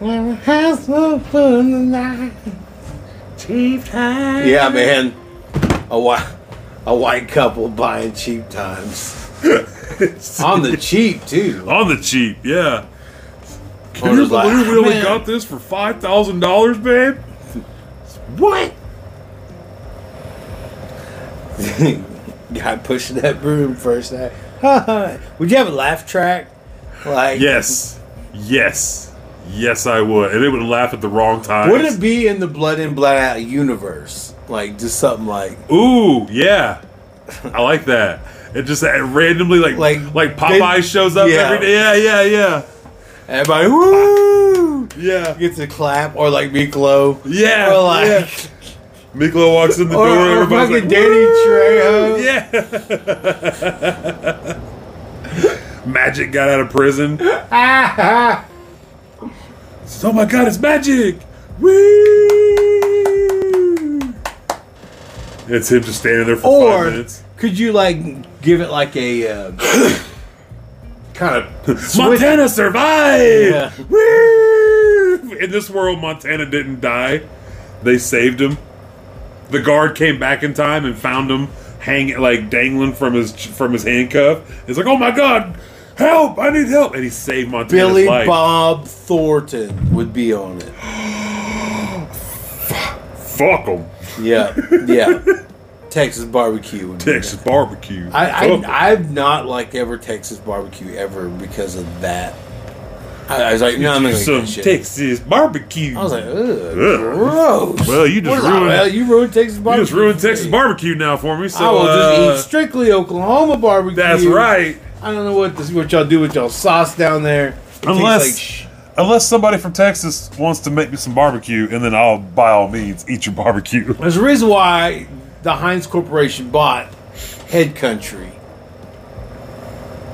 Speaker 1: Have some fun tonight.
Speaker 2: Cheap times.
Speaker 1: Yeah, man. A white, a white couple buying cheap times. On (laughs) the cheap, too.
Speaker 2: On the cheap, yeah.
Speaker 1: On
Speaker 2: Here's
Speaker 1: the
Speaker 2: the
Speaker 1: black.
Speaker 2: lady really
Speaker 1: Man.
Speaker 2: got this for five thousand dollars, babe.
Speaker 1: What? Guy pushing that broom first night. (laughs) Would you have a laugh track? Like
Speaker 2: Yes, yes, yes, I would, and they would laugh at the wrong times.
Speaker 1: Would it be in the Blood in Blood Out universe? Like just something like
Speaker 2: Ooh, yeah, I like that. It just it randomly like
Speaker 1: Like,
Speaker 2: like, Popeye
Speaker 1: they-
Speaker 2: shows up
Speaker 1: yeah.
Speaker 2: every day. Yeah, yeah,
Speaker 1: everybody woo
Speaker 2: yeah, yeah.
Speaker 1: gets a clap or like Meek Low.
Speaker 2: Yeah,
Speaker 1: Or like
Speaker 2: yeah. Miklo walks in the
Speaker 1: Or-
Speaker 2: door.
Speaker 1: or
Speaker 2: everybody's
Speaker 1: fucking
Speaker 2: like,
Speaker 1: Danny
Speaker 2: "Woo!"
Speaker 1: Trejo.
Speaker 2: Yeah. (laughs) magic got out of prison. Says, oh my god, it's magic! Woo! It's him just standing there for five
Speaker 1: Or
Speaker 2: minutes.
Speaker 1: could you like give it like a
Speaker 2: (laughs)
Speaker 1: uh, kind of
Speaker 2: Montana survived!
Speaker 1: Yeah.
Speaker 2: Woo! In this world, Montana didn't die. They saved him. The guard came back in time and found him hanging, like dangling from his from his handcuff. He's like, "Oh my god, help! I need help!" And he saved Montana's
Speaker 1: Billy
Speaker 2: life.
Speaker 1: Bob Thornton would be on it.
Speaker 2: Fuck him.
Speaker 1: Yeah,
Speaker 2: (laughs)
Speaker 1: yeah. Texas barbecue. would be
Speaker 2: Texas barbecue.
Speaker 1: I,
Speaker 2: Fuck 'em.
Speaker 1: I I've not like ever Texas barbecue ever because of that. I, I was like, no, I'm not gonna
Speaker 2: some
Speaker 1: eat shit.
Speaker 2: Texas barbecue.
Speaker 1: I was like, ugh, gross.
Speaker 2: Well, you just
Speaker 1: What about-
Speaker 2: ruined-
Speaker 1: well, you ruined Texas
Speaker 2: you
Speaker 1: barbecue.
Speaker 2: just ruined
Speaker 1: for me.
Speaker 2: Texas barbecue now for me. So
Speaker 1: I will
Speaker 2: uh,
Speaker 1: just eat strictly Oklahoma barbecue.
Speaker 2: that's right.
Speaker 1: I don't know what this, what y'all do with y'all sauce down there. It tastes
Speaker 2: Unless-
Speaker 1: like sh-
Speaker 2: Unless somebody from Texas wants to make me some barbecue, and then I'll by all means eat your barbecue. (laughs)
Speaker 1: there's a reason why the Heinz Corporation bought Head Country.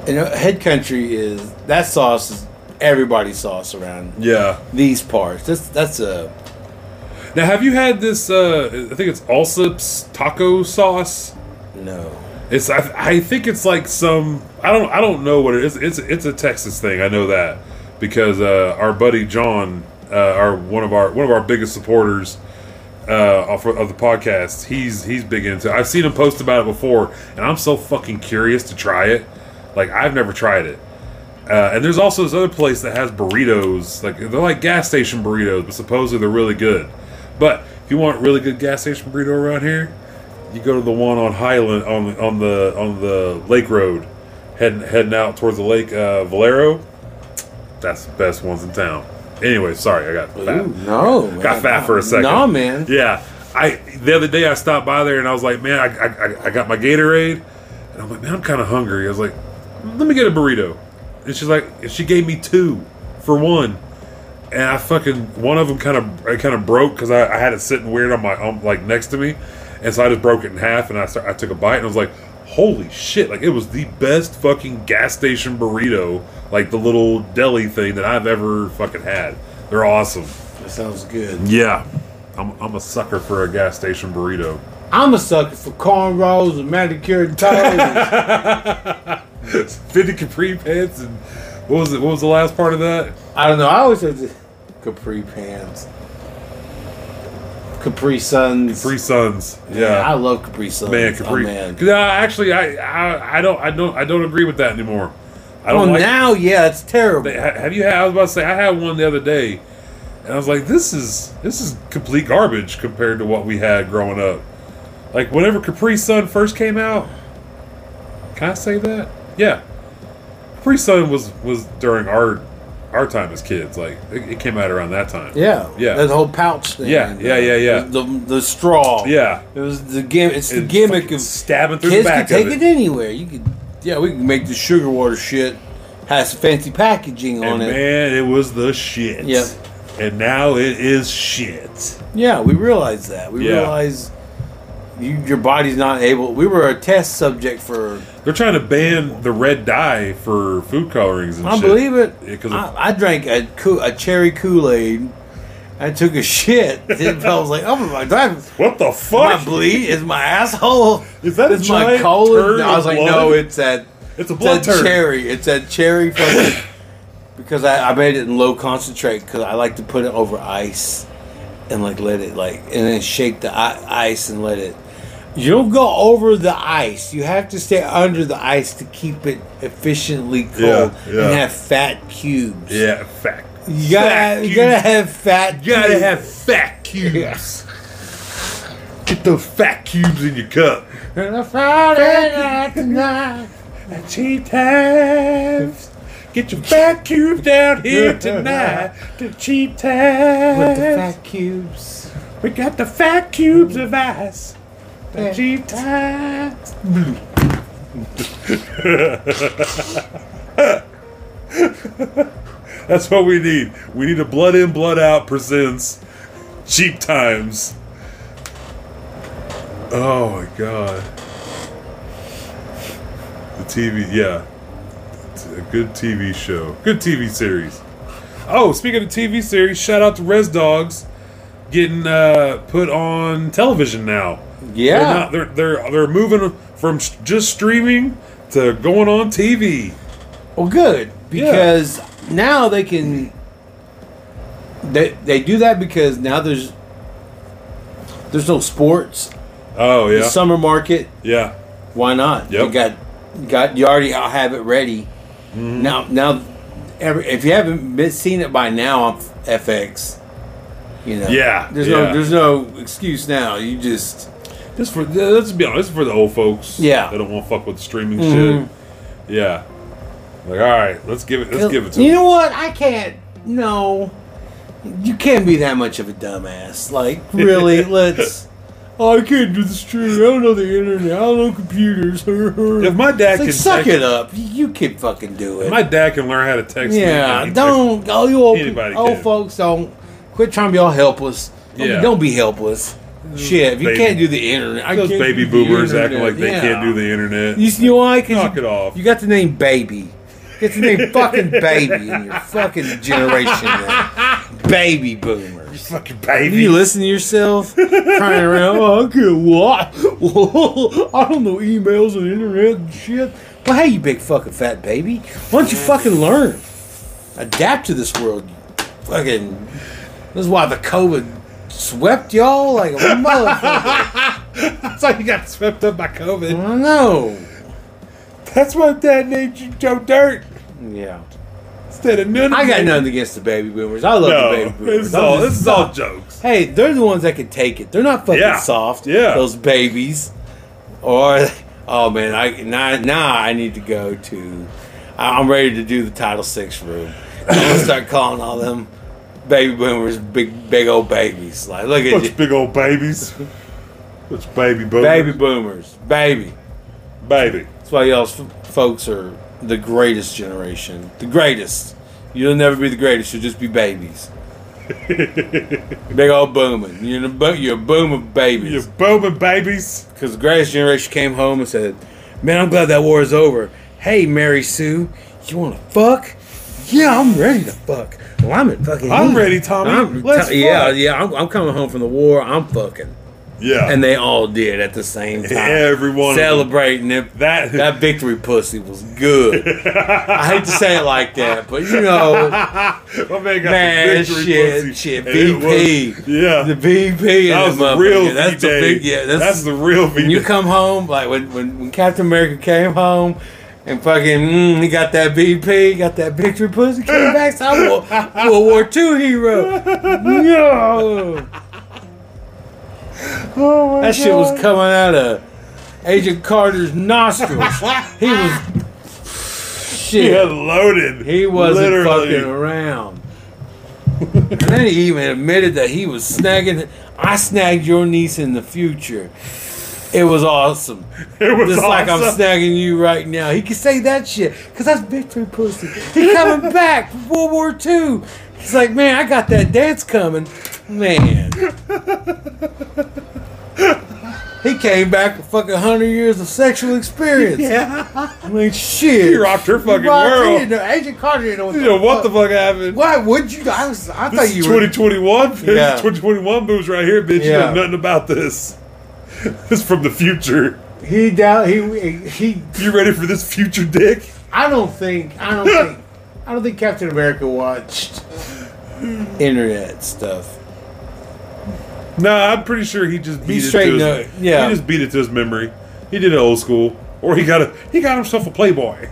Speaker 1: And uh, Head Country is that sauce is everybody's sauce around
Speaker 2: Yeah.
Speaker 1: these parts. That's that's a
Speaker 2: Now, have you had this? Uh, I think it's Allsup's taco sauce.
Speaker 1: no.
Speaker 2: It's I, I think it's like some I don't I don't know what it is. It's it's a Texas thing. I know that because uh, our buddy John, uh, our one of our one of our biggest supporters uh, of, of the podcast. He's he's big into. I've seen him post about it before, and I'm so fucking curious to try it. Like I've never tried it. Uh, and there's also this other place that has burritos. Like they're like gas station burritos, but supposedly they're really good. But if you want really good gas station burrito around here, you go to the one on Highland on the on the on the Lake Road, heading heading out towards the lake uh, Valero. That's the best ones in town. Anyway, sorry I got fat.
Speaker 1: Ooh, no.
Speaker 2: Got fat for a second.
Speaker 1: No, man.
Speaker 2: Yeah, I the other day I stopped by there and I was like, man, I I, I- I got my Gatorade, and I'm like, man, I'm kind of hungry. I was like, let me get a burrito, and she's like, and she gave me two for one, and I fucking one of them kind of I kind of broke because I, I had it sitting weird on my um, like next to me, and so I just broke it in half and I start, I took a bite and I was like. Holy shit! Like it was the best fucking gas station burrito, like the little deli thing that I've ever fucking had. They're awesome.
Speaker 1: That sounds good.
Speaker 2: Yeah, I'm, I'm a sucker for a gas station (laughs) burrito.
Speaker 1: I'm a sucker for cornrows and manicured toes.
Speaker 2: Fifty capri pants and what was it? What was the last part of that?
Speaker 1: I don't know. I always said this- capri pants. Capri Suns.
Speaker 2: Capri Suns.
Speaker 1: I
Speaker 2: Yeah,
Speaker 1: love Capri Suns.
Speaker 2: man, Capri.
Speaker 1: Oh, man.
Speaker 2: No, actually, I, I I don't I don't I don't agree with that anymore. I
Speaker 1: Well,
Speaker 2: don't like.
Speaker 1: now, yeah, it's terrible.
Speaker 2: They- ha- have you had? I was about to say I had one the other day, and I was like, this is this is complete garbage compared to what we had growing up. Like whenever Capri Sun first came out, can I say that? Yeah, Capri Sun was was during our our time as kids. Like it, it came out around that time.
Speaker 1: Yeah.
Speaker 2: Yeah.
Speaker 1: That whole pouch thing.
Speaker 2: Yeah, yeah, yeah, yeah.
Speaker 1: The, the, the straw.
Speaker 2: Yeah.
Speaker 1: It was the gimmick. It's the
Speaker 2: And
Speaker 1: gimmick
Speaker 2: fucking
Speaker 1: of
Speaker 2: stabbing through the
Speaker 1: kids
Speaker 2: back
Speaker 1: could take
Speaker 2: of
Speaker 1: it.
Speaker 2: it.
Speaker 1: anywhere. You could. Yeah, we can make the sugar water shit has fancy packaging
Speaker 2: And
Speaker 1: on it.
Speaker 2: man, it was the shit.
Speaker 1: Yep.
Speaker 2: And now it is shit.
Speaker 1: Yeah, we realize that. We
Speaker 2: Yeah.
Speaker 1: realize you, your body's not able. We were a test subject for.
Speaker 2: They're trying to ban the red dye for food colorings and
Speaker 1: I
Speaker 2: shit.
Speaker 1: believe it.
Speaker 2: Yeah, 'cause of-
Speaker 1: I, I drank a, coo- a cherry Kool Aid. I took a shit. (laughs) It I was like, oh my god,
Speaker 2: What the
Speaker 1: my
Speaker 2: fuck?
Speaker 1: bleed is my asshole.
Speaker 2: Is that a
Speaker 1: Is my
Speaker 2: giant
Speaker 1: colon?
Speaker 2: turd
Speaker 1: I was
Speaker 2: of
Speaker 1: like,
Speaker 2: blood?
Speaker 1: no, it's that.
Speaker 2: It's a blood
Speaker 1: that
Speaker 2: turd.
Speaker 1: cherry. It's that cherry fucking. because I, I made it in low concentrate because I like to put it over ice and like let it like and then shake the I- ice and let it. You don't go over the ice. You have to stay under the ice to keep it efficiently cold
Speaker 2: Yeah, yeah.
Speaker 1: and have fat cubes.
Speaker 2: yeah, fact.
Speaker 1: You gotta, you gotta have fat.
Speaker 2: You gotta
Speaker 1: cubes.
Speaker 2: have fat cubes. Get those fat cubes in your cup.
Speaker 1: And a Friday night tonight.
Speaker 2: At cheap times. Get your fat cubes down here tonight. The cheap
Speaker 1: With
Speaker 2: times.
Speaker 1: the fat cubes.
Speaker 2: We got the fat cubes of ice. The
Speaker 1: Yeah.
Speaker 2: cheap times. That's what we need. We need a blood in, blood out presents cheap times. Oh my god. The TV, yeah. It's a good TV show. Good TV series. Oh, speaking of TV series, shout out to Res Dogs getting uh, put on television now.
Speaker 1: Yeah.
Speaker 2: They're, not, they're, they're, they're moving from s- just streaming to going on TV.
Speaker 1: Well, good because now they can. They they do that because now there's there's no sports.
Speaker 2: Oh, yeah.
Speaker 1: The summer market.
Speaker 2: yeah.
Speaker 1: Why not?
Speaker 2: Yep.
Speaker 1: You got you got you already have it ready.
Speaker 2: Mm-hmm.
Speaker 1: Now now, every, if you haven't been, seen it by now on FX, you know.
Speaker 2: Yeah,
Speaker 1: There's
Speaker 2: yeah.
Speaker 1: no there's no excuse now. You just
Speaker 2: This for let's be honest, this is for the old folks.
Speaker 1: Yeah. Mm-hmm.
Speaker 2: they don't want to fuck with the streaming shit. Yeah, like all right, let's give it. Let's give it to
Speaker 1: you
Speaker 2: them.
Speaker 1: know what? I can't. No, you can't be that much of a dumbass. Like
Speaker 2: (laughs)
Speaker 1: really, let's. Oh, I can't do the stream. I don't know the internet. I don't know computers. (laughs)
Speaker 2: If my
Speaker 1: It's
Speaker 2: dad
Speaker 1: like,
Speaker 2: can
Speaker 1: suck
Speaker 2: text-
Speaker 1: it up. You can fucking do it.
Speaker 2: my dad can learn how to text. me,
Speaker 1: yeah,
Speaker 2: he can
Speaker 1: don't. Oh, you old,
Speaker 2: Anybody
Speaker 1: old
Speaker 2: can.
Speaker 1: folks don't. Quit trying to be all helpless. Don't,
Speaker 2: Yeah.
Speaker 1: be, don't be helpless. Shit, if you
Speaker 2: Baby-
Speaker 1: can't do the internet, I
Speaker 2: Text. Those
Speaker 1: can't do
Speaker 2: baby
Speaker 1: the
Speaker 2: boomers acting
Speaker 1: internet.
Speaker 2: like they
Speaker 1: Yeah.
Speaker 2: can't do the internet.
Speaker 1: You see why? 'Cause
Speaker 2: Knock
Speaker 1: you,
Speaker 2: it off.
Speaker 1: You got the name Baby. It's the name fucking Baby in your fucking generation. now. Baby boomers.
Speaker 2: fucking baby.
Speaker 1: You listen to yourself crying around. Oh, I can't what? (laughs) I don't know emails and internet and shit. Well, hey, you big fucking fat baby. Why don't you fucking learn? Adapt to this world. you Fucking. This is why the COVID swept y'all like a motherfucker. (laughs)
Speaker 2: (laughs) That's how you got swept up by COVID.
Speaker 1: I know.
Speaker 2: That's why dad named you Joe Dirt
Speaker 1: Yeah.
Speaker 2: instead of none.
Speaker 1: I got nothing against the baby boomers. I love the
Speaker 2: No,
Speaker 1: baby boomers.
Speaker 2: this is
Speaker 1: I'm
Speaker 2: all
Speaker 1: just-
Speaker 2: this is all jokes.
Speaker 1: hey, they're the ones that can take it. They're not fucking
Speaker 2: Yeah.
Speaker 1: soft.
Speaker 2: Yeah.
Speaker 1: those babies. Or oh man, I now now I need to go to. I- I'm ready to do the Title Six room. I'm gonna start calling all them baby boomers big big old babies. Like look at
Speaker 2: Bunch
Speaker 1: you,
Speaker 2: of big old babies. What's baby boomers?
Speaker 1: baby boomers, baby.
Speaker 2: baby.
Speaker 1: That's why y'all f- folks are the greatest generation. The greatest. You'll never be the greatest. You'll just be
Speaker 2: (laughs)
Speaker 1: babies. Big old booming. You're, the bo- you're a boom of
Speaker 2: You
Speaker 1: babies.
Speaker 2: booming babies.
Speaker 1: Because the greatest generation came home and said, Man, I'm glad that war is over. Hey, Mary Sue, you want to fuck? Yeah, I'm ready to fuck. Well, I'm at fucking.
Speaker 2: I'm
Speaker 1: heat.
Speaker 2: ready, Tommy.
Speaker 1: I'm-
Speaker 2: Let's
Speaker 1: t- yeah,
Speaker 2: fuck.
Speaker 1: yeah. I'm, I'm coming home from the war. I'm fucking.
Speaker 2: Yeah.
Speaker 1: And they all did at the
Speaker 2: (laughs)
Speaker 1: same time.
Speaker 2: Every one of them.
Speaker 1: celebrating it.
Speaker 2: That-
Speaker 1: that victory pussy was good. I hate to say it like that, but you know,
Speaker 2: (laughs) My man got
Speaker 1: man,
Speaker 2: the victory
Speaker 1: shit,
Speaker 2: pussy,
Speaker 1: shit,
Speaker 2: and it
Speaker 1: VP,
Speaker 2: was- yeah,
Speaker 1: the VP,
Speaker 2: that
Speaker 1: in
Speaker 2: was
Speaker 1: the
Speaker 2: the
Speaker 1: motherfucker.
Speaker 2: real
Speaker 1: Yeah,
Speaker 2: V-Day.
Speaker 1: That's the big, yeah. That's,
Speaker 2: that's the real
Speaker 1: when you
Speaker 2: V-Day.
Speaker 1: come home, like when, when when Captain America came home. And fucking, mm, he got that VP, got that victory pussy, came back, so I'm a World War II hero. No.
Speaker 2: Oh my
Speaker 1: That shit was coming out of Agent Carter's nostrils. he was shit. (laughs)
Speaker 2: Yeah, loaded.
Speaker 1: He wasn't
Speaker 2: Literally.
Speaker 1: fucking around. and then he even admitted that he was snagging. I snagged your niece in the future. It was awesome.
Speaker 2: It was
Speaker 1: Just like I'm
Speaker 2: awesome.
Speaker 1: snagging you right now. He can say that shit because that's victory pussy. He
Speaker 2: (laughs)
Speaker 1: coming back from World War II. He's like, man, I got that dance coming, man. he came back with fucking hundred years of sexual experience.
Speaker 2: Yeah.
Speaker 1: I mean, shit.
Speaker 2: He rocked her fucking
Speaker 1: Rocked- he
Speaker 2: world.
Speaker 1: didn't know- Agent Carter didn't know what,
Speaker 2: You know, what the fuck happened?
Speaker 1: Why would you? I was. I
Speaker 2: This
Speaker 1: thought
Speaker 2: is
Speaker 1: you were.
Speaker 2: 2021. This is
Speaker 1: Yeah.
Speaker 2: 2021 moves right here, bitch. You
Speaker 1: Yeah.
Speaker 2: know nothing about this. (laughs) This is from the future.
Speaker 1: He down. He he.
Speaker 2: You ready for this future dick?
Speaker 1: I don't think. I don't think. I don't think Captain America watched internet stuff.
Speaker 2: No, I'm pretty sure he just beat it to
Speaker 1: straightened
Speaker 2: his,
Speaker 1: up, yeah.
Speaker 2: he just beat it to his memory. He did it old school, or he got a he got himself a Playboy,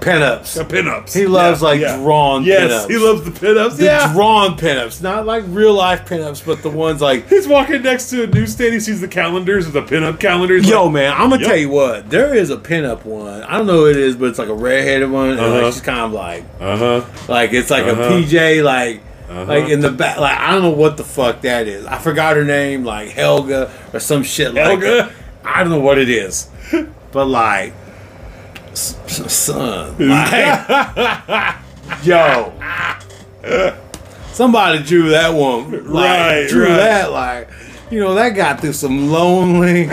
Speaker 1: Pinups.
Speaker 2: a pinups.
Speaker 1: He loves, like, drawn
Speaker 2: Yes,
Speaker 1: pinups.
Speaker 2: he loves the pinups.
Speaker 1: The
Speaker 2: yeah,
Speaker 1: drawn pinups, not like real life pinups, but the ones like.
Speaker 2: he's walking next to a newsstand. He sees the calendars, the pinup
Speaker 1: (laughs)
Speaker 2: calendars.
Speaker 1: Yo,
Speaker 2: like,
Speaker 1: man, I'm gonna
Speaker 2: Yup.
Speaker 1: tell you what. There is a pinup one. I don't know who it is, but it's like a redheaded one, and
Speaker 2: Uh-huh.
Speaker 1: like she's kind of like,
Speaker 2: uh huh.
Speaker 1: like it's like
Speaker 2: Uh-huh.
Speaker 1: a PJ, like, like in the back. Like I don't know what the fuck that is. I forgot her name, like Helga or some shit like
Speaker 2: Helga?
Speaker 1: that. I don't know what it is, but like, s- s- son, like,
Speaker 2: (laughs)
Speaker 1: yo, somebody drew that one, like,
Speaker 2: Right,
Speaker 1: Drew
Speaker 2: right.
Speaker 1: that, like, you know, that got through some
Speaker 2: (laughs)
Speaker 1: lonely.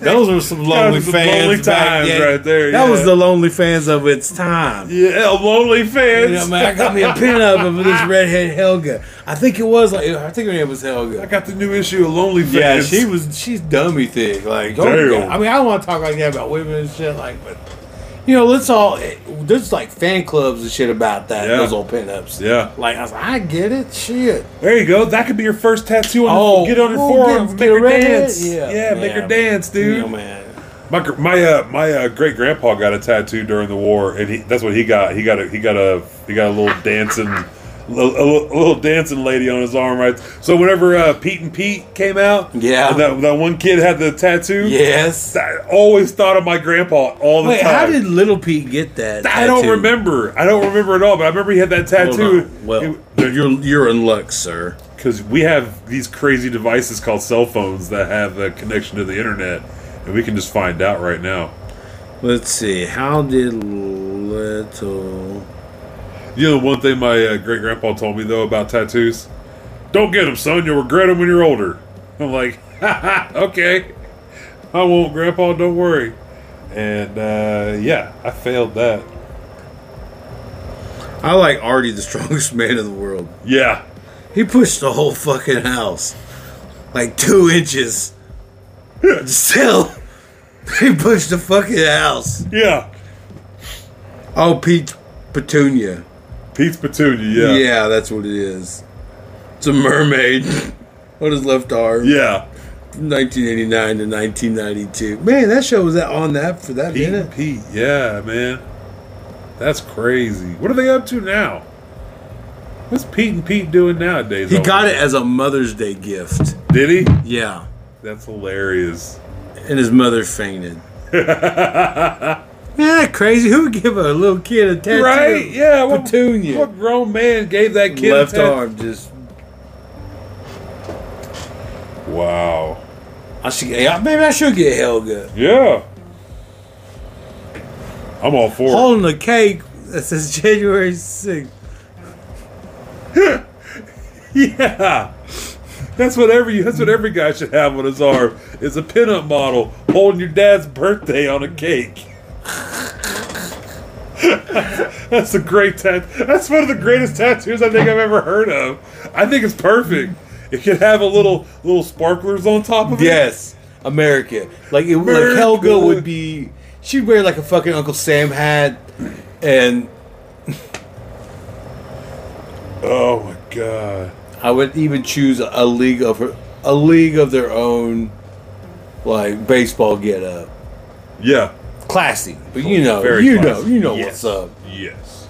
Speaker 1: Those were some lonely
Speaker 2: was some
Speaker 1: fans.
Speaker 2: lonely
Speaker 1: back
Speaker 2: times
Speaker 1: then.
Speaker 2: right there,
Speaker 1: That was
Speaker 2: yeah.
Speaker 1: the lonely fans of its time.
Speaker 2: Yeah, lonely fans.
Speaker 1: You know, man, I got
Speaker 2: (laughs)
Speaker 1: me a pinup of this redhead Helga. I think it was like I think her name was
Speaker 2: I
Speaker 1: Helga.
Speaker 2: got the new issue of Lonely Fans.
Speaker 1: Yeah, she was. She's dummy thick. Like, oh,
Speaker 2: Damn.
Speaker 1: yeah. I mean, I don't want to talk like that about women and shit. Like, but you know, let's all. it- There's like fan clubs and shit about that.
Speaker 2: Yeah.
Speaker 1: Those old pinups.
Speaker 2: Yeah.
Speaker 1: Like, I was like, I get it. Shit.
Speaker 2: There you go. That could be your first tattoo on
Speaker 1: Oh,
Speaker 2: oh, get on your
Speaker 1: oh,
Speaker 2: forearm.
Speaker 1: get-
Speaker 2: Make
Speaker 1: get
Speaker 2: her
Speaker 1: red.
Speaker 2: dance.
Speaker 1: Yeah.
Speaker 2: Yeah, make
Speaker 1: Yeah.
Speaker 2: her dance, dude.
Speaker 1: You know, man.
Speaker 2: My gr- my uh, my uh, great grandpa got a tattoo during the war, and he, that's what he got. He got a he got a he got a little dancing a, little- a little dancing lady on his arm, right? So whenever uh, Pete and Pete came out,
Speaker 1: Yeah.
Speaker 2: and that, that one kid had the tattoo.
Speaker 1: Yes.
Speaker 2: I always thought of my grandpa all the
Speaker 1: Wait,
Speaker 2: time.
Speaker 1: how did Little Pete get that?
Speaker 2: I don't
Speaker 1: tattoo?
Speaker 2: remember. I don't remember at all. But I remember he had that
Speaker 1: Hold
Speaker 2: tattoo.
Speaker 1: on. Well, you're you're in luck, sir.
Speaker 2: because we have these crazy devices called cell phones that have a connection to the internet, and we can just find out right now.
Speaker 1: Let's see. How did Little?
Speaker 2: You know, one thing my uh, great grandpa told me though about tattoos: don't get them, son. You'll regret them when you're older. I'm like, okay, I won't, grandpa. Don't worry. And uh, yeah, I failed that.
Speaker 1: I like Artie, the (laughs) strongest man in the world.
Speaker 2: Yeah,
Speaker 1: He pushed the whole fucking house, like two inches. (laughs) Still, (laughs) he pushed the fucking house.
Speaker 2: yeah.
Speaker 1: Oh, Pete Petunia.
Speaker 2: Pete's petunia.
Speaker 1: Yeah,
Speaker 2: Yeah,
Speaker 1: that's what it is. It's a mermaid (laughs) on his left arm.
Speaker 2: yeah.
Speaker 1: from 1989 to 1992. Man, that show was that on that for that
Speaker 2: Pete
Speaker 1: minute.
Speaker 2: and Pete. Yeah, man. That's crazy. What are they up to now? What's Pete and Pete doing nowadays?
Speaker 1: He
Speaker 2: I
Speaker 1: got it
Speaker 2: wonder?
Speaker 1: as a Mother's Day gift.
Speaker 2: Did he?
Speaker 1: Yeah,
Speaker 2: That's hilarious.
Speaker 1: and his mother fainted. (laughs) Yeah, crazy. Who would give a little kid a tattoo?
Speaker 2: Right? Yeah. What,
Speaker 1: Petunia.
Speaker 2: what grown man gave that kid a
Speaker 1: left
Speaker 2: tat-
Speaker 1: arm just.
Speaker 2: Wow.
Speaker 1: I should. yeah, Maybe I should get Helga
Speaker 2: Yeah. I'm all for it.
Speaker 1: holding a cake that says January 6th.
Speaker 2: (laughs) Yeah. That's what every that's what every guy should have on his arm is a pinup model holding your dad's birthday on a cake. (laughs) that's a great tat. That's one of the greatest tattoos I think I've ever heard of. I think it's perfect. It could have a little little sparklers on top of it.
Speaker 1: Yes, America. Like it, like
Speaker 2: America.
Speaker 1: Helga would be. She'd wear like a fucking Uncle Sam hat, and
Speaker 2: Oh my god.
Speaker 1: I would even choose a league of her, a league of their own, like baseball getup.
Speaker 2: Yeah.
Speaker 1: Classy, Oh, but you know,
Speaker 2: Very
Speaker 1: you
Speaker 2: classy.
Speaker 1: know, you know
Speaker 2: Yes.
Speaker 1: what's up.
Speaker 2: Yes.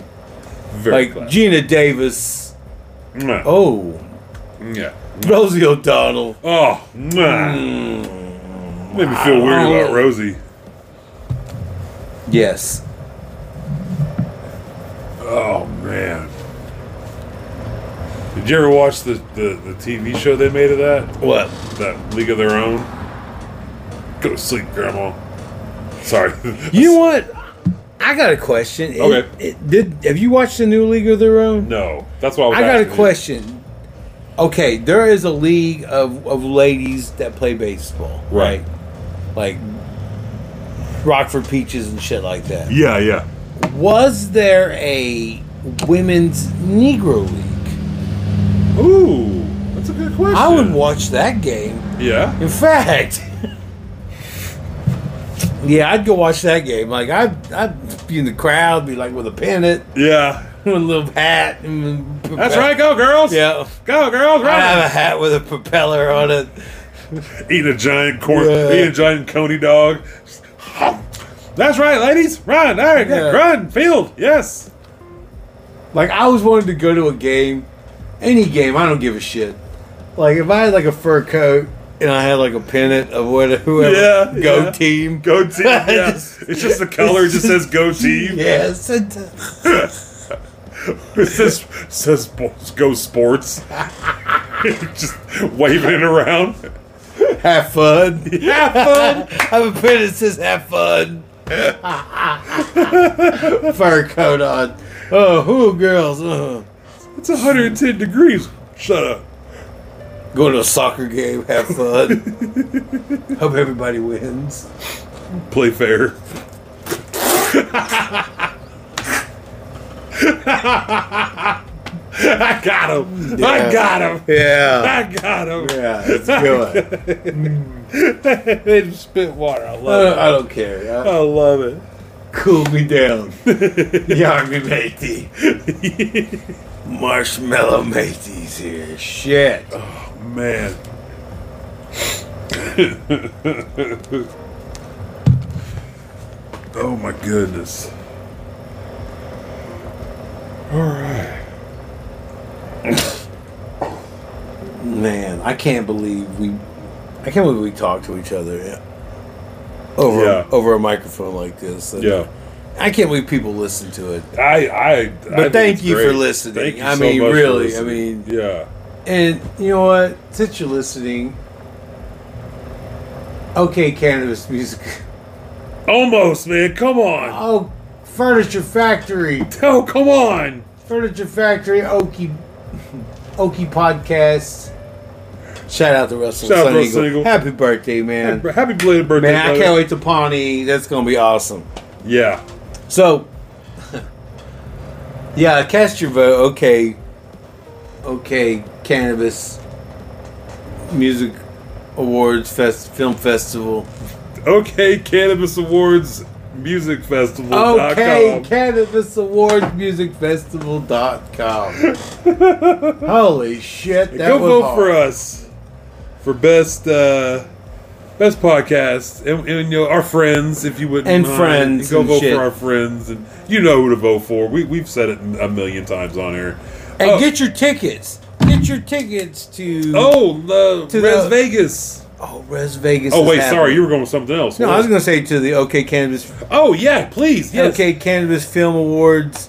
Speaker 2: Very
Speaker 1: Like
Speaker 2: classy.
Speaker 1: Gina Davis.
Speaker 2: Mwah.
Speaker 1: Oh,
Speaker 2: Yeah.
Speaker 1: Rosie O'Donnell.
Speaker 2: Oh, mwah. made me feel weird about Rosie.
Speaker 1: Yes.
Speaker 2: Oh, Man. Did you ever watch the, the, the TV show they made of that?
Speaker 1: What?
Speaker 2: That League of Their Own? Go to sleep, Grandma. Sorry. (laughs)
Speaker 1: You know what? I got a question. It-
Speaker 2: Okay.
Speaker 1: it- did have you watched the new League of Their Own?
Speaker 2: No. That's why I was
Speaker 1: I got a
Speaker 2: asking you.
Speaker 1: question. Okay, there is a league of, of ladies that play baseball,
Speaker 2: Right.
Speaker 1: right? Like Rockford Peaches and shit like that.
Speaker 4: Yeah, yeah.
Speaker 1: Was there a women's Negro league?
Speaker 2: Ooh. That's a good question.
Speaker 1: I would watch that game.
Speaker 2: Yeah?
Speaker 1: In fact, yeah, I'd go watch that game. Like I'd, I'd be in the crowd, be like with a pennant, (laughs)
Speaker 2: Yeah.
Speaker 1: with a little hat. And
Speaker 2: That's right. Go, girls.
Speaker 1: Yeah.
Speaker 2: Go, girls.
Speaker 1: I have
Speaker 2: Right.
Speaker 1: a hat with a propeller on it.
Speaker 2: Eat a giant corn.
Speaker 1: Yeah.
Speaker 2: Eat a giant coney dog. That's right, ladies. Run. All right.
Speaker 1: Yeah.
Speaker 2: Run. Field. Yes.
Speaker 1: Like I always wanted to go to a game, any game. I don't give a shit. Like if I had like a fur coat and I had like a pennant of what whoever
Speaker 2: Yeah,
Speaker 1: go
Speaker 2: yeah.
Speaker 1: team.
Speaker 2: Go
Speaker 1: (laughs)
Speaker 2: team. Yeah.
Speaker 1: Just-
Speaker 2: it's just the color. It just says
Speaker 1: (laughs)
Speaker 2: go team.
Speaker 1: Yes, it,
Speaker 2: It says says sports, go sports. (laughs) just waving it around.
Speaker 1: have fun.
Speaker 2: Have fun.
Speaker 1: I have a pennant that says have fun. (laughs) fur coat on. Oh, who girls? Uh.
Speaker 2: It's 110 degrees. Shut up.
Speaker 1: Go to a soccer game, have fun.
Speaker 2: (laughs)
Speaker 1: Hope everybody wins.
Speaker 2: Play fair. (laughs) I got him. I
Speaker 1: Yeah.
Speaker 2: got him.
Speaker 1: Yeah.
Speaker 2: I got him.
Speaker 1: Yeah,
Speaker 2: (laughs)
Speaker 1: it's good.
Speaker 2: they just spit water. I
Speaker 1: I don't,
Speaker 2: love
Speaker 1: Uh, I don't care.
Speaker 2: it. I love it.
Speaker 1: Cool me
Speaker 2: (laughs)
Speaker 1: down. Yar me matey. Marshmallow matey's here. Shit.
Speaker 2: Man. oh my goodness. All right.
Speaker 1: Man, I can't believe we I can't believe we talk to each other yeah, over
Speaker 2: Yeah.
Speaker 1: over a microphone like this. And
Speaker 2: Yeah.
Speaker 1: I can't believe people listen to it.
Speaker 2: I I
Speaker 1: But thank you for listening. I mean, really, I mean-
Speaker 2: yeah.
Speaker 1: And you know what? Since you're listening, okay, cannabis music. (laughs)
Speaker 2: Almost, man. Come on.
Speaker 1: Oh, Furniture Factory.
Speaker 2: Oh, come on.
Speaker 1: Furniture Factory, Okie, Okie Podcast. Shout out to Russell
Speaker 2: Shout out
Speaker 1: Sun
Speaker 2: Russell
Speaker 1: Eagle.
Speaker 2: Eagle.
Speaker 1: Happy birthday, man.
Speaker 2: Happy belated birthday.
Speaker 1: man, I
Speaker 2: brother.
Speaker 1: can't wait to Pawnee. That's going to be awesome.
Speaker 2: Yeah.
Speaker 1: So, (laughs) yeah, cast your vote. Okay. Okay, Cannabis Music Awards Fest, Film Festival.
Speaker 2: Okay, Cannabis Awards Music Festival.
Speaker 1: Okay, Cannabis Awards Music
Speaker 2: (laughs)
Speaker 1: Festival.com. Holy shit. That
Speaker 2: Go
Speaker 1: was
Speaker 2: vote
Speaker 1: hard.
Speaker 2: for uh, us for best uh, best podcast and, and you know, our friends if you would
Speaker 1: And friends
Speaker 2: Go
Speaker 1: and
Speaker 2: vote
Speaker 1: shit.
Speaker 2: for our friends and you know who to vote for. We we've said it a million times on here.
Speaker 1: And
Speaker 2: oh,
Speaker 1: get your tickets. Get your tickets to
Speaker 2: oh the
Speaker 1: to
Speaker 2: Res
Speaker 1: the-
Speaker 2: Vegas.
Speaker 1: oh Res Vegas.
Speaker 2: Oh
Speaker 1: is
Speaker 2: wait,
Speaker 1: happening.
Speaker 2: sorry, you were going with something else.
Speaker 1: No,
Speaker 2: What
Speaker 1: I was gonna say to the OK Cannabis
Speaker 2: oh yeah, please yes.
Speaker 1: OK Cannabis Film Awards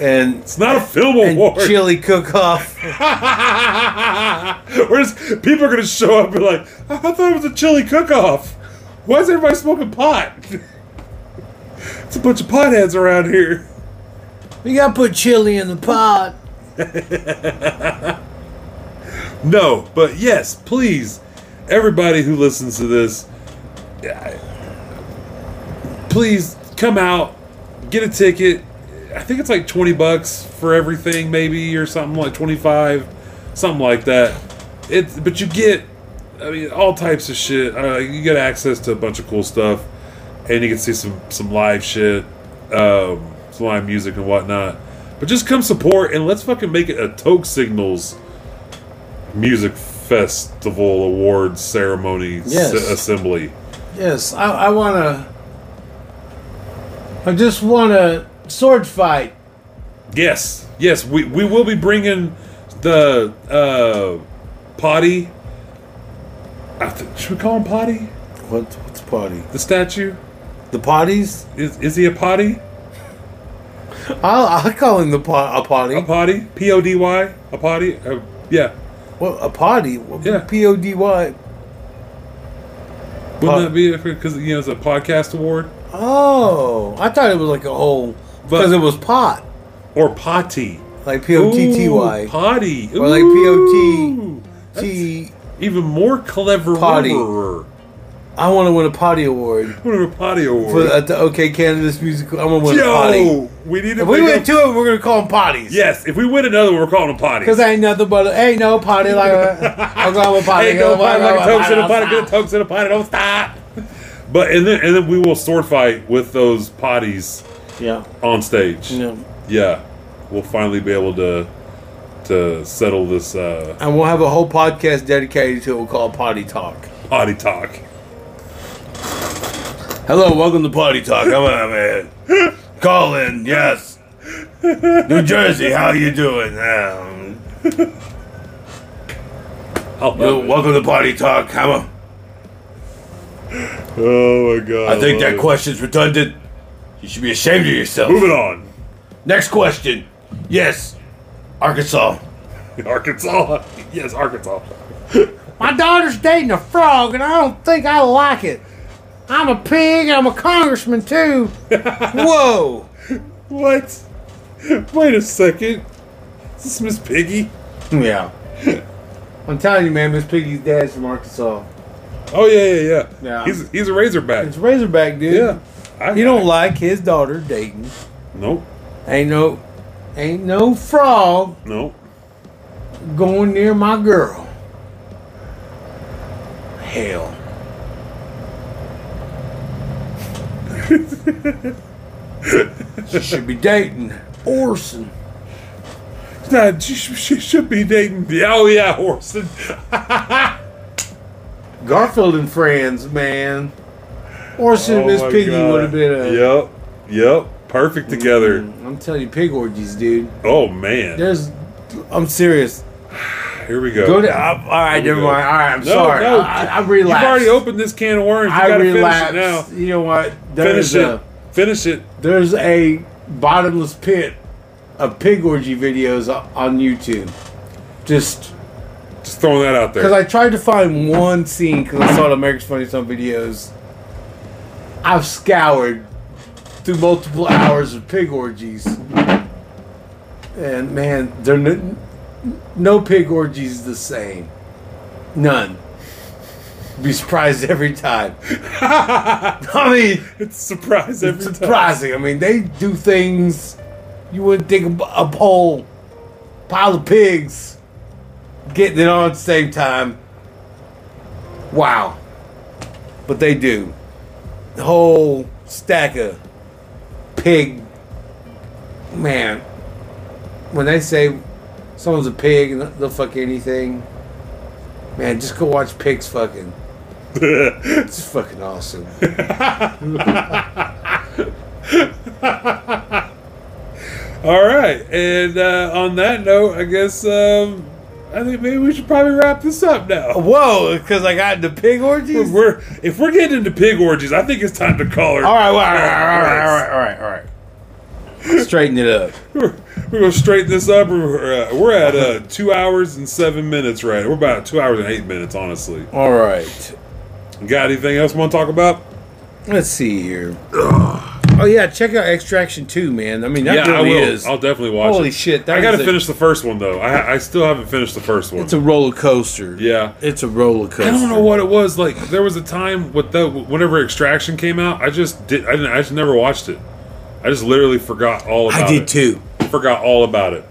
Speaker 1: and
Speaker 2: It's not a film
Speaker 1: and
Speaker 2: award.
Speaker 1: Chili Cook Off. (laughs)
Speaker 2: (laughs) We're just, people are gonna show up and be like, I I thought it was a chili cook-off. Why is everybody smoking pot? (laughs) it's a bunch of potheads around here.
Speaker 1: we gotta put chili in the pot.
Speaker 2: No, but yes, please, everybody who listens to this, I- please come out, get a ticket. I think it's like twenty bucks for everything, maybe or something like twenty five, something like that. It's but you get, I mean, all types of shit. Uh, you get access to a bunch of cool stuff, and you can see some some live shit, um, some live music and whatnot. But just come support and let's fucking make it a Toke Signals music festival awards ceremony
Speaker 1: Yes.
Speaker 2: s- assembly.
Speaker 1: Yes, I, I wanna. I just wanna sword fight.
Speaker 2: Yes, yes, we, we will be bringing the uh, potty. I th- should we call him potty?
Speaker 1: What, what's potty?
Speaker 2: The statue
Speaker 1: The potties?
Speaker 2: is is he a potty?
Speaker 1: I'll, I'll call him the po- a
Speaker 2: A
Speaker 1: potty.
Speaker 2: potty? P O D Y? A potty? Uh, yeah.
Speaker 1: Well, a potty. What-
Speaker 2: Yeah.
Speaker 1: P O D Y.
Speaker 2: Wouldn't
Speaker 1: Pot-
Speaker 2: that be because you know it's a podcast award
Speaker 1: Oh, I thought it was like a whole because
Speaker 2: But-
Speaker 1: it was pot,
Speaker 2: or potty?
Speaker 1: like P O T T
Speaker 2: Ooh,
Speaker 1: Y.
Speaker 2: Potty.
Speaker 1: Or like P.O.T..
Speaker 2: Ooh, that's
Speaker 1: T.
Speaker 2: Even more clever.
Speaker 1: Potty.
Speaker 2: word.
Speaker 1: I want to win a potty award
Speaker 2: What a potty award.
Speaker 1: for at the OK Cannabis Musical. I'm gonna win a potty.
Speaker 2: Yo, we need to.
Speaker 1: If we
Speaker 2: make
Speaker 1: win
Speaker 2: up-
Speaker 1: two of them, we're gonna call them potties.
Speaker 2: Yes, if we win another one, we're calling them potty.
Speaker 1: Cause ain't nothing but a, ain't no potty like a
Speaker 2: (laughs)
Speaker 1: Oklahoma potty.
Speaker 2: Ain't no potty like a tux in a potty. Get a
Speaker 1: Stop.
Speaker 2: tux in a potty. Don't stop. But and then and then we will sword fight with those potties
Speaker 1: Yeah,
Speaker 2: on stage.
Speaker 1: yeah.
Speaker 2: Yeah, we'll finally be able to to settle this uh,
Speaker 1: And we'll have a whole podcast dedicated to it. We'll call it potty talk.
Speaker 2: potty talk.
Speaker 1: Hello, welcome to Potty Talk. I'm a
Speaker 2: (laughs)
Speaker 1: man. Call in, yes. New Jersey, how you doing? Um,
Speaker 2: I love
Speaker 1: yo,
Speaker 2: it.
Speaker 1: welcome to Potty Talk. I'm a,
Speaker 2: Oh my god!
Speaker 1: I think
Speaker 2: love
Speaker 1: that
Speaker 2: it.
Speaker 1: question's redundant. You should be ashamed of yourself.
Speaker 2: Moving on,
Speaker 1: Next question. Yes, Arkansas.
Speaker 2: Arkansas. (laughs) Yes, Arkansas.
Speaker 1: My daughter's dating a frog, and I don't think I like it. I'm a pig, and I'm a congressman, too. Whoa.
Speaker 2: What? Wait a second. Is this Miss Piggy?
Speaker 1: Yeah. I'm telling you, man, Miss Piggy's dad's from Arkansas.
Speaker 2: Oh yeah, yeah, yeah.
Speaker 1: Yeah.
Speaker 2: He's he's a Razorback.
Speaker 1: It's Razorback, dude.
Speaker 2: Yeah. I,
Speaker 1: He don't like his daughter dating.
Speaker 2: Nope.
Speaker 1: Ain't no, ain't no frog
Speaker 2: Nope.
Speaker 1: going near my girl. Hell. she should be dating Orson.
Speaker 2: Nah, she, sh- she should be dating. the- Oh yeah, Orson.
Speaker 1: Garfield and friends, man.
Speaker 2: Oh
Speaker 1: Orson and Miss Piggy would have been a. Mm-hmm.
Speaker 2: Yep. Yep. Perfect together.
Speaker 1: I'm telling you, pig orgies, dude.
Speaker 2: Oh man.
Speaker 1: There's, I'm serious.
Speaker 2: Here we go.
Speaker 1: Go to. I, all right,
Speaker 2: Here
Speaker 1: never
Speaker 2: we go.
Speaker 1: mind. All right, I'm sorry. I, I, I relaxed.
Speaker 2: You've already opened this can of worms. You
Speaker 1: I
Speaker 2: gotta
Speaker 1: relapsed.
Speaker 2: finish it
Speaker 1: You know what?
Speaker 2: now. Finish
Speaker 1: There's
Speaker 2: it.
Speaker 1: a
Speaker 2: Finish it.
Speaker 1: there's a bottomless pit of pig orgy videos o- on YouTube. Just
Speaker 2: Just throwing that out
Speaker 1: because
Speaker 2: there.
Speaker 1: I tried to find one scene because I saw it on America's Funniest Home Videos. I've scoured through multiple hours of pig orgies, and man, there no, no pig orgies the same. None. Be surprised every time. (laughs) I mean.
Speaker 2: it's a surprise every
Speaker 1: It's
Speaker 2: time.
Speaker 1: surprising. I mean, they do things you wouldn't think a, a whole pile of pigs getting it on at the same time. Wow. But they do. The whole stack of pig. Man, when they say someone's a pig and they'll fuck anything, man, just go watch pigs fucking. it's fucking awesome.
Speaker 2: (laughs) All right, and uh, on that note, I guess um, I think maybe we should probably wrap this up
Speaker 1: Oh,
Speaker 2: now.
Speaker 1: (laughs) Whoa, because I got into pig orgies?
Speaker 2: If we're if we're getting into pig orgies, I think it's time to call her.
Speaker 1: All right, well, all right, all right, all right, all right, all right, all right. Straighten it up.
Speaker 2: We're, we're gonna straighten this up. We're, uh, we're at uh, two hours and seven minutes, right? We're about two hours and eight minutes, honestly.
Speaker 1: All right.
Speaker 2: Got anything else you want to talk about?
Speaker 1: Let's see here. Oh, yeah, check out Extraction 2, man. I mean, that really is.
Speaker 2: I'll definitely watch
Speaker 1: Holy
Speaker 2: it.
Speaker 1: shit. That
Speaker 2: I gotta
Speaker 1: is a-
Speaker 2: finish the first one though. I, I still haven't finished the first one.
Speaker 1: It's a roller coaster.
Speaker 2: yeah.
Speaker 1: It's a roller coaster.
Speaker 2: I don't know what it was like. There was a time with the whenever Extraction came out, I just did. I didn't. I just never watched it. I just literally forgot all about it.
Speaker 1: I did too.
Speaker 2: Forgot all about it.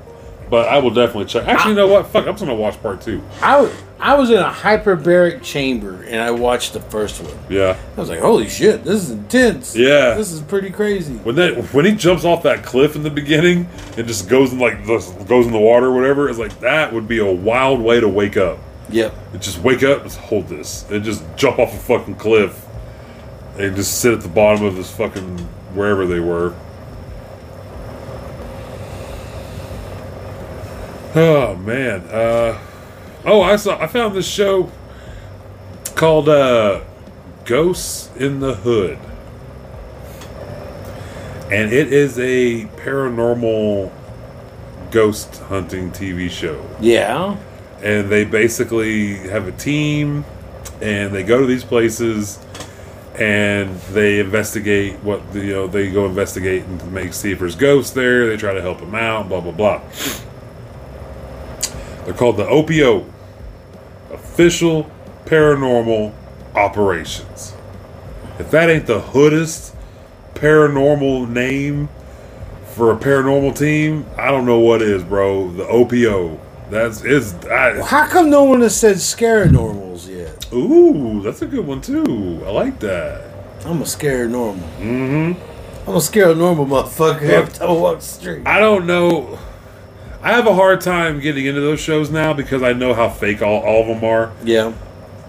Speaker 2: But I will definitely check. Actually, you know what? Fuck, I'm just gonna watch part two.
Speaker 1: I, w- I was in a hyperbaric chamber and I watched the first one.
Speaker 2: Yeah.
Speaker 1: I was like, holy shit, this is intense.
Speaker 2: Yeah.
Speaker 1: This is pretty crazy.
Speaker 2: When that when he jumps off that cliff in the beginning and just goes in like this, goes in the water or whatever, it's like that would be a wild way to wake up.
Speaker 1: Yep.
Speaker 2: And just wake up, just hold this, and just jump off a fucking cliff, and just sit at the bottom of this fucking wherever they were. Oh man. Uh, oh, I saw. I found this show called uh, "Ghosts in the Hood," and it is a paranormal ghost hunting TV show.
Speaker 1: Yeah.
Speaker 2: And they basically have a team and they go to these places and they investigate what the, you know they go investigate and make see if there's ghosts there. They try to help them out, blah blah blah. They're called the OPO, Official Paranormal Operations. If that ain't the hoodest paranormal name for a paranormal team, I don't know what is, bro. The OPO. That's is. I,
Speaker 1: How come no one has said Scaranormals yet?
Speaker 2: ooh, that's a good one too. I like that.
Speaker 1: I'm a Scaranormal. Mm-hmm. I'm a Scaranormal motherfucker every time I walk the street.
Speaker 2: I don't know. I have a hard time getting into those shows now because I know how fake all, all of them are.
Speaker 1: yeah.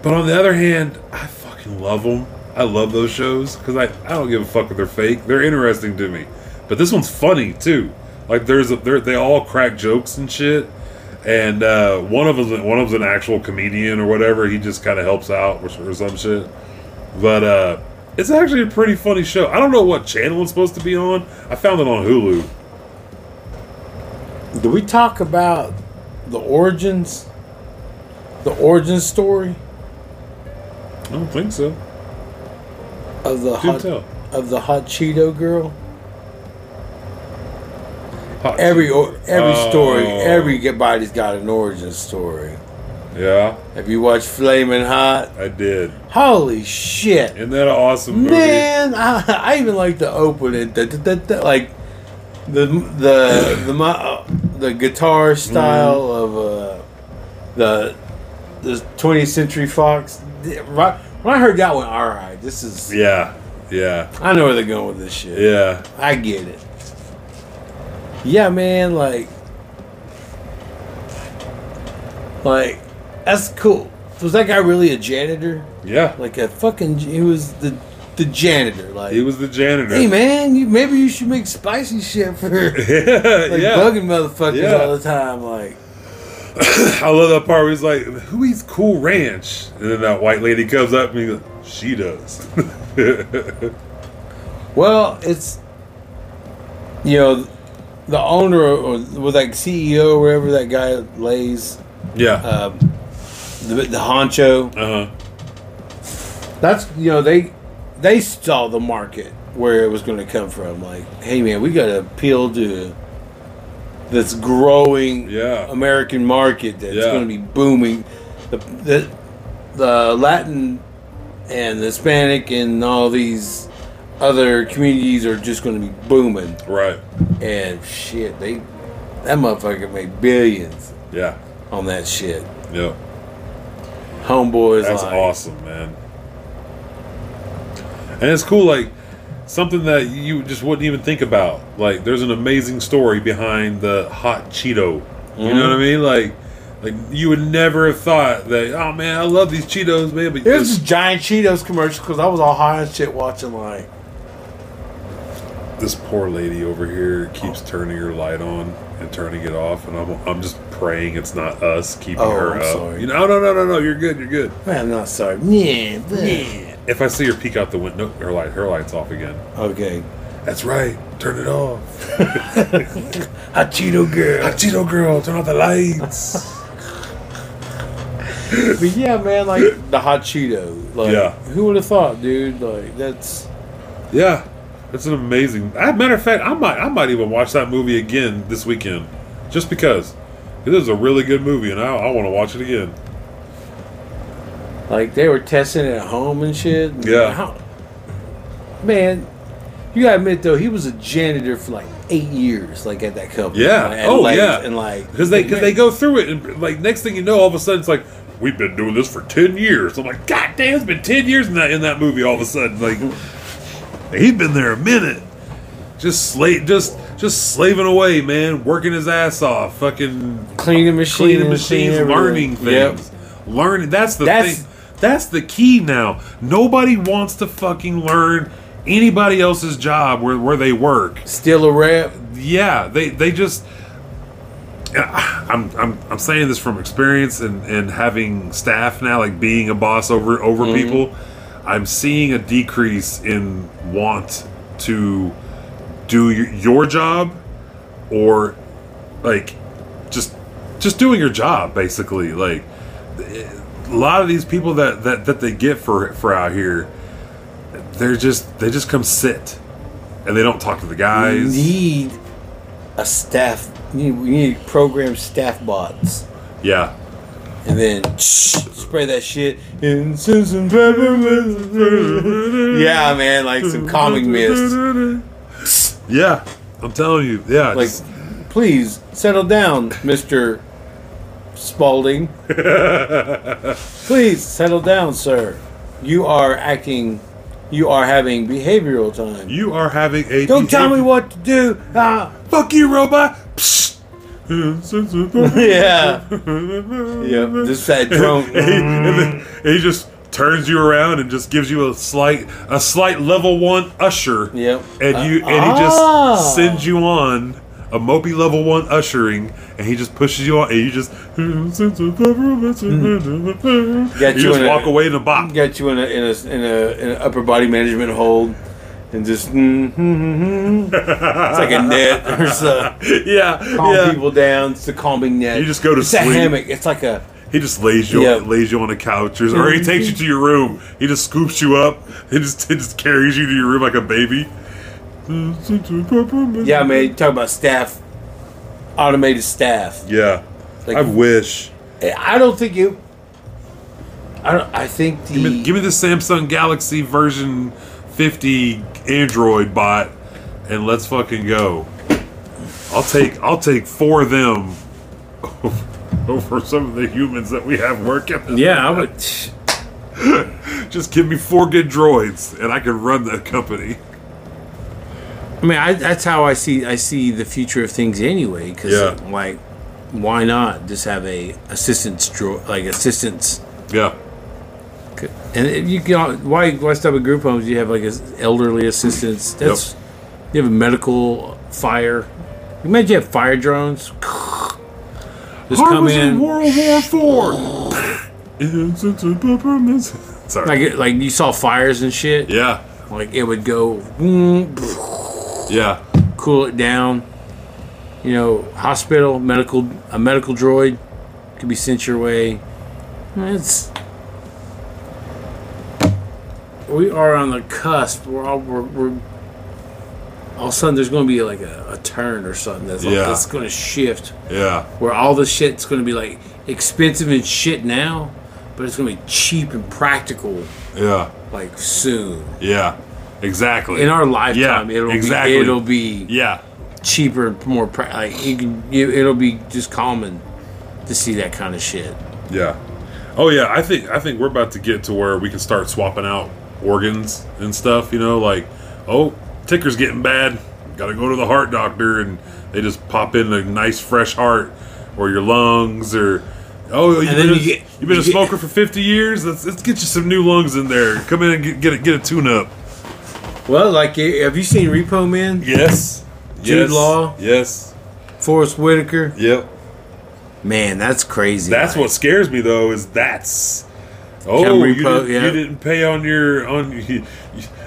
Speaker 2: But on the other hand, I fucking love them. I love those shows because I, I don't give a fuck if they're fake. They're interesting to me. But this one's funny too. Like there's a, they're- they all crack jokes and shit. And uh, one of them one of them's an actual comedian or whatever. He just kind of helps out or, or some shit. But uh, it's actually a pretty funny show. I don't know what channel it's supposed to be on. I found it on Hulu.
Speaker 1: Do we talk about the origins? The origin story
Speaker 2: I don't think so.
Speaker 1: of the hot,
Speaker 2: Couldn't tell.
Speaker 1: of the hot Cheeto girl?
Speaker 2: Hot
Speaker 1: Every or, every story,
Speaker 2: Oh.
Speaker 1: everybody's got an origin story.
Speaker 2: Yeah,
Speaker 1: Have you watched Flaming Hot?
Speaker 2: I did.
Speaker 1: Holy shit!
Speaker 2: Isn't that an awesome movie?
Speaker 1: Man, I, I even like the opening, da, da, da, da, like the the the my, uh, the guitar
Speaker 2: Mm-hmm.
Speaker 1: style of uh, the the 20th Century Fox. Th- right- When I heard that one, all right, this is
Speaker 2: Yeah, yeah,
Speaker 1: I know where they're going with this shit.
Speaker 2: yeah.
Speaker 1: I get it. Yeah, man, like like that's cool. Was that guy really a janitor?
Speaker 2: Yeah,
Speaker 1: Like a fucking, he was the the janitor. Like
Speaker 2: he was the janitor.
Speaker 1: Hey man, you maybe you should make spicy shit for like
Speaker 2: (laughs) yeah, yeah.
Speaker 1: bugging motherfuckers
Speaker 2: Yeah.
Speaker 1: all the time. Like
Speaker 2: I love that part where he's like, "Who eats Cool Ranch?" And then that white lady comes up and he's like, "She does." (laughs)
Speaker 1: well, it's you know the owner or was like CEO or whatever that guy lays
Speaker 2: yeah.
Speaker 1: um, the the honcho.
Speaker 2: Uh huh.
Speaker 1: That's you know they they saw the market where it was going to come from. Like hey man, we got to appeal to this growing
Speaker 2: Yeah.
Speaker 1: American market that's
Speaker 2: Yeah.
Speaker 1: going to be booming. The, the the Latin and the Hispanic and all these other communities are just going to be booming.
Speaker 2: Right.
Speaker 1: And shit, they that motherfucker made billions
Speaker 2: Yeah.
Speaker 1: on that shit.
Speaker 2: Yep.
Speaker 1: Homeboys,
Speaker 2: That's
Speaker 1: like,
Speaker 2: awesome, man. And it's cool, like something that you just wouldn't even think about. Like, there's an amazing story behind the hot Cheeto. You know what I
Speaker 1: Mm-hmm.
Speaker 2: mean? Like, like you would never have thought that. Oh man, I love these Cheetos, man. But
Speaker 1: It was this giant Cheetos commercial because I was all high and shit watching like
Speaker 2: this poor lady over here keeps turning her light on and turning it off, and I'm, I'm just praying it's not us keeping
Speaker 1: Oh,
Speaker 2: her
Speaker 1: I'm
Speaker 2: up.
Speaker 1: sorry.
Speaker 2: You know, no, no, no, no, you're good, you're good.
Speaker 1: man, I'm not sorry. Yeah, but-
Speaker 2: If I see her peek out the window, her light, her light's off again.
Speaker 1: Okay. (laughs)
Speaker 2: That's right, turn it off.
Speaker 1: Hot Cheeto girl.
Speaker 2: Hot Cheeto girl, turn off the lights.
Speaker 1: but yeah, man, like the hot Cheeto. Like
Speaker 2: Yeah.
Speaker 1: who would have thought, dude? Like that's
Speaker 2: (laughs) yeah, that's an amazing. As a matter of fact, I might, I might even watch that movie again this weekend, just because. It is a really good movie, and I, I want to watch it again.
Speaker 1: like they were testing it at home and shit.
Speaker 2: Yeah.
Speaker 1: How- man, you gotta admit though, he was a janitor for like eight years, like at that company.
Speaker 2: Yeah.
Speaker 1: Like, at
Speaker 2: oh
Speaker 1: Lay's,
Speaker 2: yeah.
Speaker 1: And like
Speaker 2: because they cause they go through it and like next thing you know, all of a sudden it's like we've been doing this for ten years. I'm like, God damn, it's been ten years in that in that movie. All of a sudden, like he's been there a minute, just slate just just slaving away, man, working his ass off, fucking
Speaker 1: cleaning machines,
Speaker 2: cleaning machines,
Speaker 1: cleaning
Speaker 2: learning
Speaker 1: everything. Yep.
Speaker 2: things, learning. That's the
Speaker 1: That's-
Speaker 2: thing. That's the key now. Nobody wants to fucking learn anybody else's job where, where they work
Speaker 1: Still a rep.
Speaker 2: yeah, they they just. and I- I'm, I'm I'm saying this from experience and, and having staff now, like being a boss over over people. I'm seeing a decrease in want to do y- your job or like just just doing your job basically like a lot of these people that that, that they get for for out here they're just they just come sit and they don't talk to the
Speaker 1: You
Speaker 2: guys
Speaker 1: need a staff. You need, we need program staff bots,
Speaker 2: yeah
Speaker 1: and then spray that shit and send some pepper. yeah, man, like some calming mist.
Speaker 2: yeah i'm telling you yeah
Speaker 1: Like,
Speaker 2: just-
Speaker 1: please settle down, Mister (laughs) Spalding. please settle down, sir. You are acting. You are having behavioral time.
Speaker 2: you are having a
Speaker 1: Don't tell me
Speaker 2: behavior-
Speaker 1: what to do. Ah,
Speaker 2: fuck you robot
Speaker 1: (laughs) yeah. Yeah, just that (laughs) drone.
Speaker 2: he, and then
Speaker 1: Mm-hmm.
Speaker 2: he just turns you around and just gives you a slight a slight level one usher.
Speaker 1: Yep.
Speaker 2: And you and
Speaker 1: Ah.
Speaker 2: he just sends you on a mopey level one ushering, and he just pushes you on, and you just
Speaker 1: Mm. Got
Speaker 2: you
Speaker 1: you
Speaker 2: just
Speaker 1: in a-
Speaker 2: walk away in a bop.
Speaker 1: Got you in a in a in a in an upper body management hold, and just mm, mm, mm, mm. it's like a net. (laughs) There's a
Speaker 2: (laughs) Yeah,
Speaker 1: calm
Speaker 2: yeah.
Speaker 1: people down. It's a calming net.
Speaker 2: You just go to
Speaker 1: it's
Speaker 2: sleep.
Speaker 1: a hammock. It's like a
Speaker 2: He just lays you
Speaker 1: Yeah.
Speaker 2: lays you on a couch, or, or he
Speaker 1: Mm-hmm.
Speaker 2: takes you to your room. He just scoops you up. He just he just carries you to your room like a baby.
Speaker 1: yeah, man. You talk about staff, automated staff.
Speaker 2: Yeah.
Speaker 1: Like-
Speaker 2: I wish.
Speaker 1: I don't think you. I don't. I think the
Speaker 2: Give me, give me the Samsung Galaxy version 50 Android bot and let's fucking go. I'll take I'll take four of them (laughs) over some of the humans that we have working.
Speaker 1: yeah. I would.
Speaker 2: Just give me four good droids and I can run the company.
Speaker 1: I mean, I, that's how I see I see the future of things anyway. Because
Speaker 2: Yeah.
Speaker 1: like, why not just have a assistance draw like assistance?
Speaker 2: Yeah.
Speaker 1: And if you can why why stop at group homes? You have like a s- elderly assistance. That's you have a medical fire. Imagine you have fire drones. Just
Speaker 2: Hard
Speaker 1: come
Speaker 2: was
Speaker 1: in.
Speaker 2: World War Four. Innocence and peppermints. Sorry.
Speaker 1: Like it- like you saw fires and shit.
Speaker 2: yeah.
Speaker 1: Like it would go. mm,
Speaker 2: Yeah.
Speaker 1: cool it down. You know, hospital, medical, a medical droid could be sent your way. It's we are on the cusp. We're all we're, we're all of a sudden there's going to be like a, a turn or something that's like,
Speaker 2: Yeah.
Speaker 1: that's going to shift
Speaker 2: Yeah.
Speaker 1: where all the shit's going to be like expensive and shit now, but it's going to be cheap and practical
Speaker 2: Yeah.
Speaker 1: like soon.
Speaker 2: Yeah. Exactly.
Speaker 1: In our lifetime, it'll
Speaker 2: exactly.
Speaker 1: be it'll be
Speaker 2: yeah.
Speaker 1: cheaper and more pra- like you can you, it'll be just common to see that kind of shit
Speaker 2: Yeah. Oh yeah, I think I think we're about to get to where we can start swapping out organs and stuff, you know, like oh, ticker's getting bad. Got to go to the heart doctor and they just pop in a nice fresh heart or your lungs or oh, you've
Speaker 1: then
Speaker 2: been,
Speaker 1: you get-
Speaker 2: you've been
Speaker 1: you
Speaker 2: a
Speaker 1: get-
Speaker 2: smoker for 50 years. Let's let's get you some new lungs in there. Come in and get get a, get a tune up.
Speaker 1: well like eh, have you seen repo man
Speaker 2: Yes.
Speaker 1: Jude Law?
Speaker 2: Yes.
Speaker 1: forrest whitaker
Speaker 2: Yep.
Speaker 1: man that's crazy
Speaker 2: That's
Speaker 1: like.
Speaker 2: what scares me though. Is that's oh
Speaker 1: Can
Speaker 2: you,
Speaker 1: we po-
Speaker 2: didn't,
Speaker 1: yeah.
Speaker 2: you didn't pay on your on (laughs) you-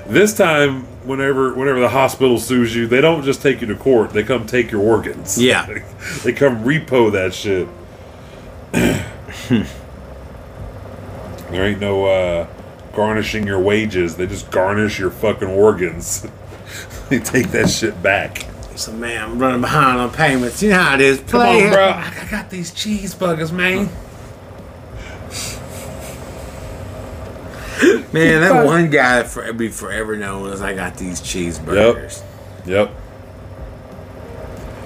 Speaker 2: this time. Whenever whenever the hospital sues you, they don't just take you to court. They come take your organs. (laughs)
Speaker 1: Yeah.
Speaker 2: they come repo
Speaker 1: (coughs)
Speaker 2: that shit. there ain't no uh, garnishing your wages. They just garnish your fucking organs. (laughs) they take that shit back.
Speaker 1: so man i'm running behind on payments you know how it is
Speaker 2: Come
Speaker 1: play
Speaker 2: on, bro. I got these cheeseburgers, man.
Speaker 1: (laughs) man that one guy for be forever known as i got these cheeseburgers
Speaker 2: Yep.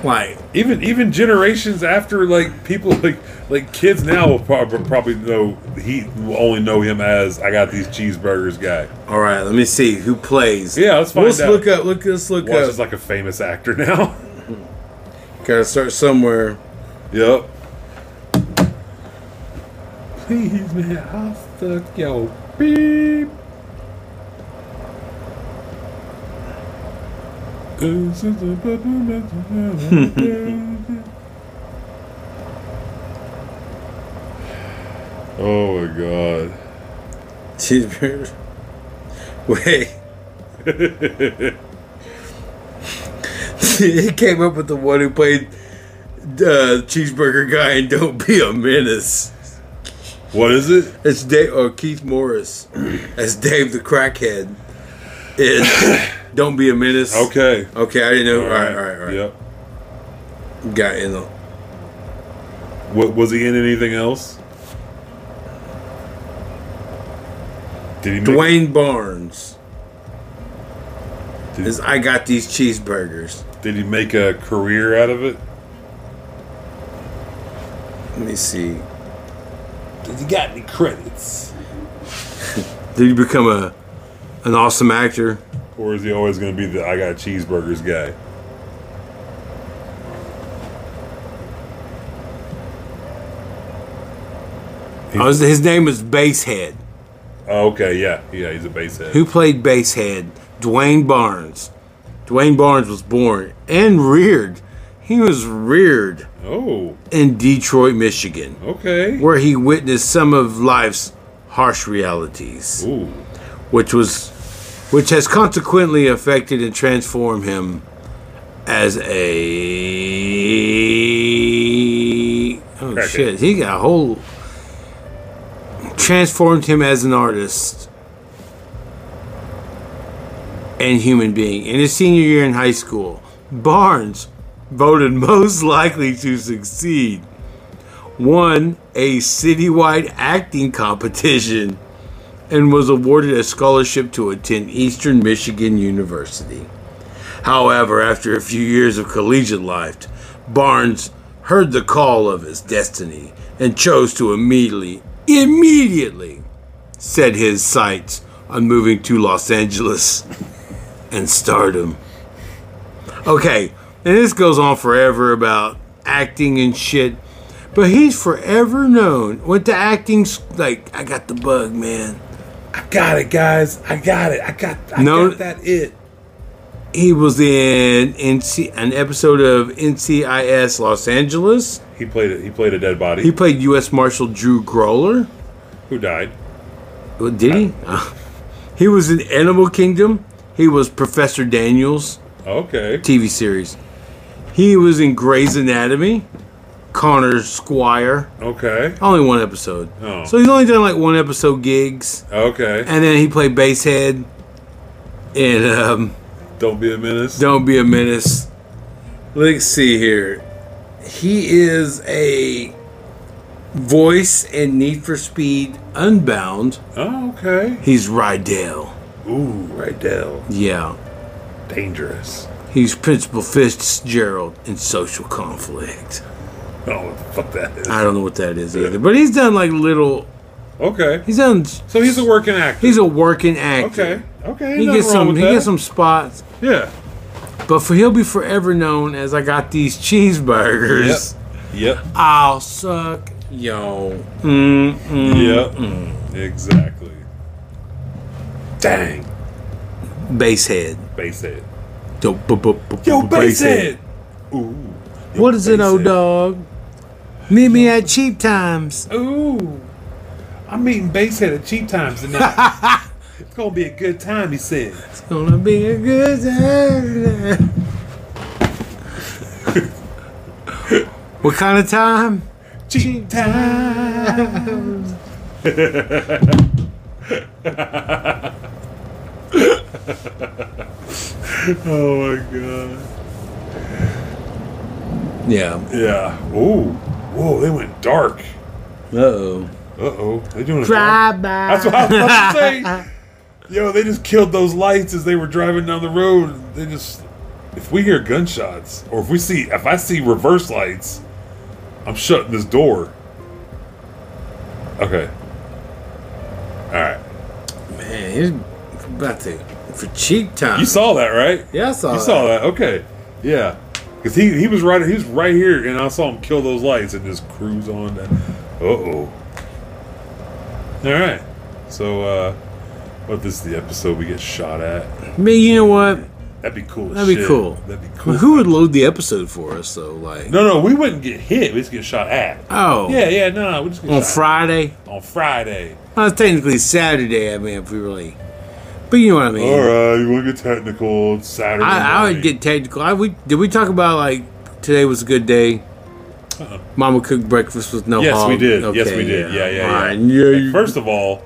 Speaker 1: like
Speaker 2: even even generations after like people (laughs) like like kids now will probably probably know he will only know him as I got these cheeseburgers guy.
Speaker 1: all right let me see who plays
Speaker 2: Yeah, let's find
Speaker 1: let's
Speaker 2: out.
Speaker 1: look up look let's look
Speaker 2: Watch
Speaker 1: up
Speaker 2: is like a famous actor (laughs) now.
Speaker 1: gotta start somewhere
Speaker 2: yep. Please, man, I'll suck your (laughs) beep. oh my god. (laughs)
Speaker 1: cheeseburgers wait (laughs) he came up with the one who played uh, cheeseburger guy and don't be a menace.
Speaker 2: What is it?
Speaker 1: It's Dave or Keith Morris as Dave the crackhead. It don't be a menace.
Speaker 2: Okay.
Speaker 1: Okay, I didn't know. All right, all right, all right.
Speaker 2: Yep.
Speaker 1: Got in the
Speaker 2: What was he in anything else? Did he make,
Speaker 1: Dwayne Barnes.
Speaker 2: Dude.
Speaker 1: Is I got these cheeseburgers.
Speaker 2: Did he make a career out of it?
Speaker 1: Let me see.
Speaker 2: Did he got any credits?
Speaker 1: (laughs) Did you become a an awesome actor?
Speaker 2: Or is he always going to be the I got cheeseburgers guy?
Speaker 1: Oh, his, his name is Basehead.
Speaker 2: Oh, okay, yeah, yeah, he's a basehead.
Speaker 1: Who played Basehead? Dwayne Barnes. Dwayne Barnes was born and reared. He was reared
Speaker 2: Oh,
Speaker 1: in Detroit, Michigan,
Speaker 2: okay.
Speaker 1: where he witnessed some of life's harsh realities.
Speaker 2: Ooh,
Speaker 1: which was which has consequently affected and transformed him as a oh
Speaker 2: Crackhead.
Speaker 1: shit he got a whole transformed him as an artist and human being in his senior year in high school barnes voted (laughs) most likely to succeed won a citywide acting competition and was awarded a scholarship to attend Eastern Michigan University. However, after a few years of collegiate life, Barnes heard the call of his destiny and chose to immediately, immediately set his sights on moving to Los Angeles (laughs) and stardom. Okay, and this goes on forever about acting and shit, but he's forever known. Went to acting, s- like, I got the bug, man.
Speaker 2: I got it, guys. I got it. I got. I
Speaker 1: No-
Speaker 2: got that. It.
Speaker 1: He was in NC, an episode of NCIS Los Angeles.
Speaker 2: He played it. He played a dead body
Speaker 1: He played U.S. Marshal Drew Growler.
Speaker 2: who died.
Speaker 1: Well, did he? Uh, (laughs) he was in Animal Kingdom. He was Professor Daniels
Speaker 2: Okay.
Speaker 1: TV series. He was in Grey's Anatomy. Connor Squire.
Speaker 2: Okay.
Speaker 1: Only one episode.
Speaker 2: Oh.
Speaker 1: So he's only done like one episode gigs.
Speaker 2: Okay.
Speaker 1: And then he played Basehead in um,
Speaker 2: Don't be a menace.
Speaker 1: Don't be a menace. Let's see here. He is a voice in Need for Speed Unbound.
Speaker 2: Oh, okay.
Speaker 1: He's Rydell.
Speaker 2: Ooh, Rydell.
Speaker 1: Yeah.
Speaker 2: Dangerous. (laughs)
Speaker 1: He's Principal Fitzgerald in Social Conflict.
Speaker 2: Oh, what the fuck that is.
Speaker 1: I don't know what that is either, but he's done like little.
Speaker 2: Okay.
Speaker 1: He's done.
Speaker 2: So he's a working actor.
Speaker 1: He's a working actor.
Speaker 2: okay. Okay.
Speaker 1: He
Speaker 2: nothing
Speaker 1: gets
Speaker 2: wrong
Speaker 1: some.
Speaker 2: with
Speaker 1: He
Speaker 2: that.
Speaker 1: gets some spots,
Speaker 2: Yeah.
Speaker 1: but for he'll be forever known as I got these
Speaker 2: Yep.
Speaker 1: cheeseburgers.
Speaker 2: Yep.
Speaker 1: I'll suck yo.
Speaker 2: Yep. Exactly. Dang.
Speaker 1: Basehead.
Speaker 2: Basehead.
Speaker 1: Yo, bu- bu- bu-
Speaker 2: Yo,
Speaker 1: bu-
Speaker 2: basehead. Ooh. Yo,
Speaker 1: What is it, old
Speaker 2: basehead.
Speaker 1: dog? Meet me at cheap times.
Speaker 2: Ooh. I'm meeting Basehead at cheap times tonight. it's gonna be a good time, he said.
Speaker 1: It's gonna be a good time. what kind of time?
Speaker 2: Cheap times. oh my god.
Speaker 1: Yeah.
Speaker 2: Yeah. Ooh. Whoa, they went dark.
Speaker 1: Uh oh.
Speaker 2: Uh oh. They doing a dark-
Speaker 1: Drive by.
Speaker 2: (laughs) That's what I was
Speaker 1: (laughs)
Speaker 2: about to say. Yo, they just killed those lights as they were driving down the road. They just if we hear gunshots or if we see if I see reverse lights, I'm shutting this door. Okay. All right.
Speaker 1: Man, he's about to for cheap time.
Speaker 2: You saw that, right?
Speaker 1: Yeah, I saw.
Speaker 2: You
Speaker 1: that.
Speaker 2: saw that. Okay. Yeah. Cuz he he was right he was right here and I saw him kill those lights and just cruise on down. Uh-oh. All right. So uh what this is the episode we get shot at.
Speaker 1: Man, you know what?
Speaker 2: That'd be cool. as
Speaker 1: That'd be
Speaker 2: shit.
Speaker 1: cool.
Speaker 2: That'd be cool.
Speaker 1: Well, who would load the episode for us though? Like,
Speaker 2: No, no, we wouldn't get hit. We just get shot at.
Speaker 1: oh,
Speaker 2: Yeah, yeah, no, no, we just get
Speaker 1: on
Speaker 2: shot
Speaker 1: Friday.
Speaker 2: at. on Friday.
Speaker 1: Well, it's technically Saturday. I mean, if we really, But you know what I mean.
Speaker 2: All right, you want to get technical? It's Saturday.
Speaker 1: I, I would
Speaker 2: night.
Speaker 1: get technical. I would. Did we talk about like today was a good day? Mama cooked breakfast with no.
Speaker 2: Uh-uh. Yes,
Speaker 1: hog?
Speaker 2: we did. Yes, we did. Yeah, yeah, yeah.
Speaker 1: Fine. Um, Yeah,
Speaker 2: Like,
Speaker 1: you-
Speaker 2: First of all,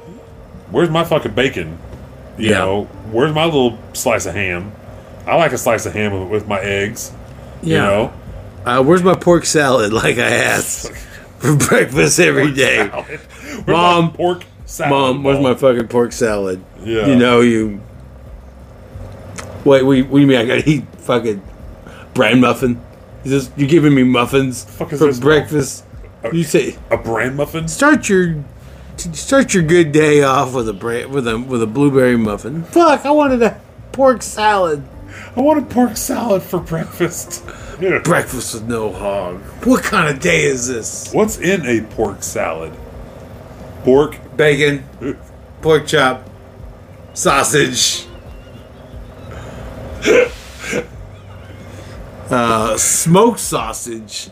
Speaker 2: where's my fucking bacon? You
Speaker 1: Yeah.
Speaker 2: know, where's my little slice of ham? I like a slice of ham with my eggs.
Speaker 1: yeah.
Speaker 2: You know, (laughs)
Speaker 1: Uh, where's my pork salad? (laughs) Like I asked for breakfast every day.
Speaker 2: Where's
Speaker 1: Mom.
Speaker 2: my pork salad.
Speaker 1: Mom, where's my
Speaker 2: ball?
Speaker 1: fucking pork salad?
Speaker 2: Oh, Yeah.
Speaker 1: You know you. Wait, we we mean I gotta eat fucking bran muffin? Is this, you giving me muffins
Speaker 2: fuck is
Speaker 1: for
Speaker 2: this? Oh.
Speaker 1: breakfast? You say
Speaker 2: a bran muffin?
Speaker 1: start your start your good day off with a bran, with a with a blueberry muffin. Fuck, I wanted a pork salad.
Speaker 2: I want a pork salad for breakfast. (laughs) Yeah.
Speaker 1: Breakfast with no hog. What kind of day is this?
Speaker 2: What's in a pork salad? Pork.
Speaker 1: Bacon, pork chop, sausage. (laughs) Uh, smoked sausage.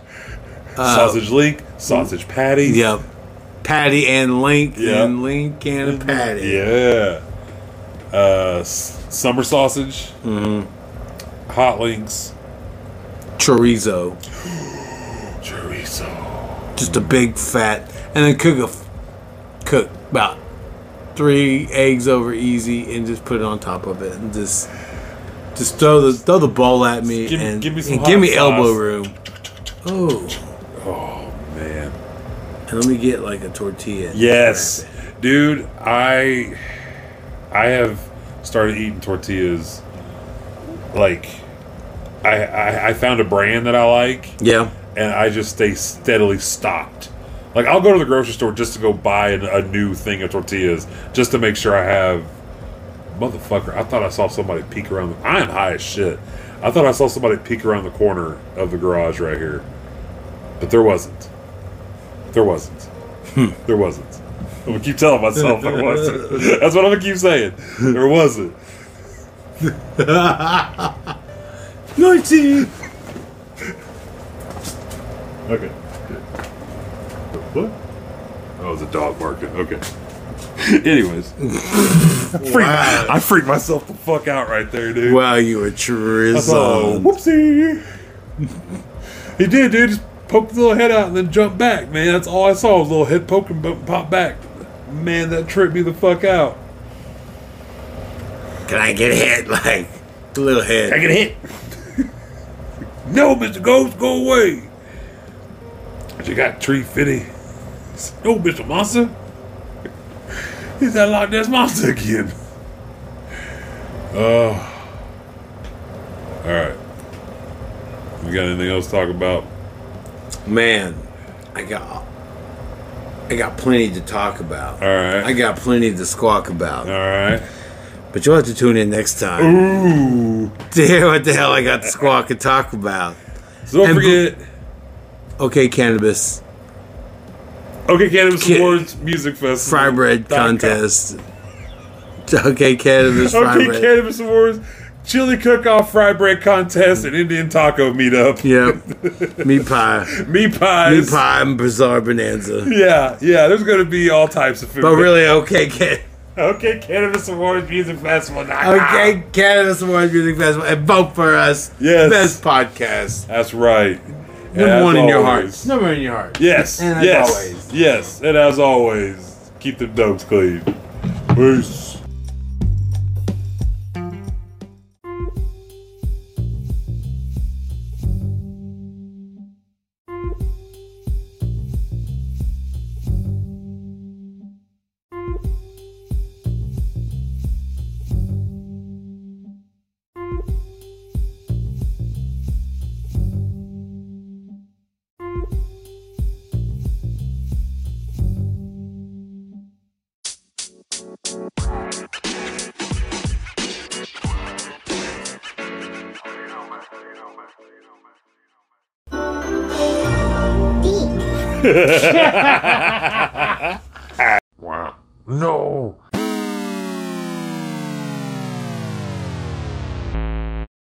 Speaker 1: Uh,
Speaker 2: sausage link, sausage patty.
Speaker 1: Yep. Patty and Link
Speaker 2: Yep. Mm-hmm.
Speaker 1: and Link and Patty.
Speaker 2: Yeah. Uh, s- summer sausage. Mm-hmm. Hot links.
Speaker 1: Chorizo.
Speaker 2: Chorizo.
Speaker 1: just a big fat, and then cook a f- cook about three eggs over easy, and just put it on top of it, and just just throw the throw the ball at me,
Speaker 2: Give me-
Speaker 1: and
Speaker 2: give me some
Speaker 1: and
Speaker 2: hot
Speaker 1: give me
Speaker 2: sauce.
Speaker 1: elbow room. Oh,
Speaker 2: Man.
Speaker 1: and let me get like a tortilla.
Speaker 2: Yes, dude. I I have started eating tortillas. Like, I, I I found a brand that I like,
Speaker 1: Yeah.
Speaker 2: and I just stay steadily stocked. Like, I'll go to the grocery store just to go buy an, a new thing of tortillas, just to make sure I have. Motherfucker, I thought I saw somebody peek around. The, I am high as shit. I thought I saw somebody peek around the corner of the garage right here, but there wasn't. There wasn't. There wasn't. I'm gonna keep telling myself there wasn't. That's what I'm gonna keep saying. There wasn't.
Speaker 1: Nineteen.
Speaker 2: Okay. What? Oh, it was a dog barking. Okay. (laughs) Anyways, Freak- I freaked myself the fuck out right there, dude.
Speaker 1: Wow, you were
Speaker 2: So,
Speaker 1: chorizo.
Speaker 2: whoopsie. he did, dude. Just poked his little head out and then jumped back, man. That's all I saw was a little head poking, but pop back. Man, that tripped me the fuck out.
Speaker 1: Can I get hit (laughs) like a little head?
Speaker 2: get hit. (laughs) no, Mr. Ghost, go away. But you got tree fitty. No, Mr. Monster. (laughs) He's that Loch Ness Monster again. Oh. all right. We got anything else to talk about?
Speaker 1: Man, I got I got plenty to talk about.
Speaker 2: All right.
Speaker 1: I got plenty to squawk about.
Speaker 2: all right.
Speaker 1: But you'll have to tune in next time
Speaker 2: Ooh.
Speaker 1: to hear what the hell I got to squawk and talk about.
Speaker 2: So don't
Speaker 1: And bu-
Speaker 2: forget.
Speaker 1: Okay, cannabis,
Speaker 2: Okay, Cannabis
Speaker 1: Ki-
Speaker 2: Awards Music Festival.
Speaker 1: fry bread
Speaker 2: dot com.
Speaker 1: contest. (laughs) Okay, cannabis, fry
Speaker 2: Okay,
Speaker 1: bread.
Speaker 2: Cannabis Awards, Chili Cook Off, Fry Bread Contest, and Indian Taco Meetup. (laughs)
Speaker 1: Yep. Meat pie.
Speaker 2: Meat pies.
Speaker 1: Meat pie and bizarre bonanza.
Speaker 2: Yeah, yeah, there's going to be all types of food.
Speaker 1: But really, okay, can-
Speaker 2: Okay, Cannabis Awards Music Festival.
Speaker 1: okay, cannabis awards music festival, and vote for us.
Speaker 2: Yes.
Speaker 1: Best podcast.
Speaker 2: That's right.
Speaker 1: Number one in your heart.
Speaker 2: hearts.
Speaker 1: Number one in your heart.
Speaker 2: Yes,
Speaker 1: And as
Speaker 2: yes,
Speaker 1: always.
Speaker 2: yes. And as always, keep the dogs clean. Peace.
Speaker 4: Wow. No.